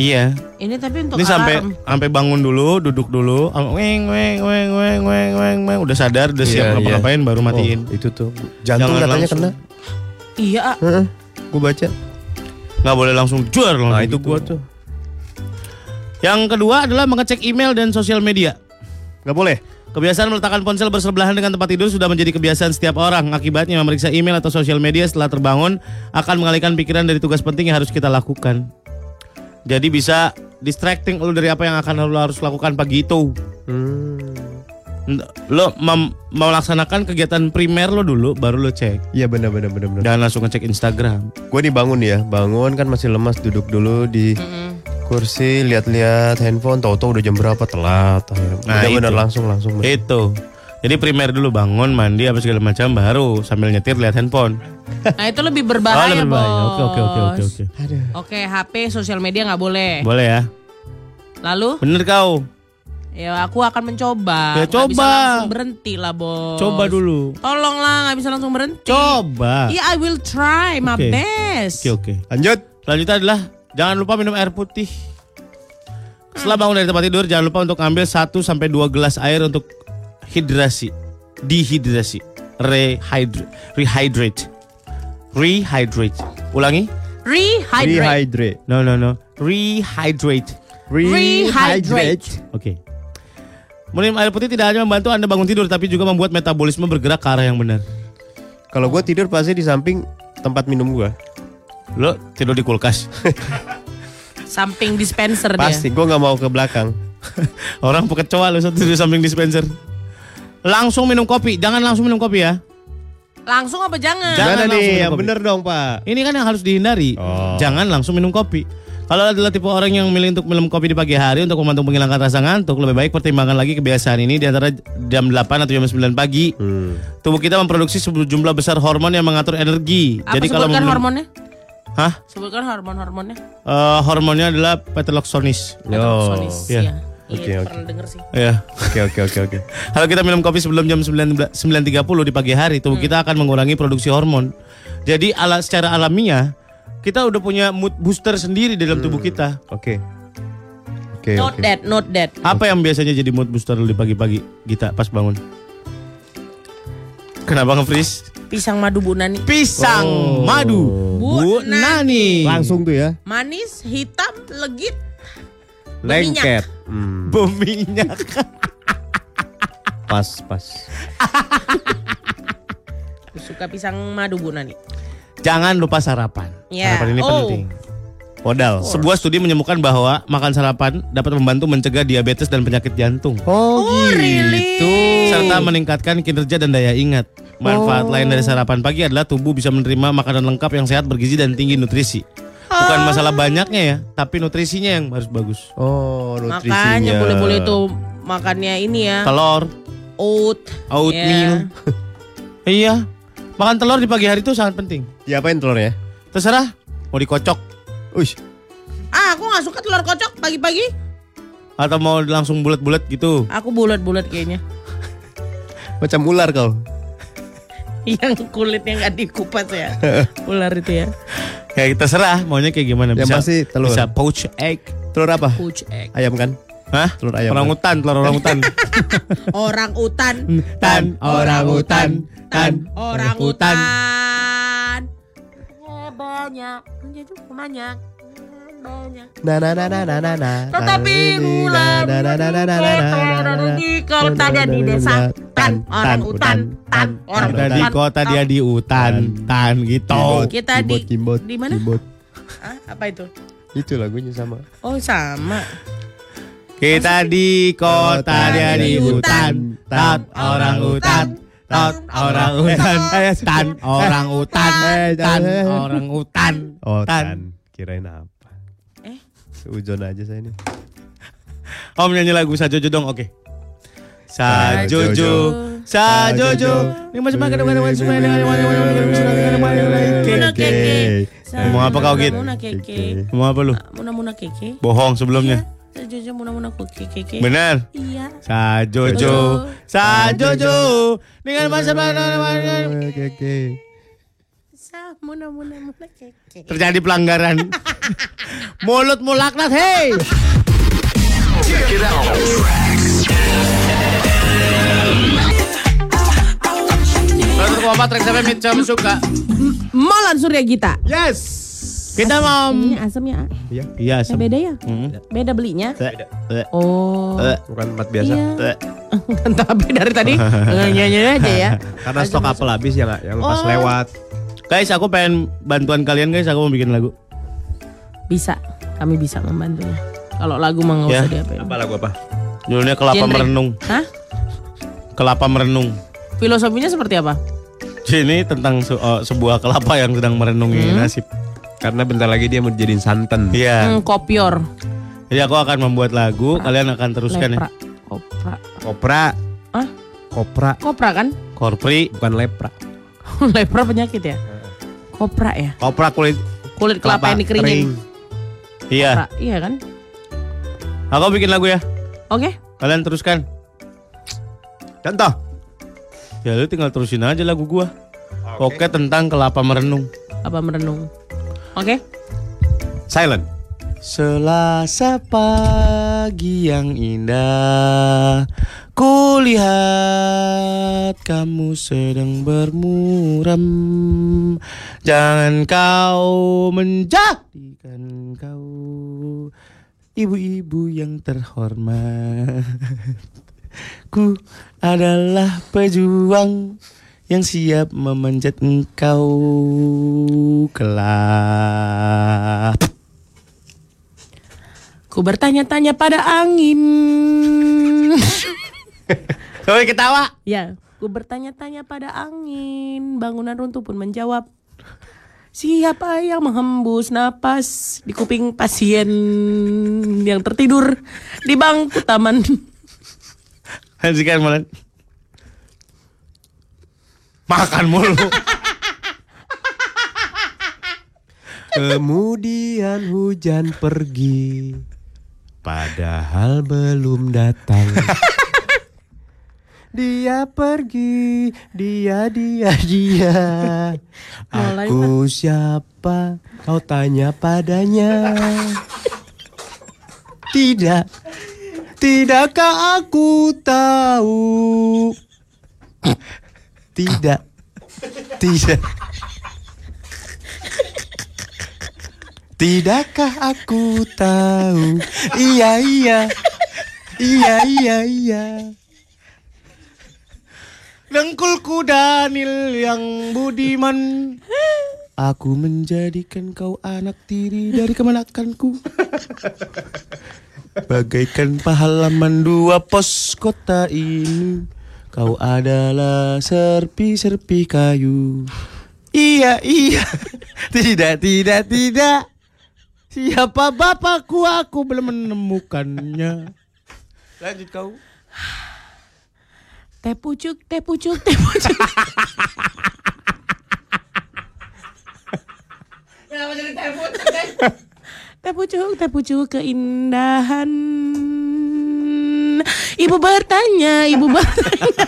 Speaker 4: Iya.
Speaker 2: Ini tapi untuk
Speaker 4: Ini sampai
Speaker 2: alarm.
Speaker 4: sampai bangun dulu, duduk dulu, am- weng weng weng weng weng weng weng udah sadar, udah siap
Speaker 3: Iya, iya.
Speaker 4: ngapa-ngapain baru
Speaker 3: Oh,
Speaker 4: matiin.
Speaker 3: itu tuh. Jantung
Speaker 4: Jangan
Speaker 3: katanya
Speaker 4: langsung.
Speaker 3: kena.
Speaker 2: Iya. ah.
Speaker 3: Heeh. Gue baca.
Speaker 4: Nggak boleh langsung juar loh.
Speaker 3: Nah, itu gue tuh.
Speaker 4: Yang kedua adalah mengecek email dan sosial media.
Speaker 3: Gak boleh.
Speaker 4: Kebiasaan meletakkan ponsel bersebelahan dengan tempat tidur sudah menjadi kebiasaan setiap orang. Akibatnya memeriksa email atau sosial media setelah terbangun akan mengalihkan pikiran dari tugas penting yang harus kita lakukan. Jadi bisa distracting lu dari apa yang akan lu harus lakukan pagi itu. N- Lo mem- melaksanakan kegiatan primer lo dulu baru lo cek.
Speaker 3: Iya benar benar benar benar.
Speaker 4: Jangan langsung ngecek Instagram.
Speaker 3: Gue nih bangun ya, bangun kan masih lemas duduk dulu di kursi lihat-lihat handphone, tahu-tahu udah jam berapa telat.
Speaker 4: Nah,
Speaker 3: Nah, benar
Speaker 4: itu.
Speaker 3: langsung langsung. bener.
Speaker 4: Itu. Jadi primer dulu bangun, mandi apa segala macam baru sambil nyetir lihat handphone. Oh,
Speaker 2: Nah itu lebih berbahaya,
Speaker 4: lebih
Speaker 2: bos. Eh.
Speaker 4: bahaya. Oke oke oke oke oke.
Speaker 2: Oke, HP, sosial media nggak boleh.
Speaker 4: Boleh ya.
Speaker 2: Lalu,
Speaker 4: Bener kau.
Speaker 2: ya aku akan mencoba.
Speaker 4: Ya,
Speaker 2: Nggak bisa
Speaker 4: coba.
Speaker 2: langsung berhenti lah, bos.
Speaker 4: Coba dulu.
Speaker 2: Tolonglah, nggak bisa langsung berhenti.
Speaker 4: Coba.
Speaker 2: Iya, I will try my
Speaker 4: Oke.
Speaker 2: best.
Speaker 4: Oke oke.
Speaker 3: Lanjut.
Speaker 4: Selanjutnya adalah jangan lupa minum air putih. Setelah bangun dari tempat tidur jangan lupa untuk ambil 1 sampai 2 gelas air untuk hidrasi, dehidrasi, rehydrate, rehydrate. Rehydrate. Ulangi.
Speaker 2: Rehydrate. Hydrate.
Speaker 3: Rehydrate.
Speaker 4: No, no, no. Rehydrate.
Speaker 2: Rehydrate.
Speaker 4: Oke. Minum air putih tidak hanya membantu Anda bangun tidur, tapi juga membuat metabolisme bergerak ke arah yang benar.
Speaker 3: Kalau gue tidur pasti di samping tempat minum gue.
Speaker 4: Lo tidur di kulkas.
Speaker 2: Samping dispenser dia.
Speaker 3: Pasti gue nggak mau ke belakang.
Speaker 4: [laughs] Orang pekecoa lo tidur di samping dispenser. Langsung minum kopi. Jangan langsung minum kopi ya.
Speaker 2: Langsung apa jangan?
Speaker 4: Jangan
Speaker 3: Gimana
Speaker 4: langsung
Speaker 3: nih?
Speaker 4: minum
Speaker 3: Yang
Speaker 4: kopi.
Speaker 3: bener dong pak.
Speaker 4: Ini kan yang harus dihindari.
Speaker 3: Oh.
Speaker 4: Jangan langsung minum kopi. Kalau adalah tipe orang yang milih untuk minum kopi di pagi hari untuk membantu menghilangkan rasa ngantuk, lebih baik pertimbangkan lagi kebiasaan ini di antara jam 8 atau jam 9 pagi.
Speaker 3: Hmm.
Speaker 4: Tubuh kita memproduksi sejumlah besar hormon yang mengatur energi.
Speaker 2: apa
Speaker 4: Jadi kalau
Speaker 2: sebutkan
Speaker 4: minum-
Speaker 2: hormonnya?
Speaker 4: Hah?
Speaker 2: Sebutkan hormon-hormonnya.
Speaker 4: Eh, hormonnya adalah peteloxonis.
Speaker 2: Sonis.
Speaker 4: iya.
Speaker 2: Iya.
Speaker 3: Oke,
Speaker 2: Iya,
Speaker 3: oke.
Speaker 2: pernah denger sih.
Speaker 4: Ya.
Speaker 3: Oke oke oke oke.
Speaker 4: Kalau kita minum kopi sebelum jam 9 9.30 di pagi hari, tubuh kita akan mengurangi produksi hormon. Jadi ala secara alamiah kita udah punya mood booster sendiri di dalam tubuh kita.
Speaker 3: Oke. Oke
Speaker 2: Note
Speaker 3: oke.
Speaker 2: that, note that.
Speaker 4: Apa yang biasanya jadi mood booster lu di pagi-pagi kita pas bangun? Kenapa nge-freeze?
Speaker 2: Pisang madu bunani.
Speaker 4: Pisang madu
Speaker 2: Bu
Speaker 4: Bu Nani.
Speaker 1: Langsung tuh ya.
Speaker 2: Manis, hitam, legit.
Speaker 3: Lengket. Hmm,
Speaker 4: [laughs] berminyak.
Speaker 3: pas pas.
Speaker 2: Aku Suka pisang madu bunani.
Speaker 4: Jangan lupa sarapan.
Speaker 2: Ya.
Speaker 4: Sarapan ini
Speaker 2: Oh.
Speaker 4: penting.
Speaker 3: Modal.
Speaker 4: Sebuah studi menemukan bahwa makan sarapan dapat membantu mencegah diabetes dan penyakit jantung.
Speaker 3: Oh,
Speaker 4: gitu. serta meningkatkan kinerja dan daya ingat. Manfaat lain dari sarapan pagi adalah tubuh bisa menerima makanan lengkap yang sehat, bergizi dan tinggi nutrisi. Bukan
Speaker 2: Ah.
Speaker 4: masalah banyaknya ya, tapi nutrisinya yang harus bagus.
Speaker 3: Oh
Speaker 2: Makanya boleh-boleh tuh makannya ini ya.
Speaker 4: Telur,
Speaker 2: Oat.
Speaker 4: Oh. oatmeal. iya. Makan telur di pagi hari itu sangat penting.
Speaker 3: Diapain telurnya?
Speaker 4: Terserah mau dikocok
Speaker 3: Ush.
Speaker 2: Ah, aku nggak suka telur kocok pagi-pagi.
Speaker 4: atau mau langsung bulat-bulat gitu.
Speaker 2: Aku bulat-bulat kayaknya. [laughs]
Speaker 3: Macam ular kau.
Speaker 2: Yang kulitnya nggak dikupas ya. Ular itu ya.
Speaker 4: Kayak terserah maunya kayak gimana
Speaker 3: Yang
Speaker 4: bisa.
Speaker 3: pasti telur.
Speaker 4: Bisa poach egg.
Speaker 3: Telur apa?
Speaker 2: Poach egg.
Speaker 3: Ayam kan?
Speaker 4: Hah?
Speaker 3: Telur ayam.
Speaker 4: Orang hutan, telur orang hutan.
Speaker 2: Orang utan.
Speaker 4: [laughs] tan, orang hutan,
Speaker 2: Tan. Orang
Speaker 4: hutan.
Speaker 2: utan.
Speaker 5: Banyak, banyak, banyak. Banyak.
Speaker 3: Na na na na na na na.
Speaker 5: Tetapi ular kalau ada di desa tan orang utan tan orang
Speaker 4: Ada di
Speaker 5: utan.
Speaker 4: kota dia di hutan, tan gitu.
Speaker 2: Kita di
Speaker 3: Kimbot,
Speaker 2: di mana?
Speaker 3: kimbot.
Speaker 2: Ah, apa itu?
Speaker 3: Itu lagunya sama.
Speaker 2: Oh, sama.
Speaker 4: Kita di kota dia di hutan, tan orang hutan, tan Eh, orang hutan, tan orang hutan, tan orang hutan,
Speaker 3: Oh,
Speaker 4: tan.
Speaker 3: tan. Kirain apa?
Speaker 2: Eh?
Speaker 3: Seujon aja saya ini.
Speaker 4: Om nyanyi lagu Sajojo dong, oke. Sajojo, Sajojo. Ini masih makan dengan dengan semua dengan dengan dengan dengan dengan dengan dengan Ngomong apa kau, Git?
Speaker 2: Muna keke.
Speaker 4: Mau apa lu?
Speaker 2: Muna muna keke.
Speaker 4: Bohong sebelumnya.
Speaker 2: Jujur muna muna keke keke.
Speaker 4: Benar.
Speaker 2: Iya.
Speaker 4: Sajojo, Sajojo. Dengan masa
Speaker 3: Oke oke.
Speaker 2: Sa muna muna muna keke.
Speaker 4: terjadi pelanggaran. [laughs] Mulut mulaknat, hei. Satu koma track sampai Mitchum suka.
Speaker 2: Molan Surya Gita.
Speaker 3: Yes.
Speaker 4: Kita mau.
Speaker 2: Ini asamnya ah.
Speaker 4: Iya, sem-
Speaker 2: beda ya?
Speaker 4: Hmm.
Speaker 2: Beda belinya?
Speaker 4: Eh,
Speaker 2: Oh.
Speaker 4: Eh.
Speaker 3: Bukan empat biasa.
Speaker 2: [laughs] Iya.
Speaker 4: eh.
Speaker 2: Tapi dari
Speaker 4: [laughs]
Speaker 2: tadi nyanyi aja ya.
Speaker 3: Karena stok apel habis yang yang pas
Speaker 2: Oh.
Speaker 3: lewat.
Speaker 4: Guys, aku pengen bantuan kalian guys. Aku mau bikin lagu.
Speaker 2: Bisa. Kami bisa membantunya. Kalau lagu mah nggak
Speaker 4: Ya.
Speaker 2: usah diapain.
Speaker 3: Apa lagu apa?
Speaker 4: Judulnya kelapa
Speaker 2: Genre.
Speaker 4: merenung.
Speaker 2: Hah?
Speaker 4: Kelapa merenung.
Speaker 2: Filosofinya seperti apa?
Speaker 4: Ini tentang se- eh, sebuah kelapa yang sedang merenungi
Speaker 2: Hmm.
Speaker 4: nasib.
Speaker 3: Karena bentar lagi dia mau jadiin santan.
Speaker 4: Iya.
Speaker 2: Hmm, kopior.
Speaker 4: Jadi aku akan membuat lagu. Kalian akan teruskan
Speaker 2: Lepra.
Speaker 4: ya.
Speaker 2: Kopra.
Speaker 3: Kopra.
Speaker 2: Hah?
Speaker 3: Kopra.
Speaker 2: Kopra kan? [laughs]
Speaker 4: Korpri.
Speaker 3: Bukan lepra.
Speaker 2: Lepra penyakit
Speaker 4: Eh.
Speaker 2: ya? Kopra ya?
Speaker 4: Kopra kulit.
Speaker 2: Kulit kelapa, yang dikeringin.
Speaker 4: Iya.
Speaker 2: Kopra, Iya kan?
Speaker 4: Aku bikin lagu ya.
Speaker 2: Oke.
Speaker 4: Kalian teruskan.
Speaker 3: Contoh.
Speaker 4: Ya lu tinggal terusin aja lagu gua. Oke tentang kelapa merenung.
Speaker 2: Apa merenung? Oke.
Speaker 3: Silent.
Speaker 4: Selasa pagi yang indah Kulihat saat kamu sedang bermuram Jangan kau menjadikan kau Ibu-ibu yang terhormat Ku adalah pejuang yang siap memanjat engkau kelak.
Speaker 2: Ku bertanya-tanya pada angin.
Speaker 4: Kau ketawa?
Speaker 2: ya, ku bertanya-tanya pada angin. Bangunan runtuh pun menjawab. Siapa yang menghembus napas di kuping pasien yang tertidur di bangku taman?
Speaker 4: Hansikan malah. Makan mulu.
Speaker 3: Kemudian hujan pergi Padahal belum datang Dia pergi Dia, dia, dia Aku siapa Kau tanya padanya Tidak Tidakkah aku tahu Tidak Tidak Tidakkah aku tahu? Iya iya. Iya iya iya.
Speaker 4: Dengkul kuda Nil yang budiman. Aku menjadikan kau anak tiri dari kemenakanku. Bagaikan pahalaman dua pos kota ini. Kau adalah serpi-serpi kayu. Iya, iya. [laughs] Tidak, tidak, tidak. Siapa bapakku? Aku belum menemukannya. Lanjut kau.
Speaker 2: Teh pucuk, teh pucuk, teh pucuk. Teh pucuk, teh pucuk keindahan. Ibu bertanya, ibu bertanya.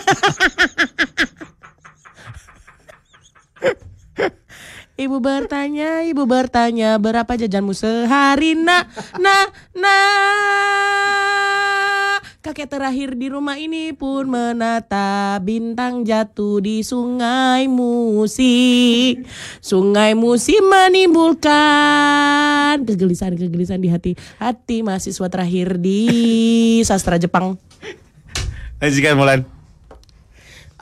Speaker 2: Ibu bertanya, ibu bertanya berapa jajanmu sehari nak, nak, nak. Kakek terakhir di rumah ini pun menata bintang jatuh di sungai Musi. Sungai Musi menimbulkan kegelisahan-kegelisahan di hati hati mahasiswa terakhir di sastra Jepang.
Speaker 4: Lanjutkan Mulan.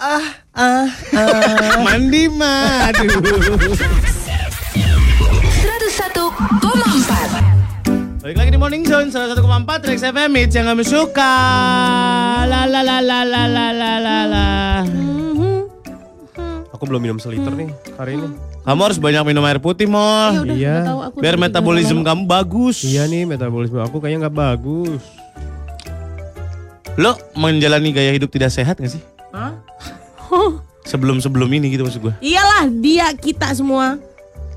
Speaker 4: Ah, ah, ah. Mandi madu.
Speaker 6: 101,4
Speaker 4: Balik lagi di Morning Zone 101,4 Rex FM Hits yang kamu suka. La la la la la la la la la.
Speaker 3: Aku belum minum seliter nih hari ini.
Speaker 4: Kamu harus banyak minum air putih, Mol.
Speaker 3: Iya.
Speaker 2: Ya nggak tahu aku
Speaker 4: Biar
Speaker 2: tadi
Speaker 4: metabolisme kamu bagus.
Speaker 3: Iya nih metabolisme aku kayaknya nggak bagus.
Speaker 4: Lo menjalani gaya hidup tidak sehat gak sih? Sebelum-sebelum ini gitu maksud gue.
Speaker 2: Iyalah dia kita semua.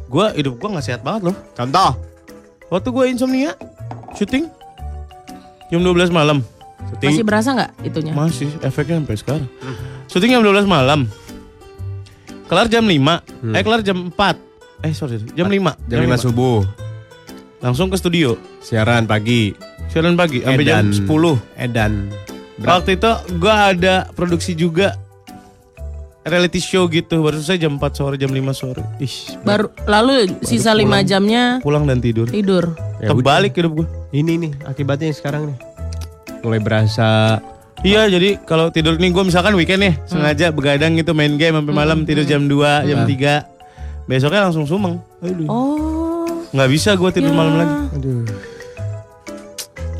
Speaker 4: Gue hidup gue gak sehat banget loh. Contoh. Waktu gue insomnia, syuting jam 12 malam. Syuting.
Speaker 2: Masih berasa nggak itunya?
Speaker 4: Masih efeknya sampai sekarang. Syuting jam 12 malam. Kelar jam 5. Eh kelar jam 4. Eh sorry, jam 5.
Speaker 3: Hmm. Jam 5 subuh.
Speaker 4: Langsung ke studio.
Speaker 3: Siaran pagi.
Speaker 4: Siaran pagi sampai jam 10.
Speaker 3: Edan.
Speaker 4: Waktu itu gua ada produksi juga reality show gitu. Baru selesai jam 4 sore, jam 5 sore. Ih,
Speaker 2: Baru lalu sisa lima jamnya
Speaker 4: pulang dan tidur.
Speaker 2: tidur.
Speaker 4: Terbalik hidup gua.
Speaker 3: Ini nih akibatnya yang sekarang nih. Mulai berasa
Speaker 4: Iya jadi kalau tidur nih gue misalkan weekend ya Sengaja begadang gitu main game sampai malam Tidur jam 2, jam 3 Besoknya langsung sumeng
Speaker 2: Oh.
Speaker 4: nggak bisa gue tidur malam lagi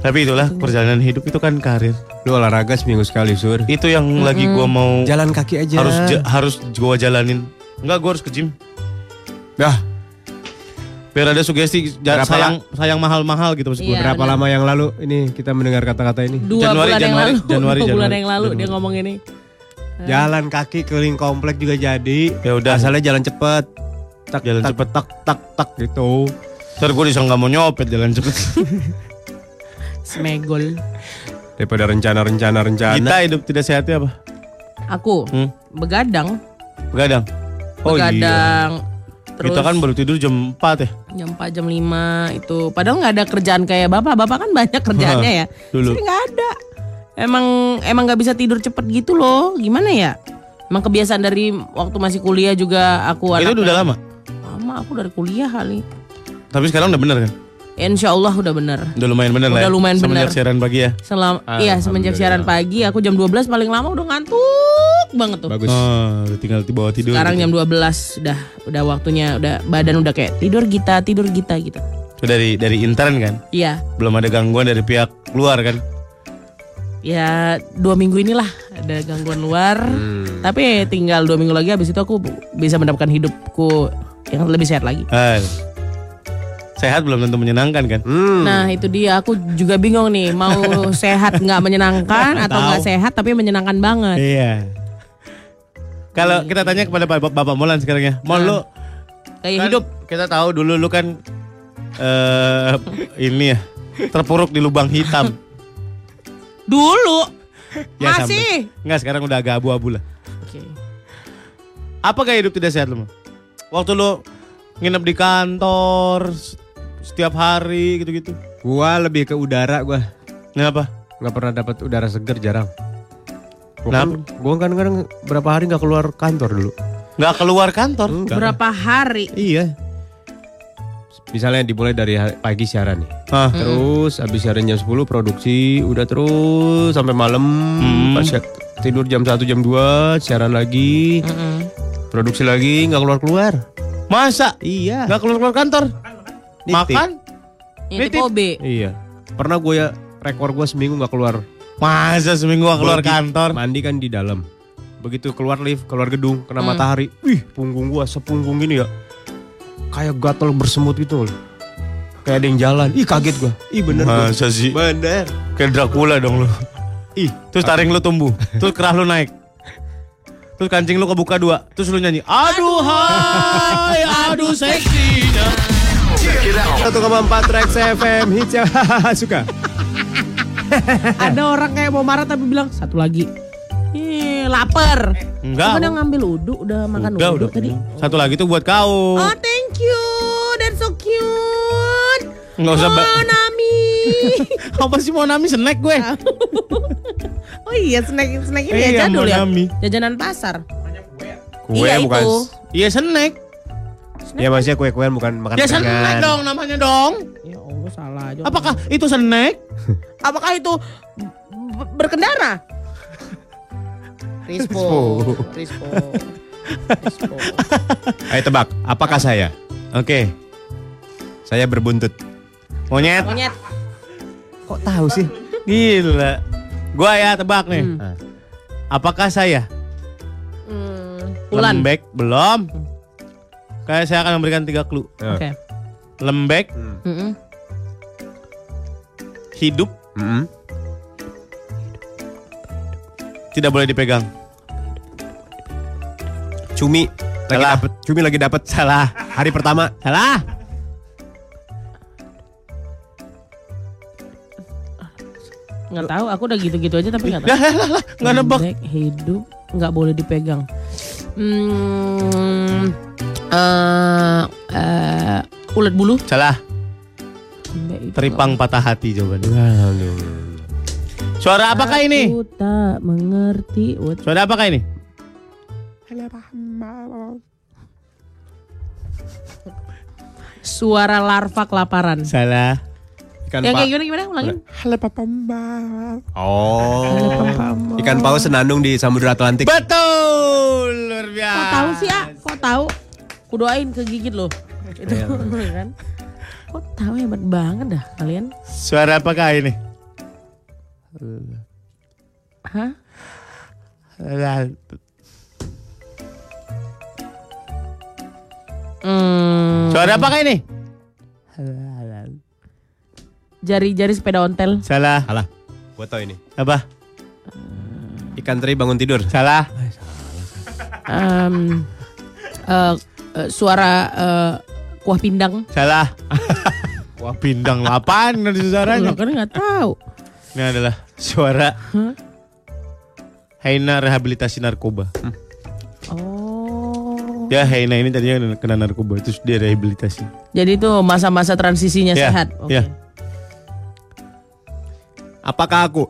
Speaker 4: Tapi itulah perjalanan hidup itu kan karir
Speaker 3: lu olahraga seminggu sekali sur.
Speaker 4: Itu yang lagi gue mau
Speaker 3: Iya. Jalan kaki aja.
Speaker 4: harus ja- harus gue jalanin Enggak gue harus ke gym
Speaker 3: Dah,
Speaker 4: Biar ada sugesti ja-
Speaker 3: Berapa
Speaker 4: sayang, sayang mahal-mahal gitu maksud gue
Speaker 2: Iya.
Speaker 3: berapa lama yang lalu ini kita mendengar kata-kata ini?
Speaker 2: Dua
Speaker 4: Januari,
Speaker 2: bulan yang
Speaker 4: Januari,
Speaker 2: lalu, [laughs]
Speaker 4: Januari,
Speaker 2: dua bulan
Speaker 4: Januari.
Speaker 2: yang lalu dia ngomong ini.
Speaker 3: Jalan kaki keliling komplek juga jadi.
Speaker 4: Ya udah.
Speaker 3: Asalnya jalan cepet. Tak,
Speaker 4: Jalan
Speaker 3: tak,
Speaker 4: cepet.
Speaker 3: Tak tak tak gitu.
Speaker 4: Ntar gue disangka mau nyopet jalan cepet
Speaker 2: Smegol.
Speaker 3: Daripada rencana-rencana rencana.
Speaker 4: Kita hidup tidak sehatnya apa?
Speaker 2: Aku
Speaker 4: Hmm.
Speaker 2: begadang,
Speaker 4: Begadang Oh iya.
Speaker 2: begadang. Terus
Speaker 4: Kita kan baru tidur jam 4 ya
Speaker 2: jam 4 jam 5 itu padahal nggak ada kerjaan kayak bapak bapak kan
Speaker 4: [laughs]
Speaker 2: banyak kerjaannya ya
Speaker 4: Dulu.
Speaker 2: Sini nggak ada emang emang nggak bisa tidur cepet gitu loh gimana ya Emang kebiasaan dari waktu masih kuliah juga aku
Speaker 4: Itu
Speaker 2: anaknya-
Speaker 4: udah lama.
Speaker 2: Lama aku dari kuliah kali.
Speaker 4: Tapi sekarang udah bener kan?
Speaker 2: Insya Allah udah bener.
Speaker 4: Udah lumayan bener lah.
Speaker 2: Udah
Speaker 4: ya?
Speaker 2: lumayan
Speaker 4: Semenjak
Speaker 2: bener.
Speaker 4: siaran pagi ya.
Speaker 2: Selama iya semenjak siaran pagi aku jam 12 paling lama udah ngantuk banget tuh.
Speaker 3: Bagus.
Speaker 4: Oh, udah tinggal di bawah tidur.
Speaker 2: Sekarang
Speaker 4: gitu.
Speaker 2: jam 12 udah udah waktunya udah badan udah kayak tidur kita tidur kita gitu.
Speaker 4: Itu dari dari intern kan?
Speaker 2: Iya.
Speaker 4: Belum ada gangguan dari pihak luar kan?
Speaker 2: Ya dua minggu inilah ada gangguan luar. Tapi tinggal dua minggu lagi habis itu aku bisa mendapatkan hidupku yang lebih sehat lagi.
Speaker 4: Ah. Sehat belum tentu menyenangkan kan?
Speaker 2: Nah itu dia aku juga bingung nih mau sehat nggak menyenangkan atau nggak sehat tapi menyenangkan banget.
Speaker 4: Iya. Kalau kita tanya kepada Bapak, Bapak Molan sekarang ya. Mol lu
Speaker 2: Kayak
Speaker 4: kan
Speaker 2: Eh, hidup
Speaker 4: kita tahu dulu lu kan eh ini ya terpuruk di lubang
Speaker 2: [laughs]
Speaker 4: hitam.
Speaker 2: dulu
Speaker 4: Ya,
Speaker 2: masih.
Speaker 4: sampai- Enggak, sekarang udah agak abu-abu lah.
Speaker 2: Oke.
Speaker 4: Apa gaya hidup tidak sehat lu? Mol? Waktu lu nginep di kantor s- setiap hari gitu-gitu.
Speaker 3: Gua lebih ke udara gua.
Speaker 4: Kenapa?
Speaker 3: Nggak pernah dapat udara segar jarang. Gua kan,
Speaker 4: Kenapa?
Speaker 3: gua kan kadang berapa hari nggak keluar kantor dulu.
Speaker 4: Nggak keluar kantor.
Speaker 2: Berapa hari?
Speaker 3: Iya. Misalnya dimulai dari hari- pagi siaran nih.
Speaker 4: Ah.
Speaker 3: Terus habis siaran jam 10 produksi udah terus sampai malam pas siap- tidur jam 1 jam 2 siaran lagi. Produksi lagi nggak keluar-keluar.
Speaker 4: Masa?
Speaker 3: Iya.
Speaker 4: Nggak keluar-keluar kantor?
Speaker 3: Nitip.
Speaker 4: Makan?
Speaker 2: Ini
Speaker 4: Nitip.
Speaker 2: Kobe.
Speaker 3: Iya. Pernah gue ya rekor gue seminggu nggak keluar.
Speaker 4: Masa seminggu nggak keluar
Speaker 3: Mandi-
Speaker 4: kantor?
Speaker 3: Mandi kan di dalam. Begitu keluar lift, keluar gedung, kena matahari. Wih, punggung gua sepunggung gini ya. Kayak gatel bersemut gitu loh. Kayak ada yang jalan. Ih, kaget gua. Ih, bener gua.
Speaker 4: Masa sih?
Speaker 3: Bener.
Speaker 4: Kayak Dracula dong lu.
Speaker 3: Ih,
Speaker 4: Terus taring lu [laughs] tumbuh. Terus kerah lu naik. Terus kancing lu kebuka dua. Terus lu nyanyi. Aduh hai, aduh seksinya.
Speaker 3: 1,4 Rex FM hits ya. [laughs] suka.
Speaker 2: [laughs] Ada orang kayak mau marah tapi bilang satu lagi. Ih, lapar. Aku udah
Speaker 4: Enggak.
Speaker 2: ngambil udu, udah makan
Speaker 4: Udah,
Speaker 2: udu
Speaker 4: udah.
Speaker 2: tadi.
Speaker 4: Satu lagi tuh buat kau.
Speaker 2: Oh, thank you. That's so cute.
Speaker 4: Nggak usah, Mbak.
Speaker 2: Oh, Nami.
Speaker 4: Apa sih Monami snack gue?
Speaker 2: [laughs] oh iya, snack snack ini
Speaker 4: Iya,
Speaker 2: ya jadul ya.
Speaker 4: Monami.
Speaker 2: Jajanan pasar.
Speaker 3: Kue
Speaker 2: Iya,
Speaker 3: bukan.
Speaker 2: itu.
Speaker 4: Iya snack.
Speaker 3: Ya maksudnya kue-kuean bukan Kan makan
Speaker 4: Ya
Speaker 3: ringan.
Speaker 4: snack dong namanya dong.
Speaker 2: Ya Allah, salah aja.
Speaker 4: Apakah itu snack?
Speaker 2: Apakah itu b- berkendara? Rispo. Rispo. Rispo.
Speaker 3: Ayo tebak, apakah
Speaker 4: Ah.
Speaker 3: saya?
Speaker 4: Oke.
Speaker 3: Saya berbuntut.
Speaker 4: Monyet.
Speaker 2: Monyet.
Speaker 3: Kok tahu sih?
Speaker 4: Gila. Gua ya tebak nih.
Speaker 2: Hmm.
Speaker 3: Ah.
Speaker 4: Apakah saya?
Speaker 2: Ulan. Hmm.
Speaker 4: Lembek belum? Kayak saya akan memberikan tiga clue.
Speaker 3: Hmm.
Speaker 2: Oke.
Speaker 4: Lembek,
Speaker 2: Mm-mm.
Speaker 4: hidup, tidak boleh dipegang.
Speaker 3: Cumi lagi
Speaker 4: Salah.
Speaker 3: dapet. Cumi lagi dapet.
Speaker 4: Salah.
Speaker 3: Hari pertama.
Speaker 4: Salah.
Speaker 2: Nggak tahu, aku udah gitu-gitu aja tapi nggak tahu.
Speaker 4: Dah, lah, lah, lah. Nggak nebak.
Speaker 2: Lembek, hidup nggak boleh dipegang. Hmm, eh, eh, ulat bulu.
Speaker 4: Salah.
Speaker 2: Lembek itu.
Speaker 4: Teripang patah hati jawabannya. Suara apakah ini?
Speaker 2: Aku tak mengerti. What?
Speaker 4: Suara apakah ini?
Speaker 2: Suara larva kelaparan.
Speaker 4: Salah.
Speaker 3: Ikan
Speaker 2: Yang
Speaker 3: pa-
Speaker 2: kayak gimana gimana ulangin?
Speaker 3: Oh. Ikan paus senandung di Samudra Atlantik.
Speaker 4: Betul. Luar biasa.
Speaker 2: Kok tahu sih ah? Kok tahu? Ku doain kegigit loh. Itu
Speaker 3: Iya.
Speaker 2: [laughs] kan. Kok tahu hebat banget dah kalian?
Speaker 4: Suara apakah ini?
Speaker 2: Hah?
Speaker 4: Salah.
Speaker 2: Hmm,
Speaker 4: Suara apakah ini?
Speaker 2: jari-jari sepeda ontel.
Speaker 4: Salah.
Speaker 3: Alah, gua tahu ini.
Speaker 4: Apa?
Speaker 3: Ikan teri bangun tidur.
Speaker 4: Salah.
Speaker 2: Em, eh, eh, suara eh, kuah pindang.
Speaker 4: Salah. Wah pindang lapan dari
Speaker 2: Lo
Speaker 4: suaranya.
Speaker 2: kan nggak tahu.
Speaker 4: Ini adalah suara Haina rehabilitasi narkoba.
Speaker 2: Oh.
Speaker 4: Ya Haina ini tadinya kena narkoba, terus dia rehabilitasi.
Speaker 2: Jadi itu masa-masa transisinya
Speaker 3: Iya,
Speaker 4: Ya,
Speaker 2: sehat. Oke.
Speaker 4: ya.
Speaker 3: Apakah aku?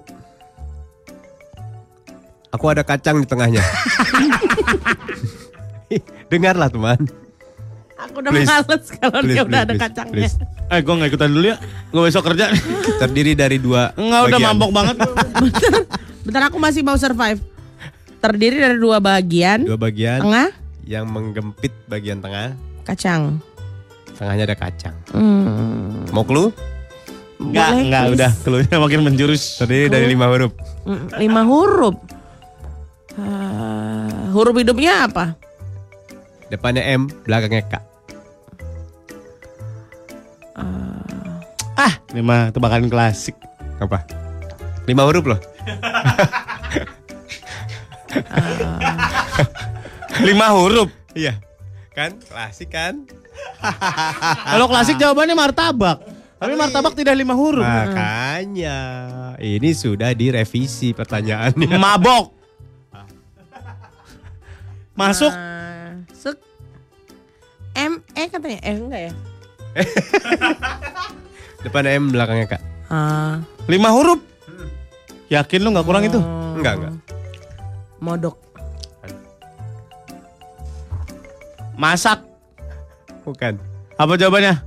Speaker 3: Aku ada kacang di tengahnya. [laughs] Dengarlah teman.
Speaker 2: Aku udah
Speaker 3: Please.
Speaker 2: males kalau dia
Speaker 3: Please,
Speaker 2: udah
Speaker 3: please,
Speaker 2: ada
Speaker 3: please,
Speaker 2: kacangnya.
Speaker 3: please.
Speaker 4: Eh gue gak ikutan dulu ya Gue besok kerja
Speaker 3: Terdiri dari dua
Speaker 4: Enggak udah
Speaker 3: bagian.
Speaker 4: mabok [laughs] banget
Speaker 2: Bentar aku masih mau survive. Terdiri dari dua bagian,
Speaker 3: Dua bagian
Speaker 2: tengah,
Speaker 3: yang menggempit bagian tengah,
Speaker 2: kacang.
Speaker 3: tengahnya ada kacang. Mau clue?
Speaker 4: Enggak enggak udah Keluarnya makin menjurus
Speaker 3: Terdiri dari lima huruf.
Speaker 2: Mm, Lima huruf. Ah, huruf hidupnya apa?
Speaker 3: Depannya M, belakangnya K.
Speaker 4: Ah ini mah tebakan klasik
Speaker 3: Apa? Lima huruf loh.
Speaker 4: Lima huruf
Speaker 3: Iya. Kan klasik kan?
Speaker 4: Kalau klasik jawabannya martabak Tapi martabak tidak lima huruf
Speaker 3: Makanya ini sudah direvisi pertanyaannya.
Speaker 4: Mabok Masuk
Speaker 2: Eh, Sek. M E katanya. Eh enggak ya?
Speaker 3: Depannya M, belakangnya K.
Speaker 2: Ah,
Speaker 4: Lima huruf Yakin lu gak kurang itu?
Speaker 3: Enggak, enggak.
Speaker 2: modok.
Speaker 4: Masak
Speaker 3: Bukan.
Speaker 4: Apa jawabannya?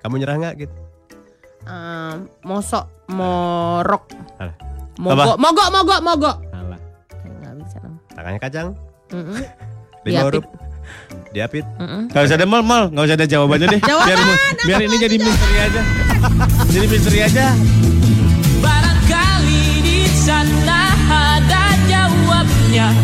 Speaker 3: Kamu nyerah nggak gitu?
Speaker 2: Ah, mosok, morok.
Speaker 3: Salah.
Speaker 2: Mogok, mogok, mogok, mogok.
Speaker 3: Salah.
Speaker 2: Enggak bisa. Nam.
Speaker 3: Tangannya kacang.
Speaker 2: Mm-mm.
Speaker 3: Lima
Speaker 2: Diapit.
Speaker 3: huruf. Diapit.
Speaker 4: Gak usah ada mal mal, gak usah ada jawabannya deh. biar biar ini jadi misteri aja. jadi misteri aja.
Speaker 7: Barangkali di sana ada jawabnya.